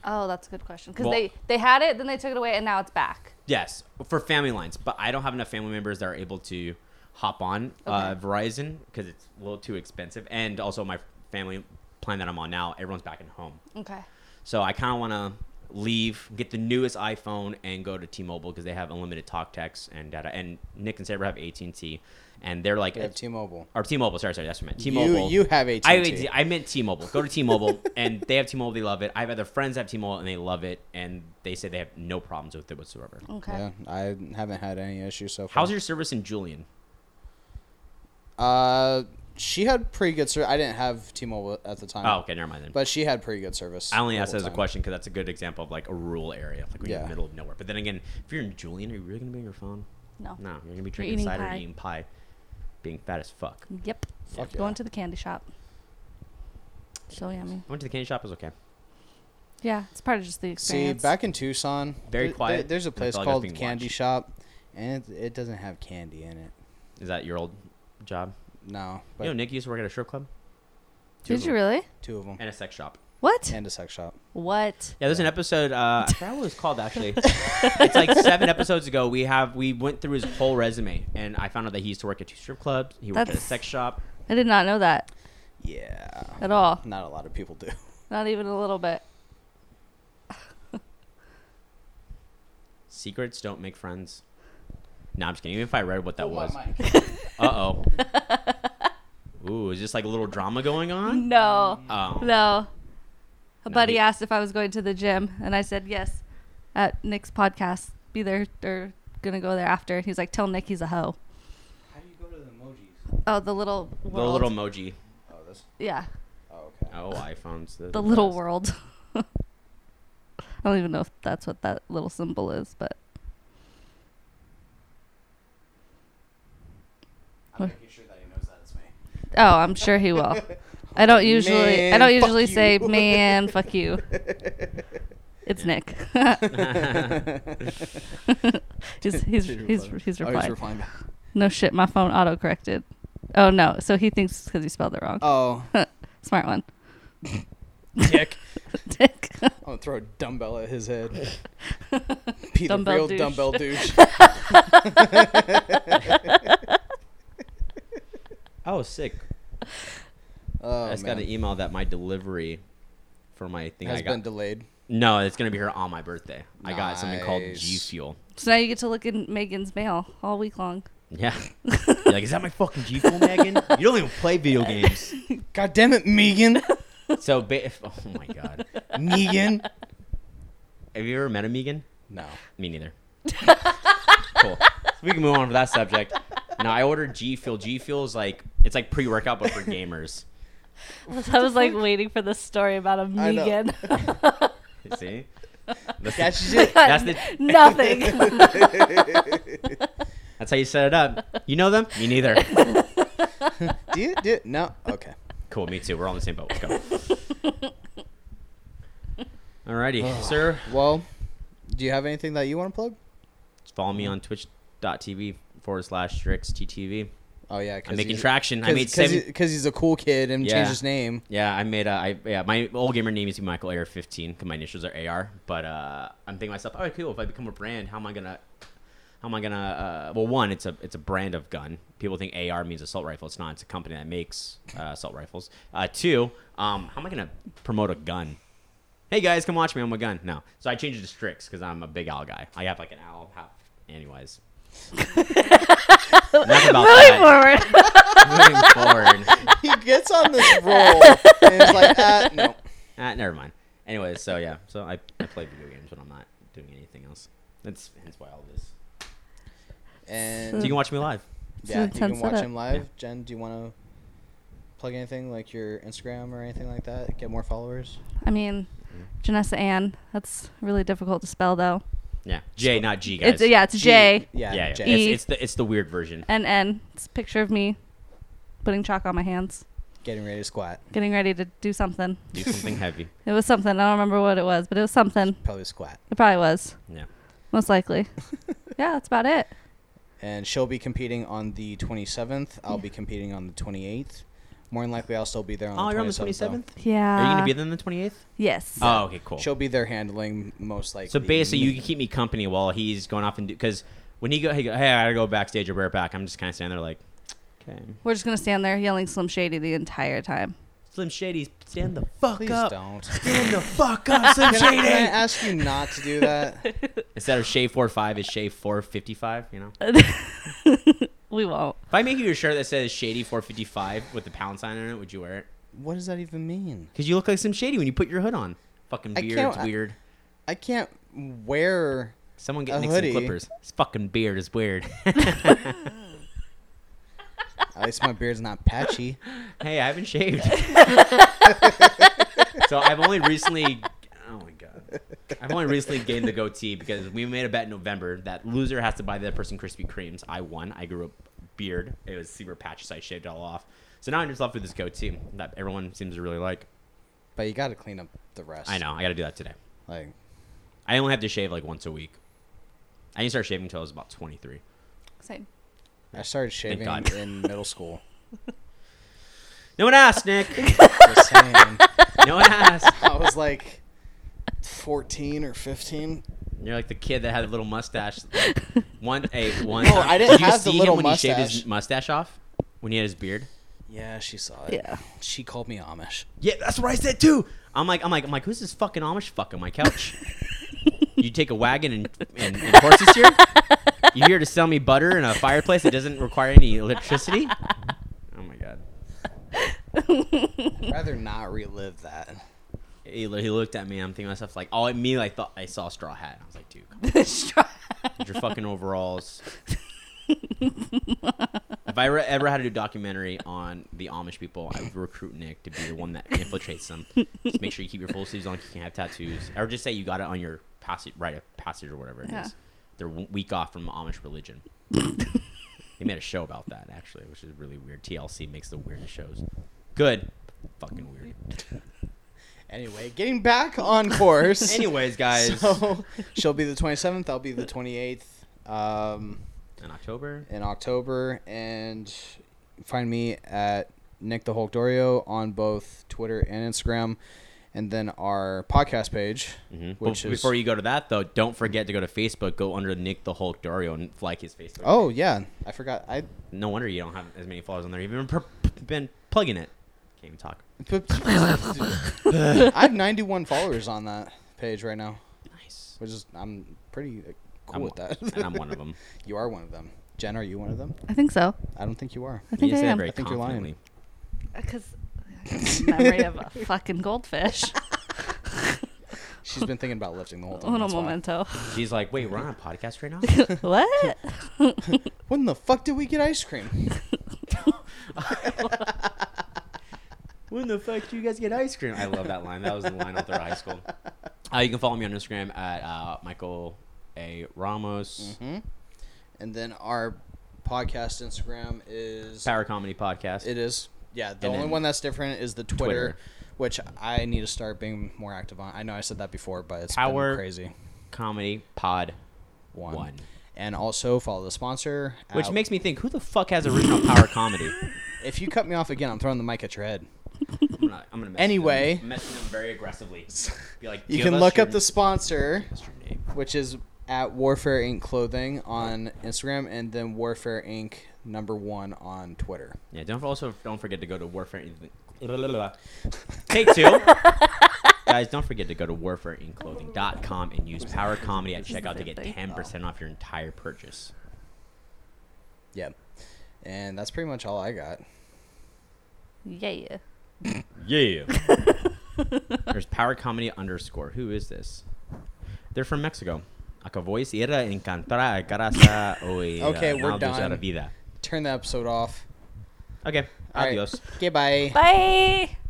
Speaker 3: Oh, that's a good question. Because
Speaker 1: Well-
Speaker 3: they, they had it, then they took it away, and now it's back.
Speaker 1: Yes, for family lines, but I don't have enough family members that are able to hop on uh,
Speaker 3: Okay.
Speaker 1: Verizon because it's a little too expensive, and also my family plan that I'm on now. Everyone's back at home.
Speaker 3: Okay.
Speaker 1: So I kind of want to leave, get the newest iPhone, and go to T-Mobile because they have unlimited talk, text, and data. And Nick and Saber have AT and T, and they're like
Speaker 2: They have T-Mobile.
Speaker 1: or T-Mobile. Sorry, sorry, that's what I meant. T-Mobile.
Speaker 2: You, you have AT&T.
Speaker 1: I, I meant T-Mobile. Go to T-Mobile, and they have T-Mobile. They love it. I have other friends that have T-Mobile, and they love it, and they say they have no problems with it whatsoever.
Speaker 3: Okay.
Speaker 2: yeah, I haven't had any issues so far.
Speaker 1: How's your service in Julian?
Speaker 2: Uh, she had pretty good service. I didn't have T-Mobile at the time.
Speaker 1: Oh, okay, never mind then.
Speaker 2: Uh, But she had pretty good service.
Speaker 1: I only
Speaker 2: the
Speaker 1: asked that
Speaker 2: whole
Speaker 1: as a
Speaker 2: time.
Speaker 1: question because that's a good example of like a rural area, like when you're
Speaker 2: Yeah.
Speaker 1: in the middle of nowhere. But then again, if you're in Julian, are you really gonna be on your phone?
Speaker 3: No.
Speaker 1: No, you're gonna be drinking
Speaker 3: eating
Speaker 1: cider,
Speaker 3: pie.
Speaker 1: and eating pie, being fat as fuck.
Speaker 3: Yep.
Speaker 2: Fuck yeah.
Speaker 3: Going to the candy shop. So yummy.
Speaker 1: I went to the candy shop. It was okay.
Speaker 3: Yeah, it's part of just the experience.
Speaker 2: See, back in Tucson,
Speaker 1: Very
Speaker 2: th-
Speaker 1: quiet,
Speaker 2: th- there's a
Speaker 1: and I
Speaker 2: place
Speaker 1: feel like I'm
Speaker 2: called
Speaker 1: being
Speaker 2: Candy
Speaker 1: watched.
Speaker 2: Shop, and it, it doesn't have candy in it.
Speaker 1: Is that your old job?
Speaker 2: No, but
Speaker 1: you know, Nick used to work at a strip club
Speaker 3: Did you really?
Speaker 2: two of them
Speaker 1: and a sex shop.
Speaker 3: What?
Speaker 2: and a sex shop.
Speaker 3: What?
Speaker 1: Yeah, there's an episode. Uh, I forgot what it was called actually. it's like seven episodes ago. We have we went through his whole resume, and I found out that he used to work at two strip clubs. He worked at a
Speaker 3: That's-
Speaker 1: sex shop.
Speaker 3: I did not know that
Speaker 2: Yeah,
Speaker 3: at all.
Speaker 2: not a lot of people do.
Speaker 3: Not even a little bit.
Speaker 1: Secrets don't make friends. No, I'm just kidding. Even if I read what that was,
Speaker 2: Mic.
Speaker 1: uh oh. Ooh, is this like a little drama going on?
Speaker 3: No.
Speaker 1: Oh,
Speaker 3: No. A
Speaker 1: No,
Speaker 3: buddy
Speaker 1: he-
Speaker 3: asked if I was going to the gym, and I said yes at Nick's podcast. Be there or gonna go there after. He's like, tell Nick he's a hoe.
Speaker 2: How do you go to the emojis?
Speaker 3: Oh, the little world.
Speaker 1: the little emoji.
Speaker 2: Oh, this.
Speaker 3: yeah,
Speaker 2: Oh, okay.
Speaker 1: Oh, iPhones.
Speaker 3: the little
Speaker 1: best.
Speaker 3: world. I don't even know if that's what that little symbol is, but
Speaker 2: I'm making sure that he knows that it's me.
Speaker 3: oh, I'm sure he will. I don't usually. I
Speaker 2: Man,
Speaker 3: don't usually
Speaker 2: fuck
Speaker 3: say,
Speaker 2: you.
Speaker 3: "Man, fuck you." It's Nick. he's he's
Speaker 2: Oh, He's
Speaker 3: he's
Speaker 2: replying.
Speaker 3: he's
Speaker 2: Oh,
Speaker 3: replied.
Speaker 2: replying back.
Speaker 3: No shit, my phone auto corrected. Oh no, so he thinks because he spelled it wrong.
Speaker 2: Oh,
Speaker 3: Smart one,
Speaker 2: dick!
Speaker 3: Dick.
Speaker 2: I'm gonna throw a dumbbell at his head. Be the
Speaker 3: Dumbbell
Speaker 2: real
Speaker 3: douche.
Speaker 2: dumbbell douche.
Speaker 1: Oh, sick.
Speaker 2: Oh,
Speaker 1: I just got
Speaker 2: man.
Speaker 1: an email that my delivery for my thing
Speaker 2: Has
Speaker 1: I got.
Speaker 2: been delayed.
Speaker 1: no, it's gonna be here on my birthday. I got something called G
Speaker 2: Nice.
Speaker 1: Fuel.
Speaker 3: so now you get to look in Megan's mail all week long.
Speaker 1: Yeah. You're like, is that my fucking G Fuel, Megan? You don't even play video games.
Speaker 2: God damn it, Megan!
Speaker 1: So, ba- if- oh my god.
Speaker 2: Megan.
Speaker 1: Have you ever met a Megan?
Speaker 2: No.
Speaker 1: Me neither. cool. we can move on from that subject. No, I ordered G Fuel. G Fuel is like it's like pre-workout but for gamers.
Speaker 3: I was like waiting for this story about a
Speaker 2: I know.
Speaker 3: Megan.
Speaker 1: See? That's,
Speaker 2: That's just it.
Speaker 1: that's the-
Speaker 3: Nothing.
Speaker 1: that's how you set it up. You know them? Me neither.
Speaker 2: Do you, do you- no. Okay.
Speaker 1: Cool, me too. We're all in the same boat. Let's go. Alrighty, sir.
Speaker 2: Well, do you have anything that you want to plug?
Speaker 1: Follow me on twitch.tv forward slash TTV.
Speaker 2: Oh yeah,
Speaker 1: I'm making traction. I made
Speaker 2: because
Speaker 1: seven.
Speaker 2: he's a cool kid and
Speaker 1: Yeah.
Speaker 2: changed his name.
Speaker 1: Yeah, I made a. I yeah, my old gamer name is Michael Air 15 because my initials are AR. But uh, I'm thinking to myself, all right, cool. If I become a brand, how am I gonna? How am I gonna? Uh, well, one, it's a it's a brand of gun. People think AR means assault rifle. It's not. It's a company that makes uh, assault rifles. Uh, two, um, how am I gonna promote a gun? Hey guys, come watch me. I'm a gun. No, so I changed it to Strix because I'm a big owl guy. I have like an owl half. Anyways, enough about
Speaker 3: Moving
Speaker 1: that.
Speaker 3: forward.
Speaker 1: Moving forward.
Speaker 2: he gets on this roll and it's like, ah, no.
Speaker 1: Ah, never mind. Anyway, so yeah, so I, I play video games when I'm not doing anything else. That's hence why all this. So
Speaker 2: And
Speaker 1: you can watch me live.
Speaker 2: yeah, you can
Speaker 3: intense
Speaker 2: watch
Speaker 3: setup.
Speaker 2: him live.
Speaker 1: Yeah.
Speaker 2: Jen, do you want to plug anything like your Instagram or anything like that? Get more followers.
Speaker 3: I mean, Janessa Ann. That's really difficult to spell though.
Speaker 1: Yeah, J not G guys.
Speaker 3: It's yeah, it's J
Speaker 2: Yeah.
Speaker 1: yeah, yeah.
Speaker 2: Jen.
Speaker 3: E.
Speaker 1: It's, it's the it's the weird version.
Speaker 3: N N. It's a picture of me putting chalk on my hands,
Speaker 2: Getting ready to squat.
Speaker 3: getting ready to do something.
Speaker 1: Do something heavy.
Speaker 3: It was something. I don't remember what it was, but it was something.
Speaker 2: Probably squat.
Speaker 3: It probably was.
Speaker 1: Yeah.
Speaker 3: Most likely. yeah, that's about it.
Speaker 2: And she'll be competing on the 27th. I'll be competing on the 28th. More than likely, I'll still be there on
Speaker 1: Oh,
Speaker 2: the 27th.
Speaker 1: you're on the Uh, 27th.
Speaker 3: Yeah.
Speaker 1: Are you gonna be there on the 28th?
Speaker 3: Yes.
Speaker 1: Oh, okay, cool.
Speaker 2: though. She'll be there handling most likely.
Speaker 1: So basically,
Speaker 2: me.
Speaker 1: you can keep me company while he's going off and do because when he go, he go, hey, I gotta go backstage or wear it back. I'm just kind of standing there like, okay,
Speaker 3: We're just gonna stand there yelling Slim Shady the entire time.
Speaker 1: Slim Shady, stand the fuck
Speaker 2: Please
Speaker 1: up,
Speaker 2: don't.
Speaker 1: stand the fuck up, Slim
Speaker 2: Can I, can I
Speaker 1: Shady.
Speaker 2: ask you not to do that?
Speaker 1: Instead of Shay four five is Shay four fifty five. You know.
Speaker 3: We won't.
Speaker 1: If I make you a shirt that says Shady 455 with the pound sign on it, would you wear it?
Speaker 2: What does that even mean?
Speaker 1: Because you look like some Shady when you put your hood on. Fucking
Speaker 2: I
Speaker 1: beard
Speaker 2: can't-
Speaker 1: is weird.
Speaker 2: I can't wear.
Speaker 1: Someone
Speaker 2: a
Speaker 1: get Nick some
Speaker 2: hoodie.
Speaker 1: clippers. His fucking beard is weird.
Speaker 2: At least my beard's not patchy.
Speaker 1: hey, I haven't shaved. so I've only recently. Oh my god. I've only recently gained the goatee because we made a bet in November that loser has to buy the other person Krispy Kremes. I won. I grew a beard. It was super patchy, so I shaved it all off. So now I'm just left with this goatee that everyone seems to really like.
Speaker 2: But you got to clean up the rest.
Speaker 1: I know. I got to do that today.
Speaker 2: Like,
Speaker 1: I only have to shave like once a week. I didn't start shaving until I was about 23.
Speaker 3: Same.
Speaker 2: I started shaving
Speaker 1: God.
Speaker 2: in middle school.
Speaker 1: No one asked, Nick.
Speaker 2: Just saying.
Speaker 1: No one asked.
Speaker 2: I was like 14 or 15.
Speaker 1: You're like the kid that had a little mustache. One, a one.
Speaker 2: No,
Speaker 1: time-
Speaker 2: Oh, I didn't
Speaker 1: Did you
Speaker 2: have the
Speaker 1: see him
Speaker 2: little
Speaker 1: when he shaved his
Speaker 2: mustache.
Speaker 1: mustache off? When he had his beard?
Speaker 2: Yeah, she saw it.
Speaker 3: Yeah.
Speaker 2: She called me Amish.
Speaker 1: Yeah, that's what I said too. I'm like, I'm like, I'm like, who's this fucking Amish fuck on my couch? you take a wagon and, and, and horses here? You here to sell me butter and a fireplace that doesn't require any electricity? Oh my god.
Speaker 2: I'd rather not relive that.
Speaker 1: He, lo- he looked at me. I'm thinking to myself like, all me like thought I saw a straw hat. I was like, dude, come on,
Speaker 3: Straw-
Speaker 1: get your fucking overalls. if I re- ever had to do a documentary on the Amish people, I would recruit Nick to be the one that infiltrates them. Just make sure you keep your full sleeves on. You can have tattoos, or just say you got it on your passage, right? A passage or whatever it is.
Speaker 3: Yeah.
Speaker 1: They're w- week off from Amish religion. they made a show about that actually, which is really weird. TLC makes the weirdest shows. Good, fucking weird.
Speaker 2: Anyway, getting back on course.
Speaker 1: Anyways, guys,
Speaker 2: So she'll be the 27th. I'll be the 28th um,
Speaker 1: in October.
Speaker 2: in October. And find me at Nick the Hulk Dorio on both Twitter and Instagram. And then our podcast page,
Speaker 1: Mhm.
Speaker 2: Mm-hmm. which
Speaker 1: Bef-
Speaker 2: is.
Speaker 1: Before you go to that, though, don't forget to go to Facebook. Go under Nick the Hulk Dario and like his Facebook.
Speaker 2: oh, yeah. I forgot. I.
Speaker 1: no wonder you don't have as many followers on there. You've been pr- p- been plugging it. Can't even talk.
Speaker 2: I have 91 followers on that page right now,
Speaker 1: Nice.
Speaker 2: which is. I'm pretty uh, cool
Speaker 1: I'm-
Speaker 2: with that.
Speaker 1: and I'm one of them.
Speaker 2: You are one of them. Jen, are you one of them?
Speaker 3: I think so.
Speaker 2: I don't think you are.
Speaker 3: I think I am.
Speaker 1: very
Speaker 2: I think you're lying.
Speaker 1: confidently.
Speaker 3: Because memory of a fucking goldfish.
Speaker 2: She's been thinking about lifting the whole time.
Speaker 3: Little
Speaker 2: that's why.
Speaker 3: memento.
Speaker 1: She's like, wait, we're on a podcast right now.
Speaker 3: what?
Speaker 2: When the fuck did we get ice cream?
Speaker 1: when the fuck do you guys get ice cream? I love that line. That was the line all throughout high school. Uh, you can follow me on Instagram at uh, Michael A Ramos
Speaker 2: hmm And then our podcast Instagram is
Speaker 1: Power Comedy Podcast.
Speaker 2: Mm-hmm. it is yeah. The
Speaker 1: And
Speaker 2: only
Speaker 1: then-
Speaker 2: one that's different is the Twitter,
Speaker 1: Twitter.
Speaker 2: which I need to start being more active on. I know I said that before, but it's Power
Speaker 1: Power
Speaker 2: been crazy.
Speaker 1: Comedy Pod
Speaker 2: One.
Speaker 1: One.
Speaker 2: And also follow the sponsor,
Speaker 1: Which
Speaker 2: at-
Speaker 1: makes me think, who the fuck has original power comedy?
Speaker 2: If you cut me off again, I'm throwing the mic at your head.
Speaker 1: I'm gonna, I'm gonna message
Speaker 2: Anyway.
Speaker 1: them, message them very aggressively. Be like,
Speaker 2: You
Speaker 1: "Give
Speaker 2: can
Speaker 1: us
Speaker 2: look
Speaker 1: your-
Speaker 2: up the sponsor,
Speaker 1: What's your name?
Speaker 2: which is at Warfare Inc. Clothing on Instagram, and then Warfare Inc. Number one on Twitter.
Speaker 1: Yeah, don't also don't forget to go to Warfare. Take two. Guys, don't forget to go to warfareincclothing.com and use power comedy at checkout to get 10% off your entire purchase.
Speaker 2: Yep. And that's pretty much all I got.
Speaker 3: yeah.
Speaker 1: Yeah. There's power comedy underscore. Who is this? They're from Mexico. A que voy a ir a encantar a casa hoy.
Speaker 2: Okay, we're
Speaker 1: Naldos a la
Speaker 2: done.
Speaker 1: vida.
Speaker 2: Turn the episode off.
Speaker 1: Okay,
Speaker 2: All right.
Speaker 1: adios.
Speaker 2: Goodbye.
Speaker 3: Bye.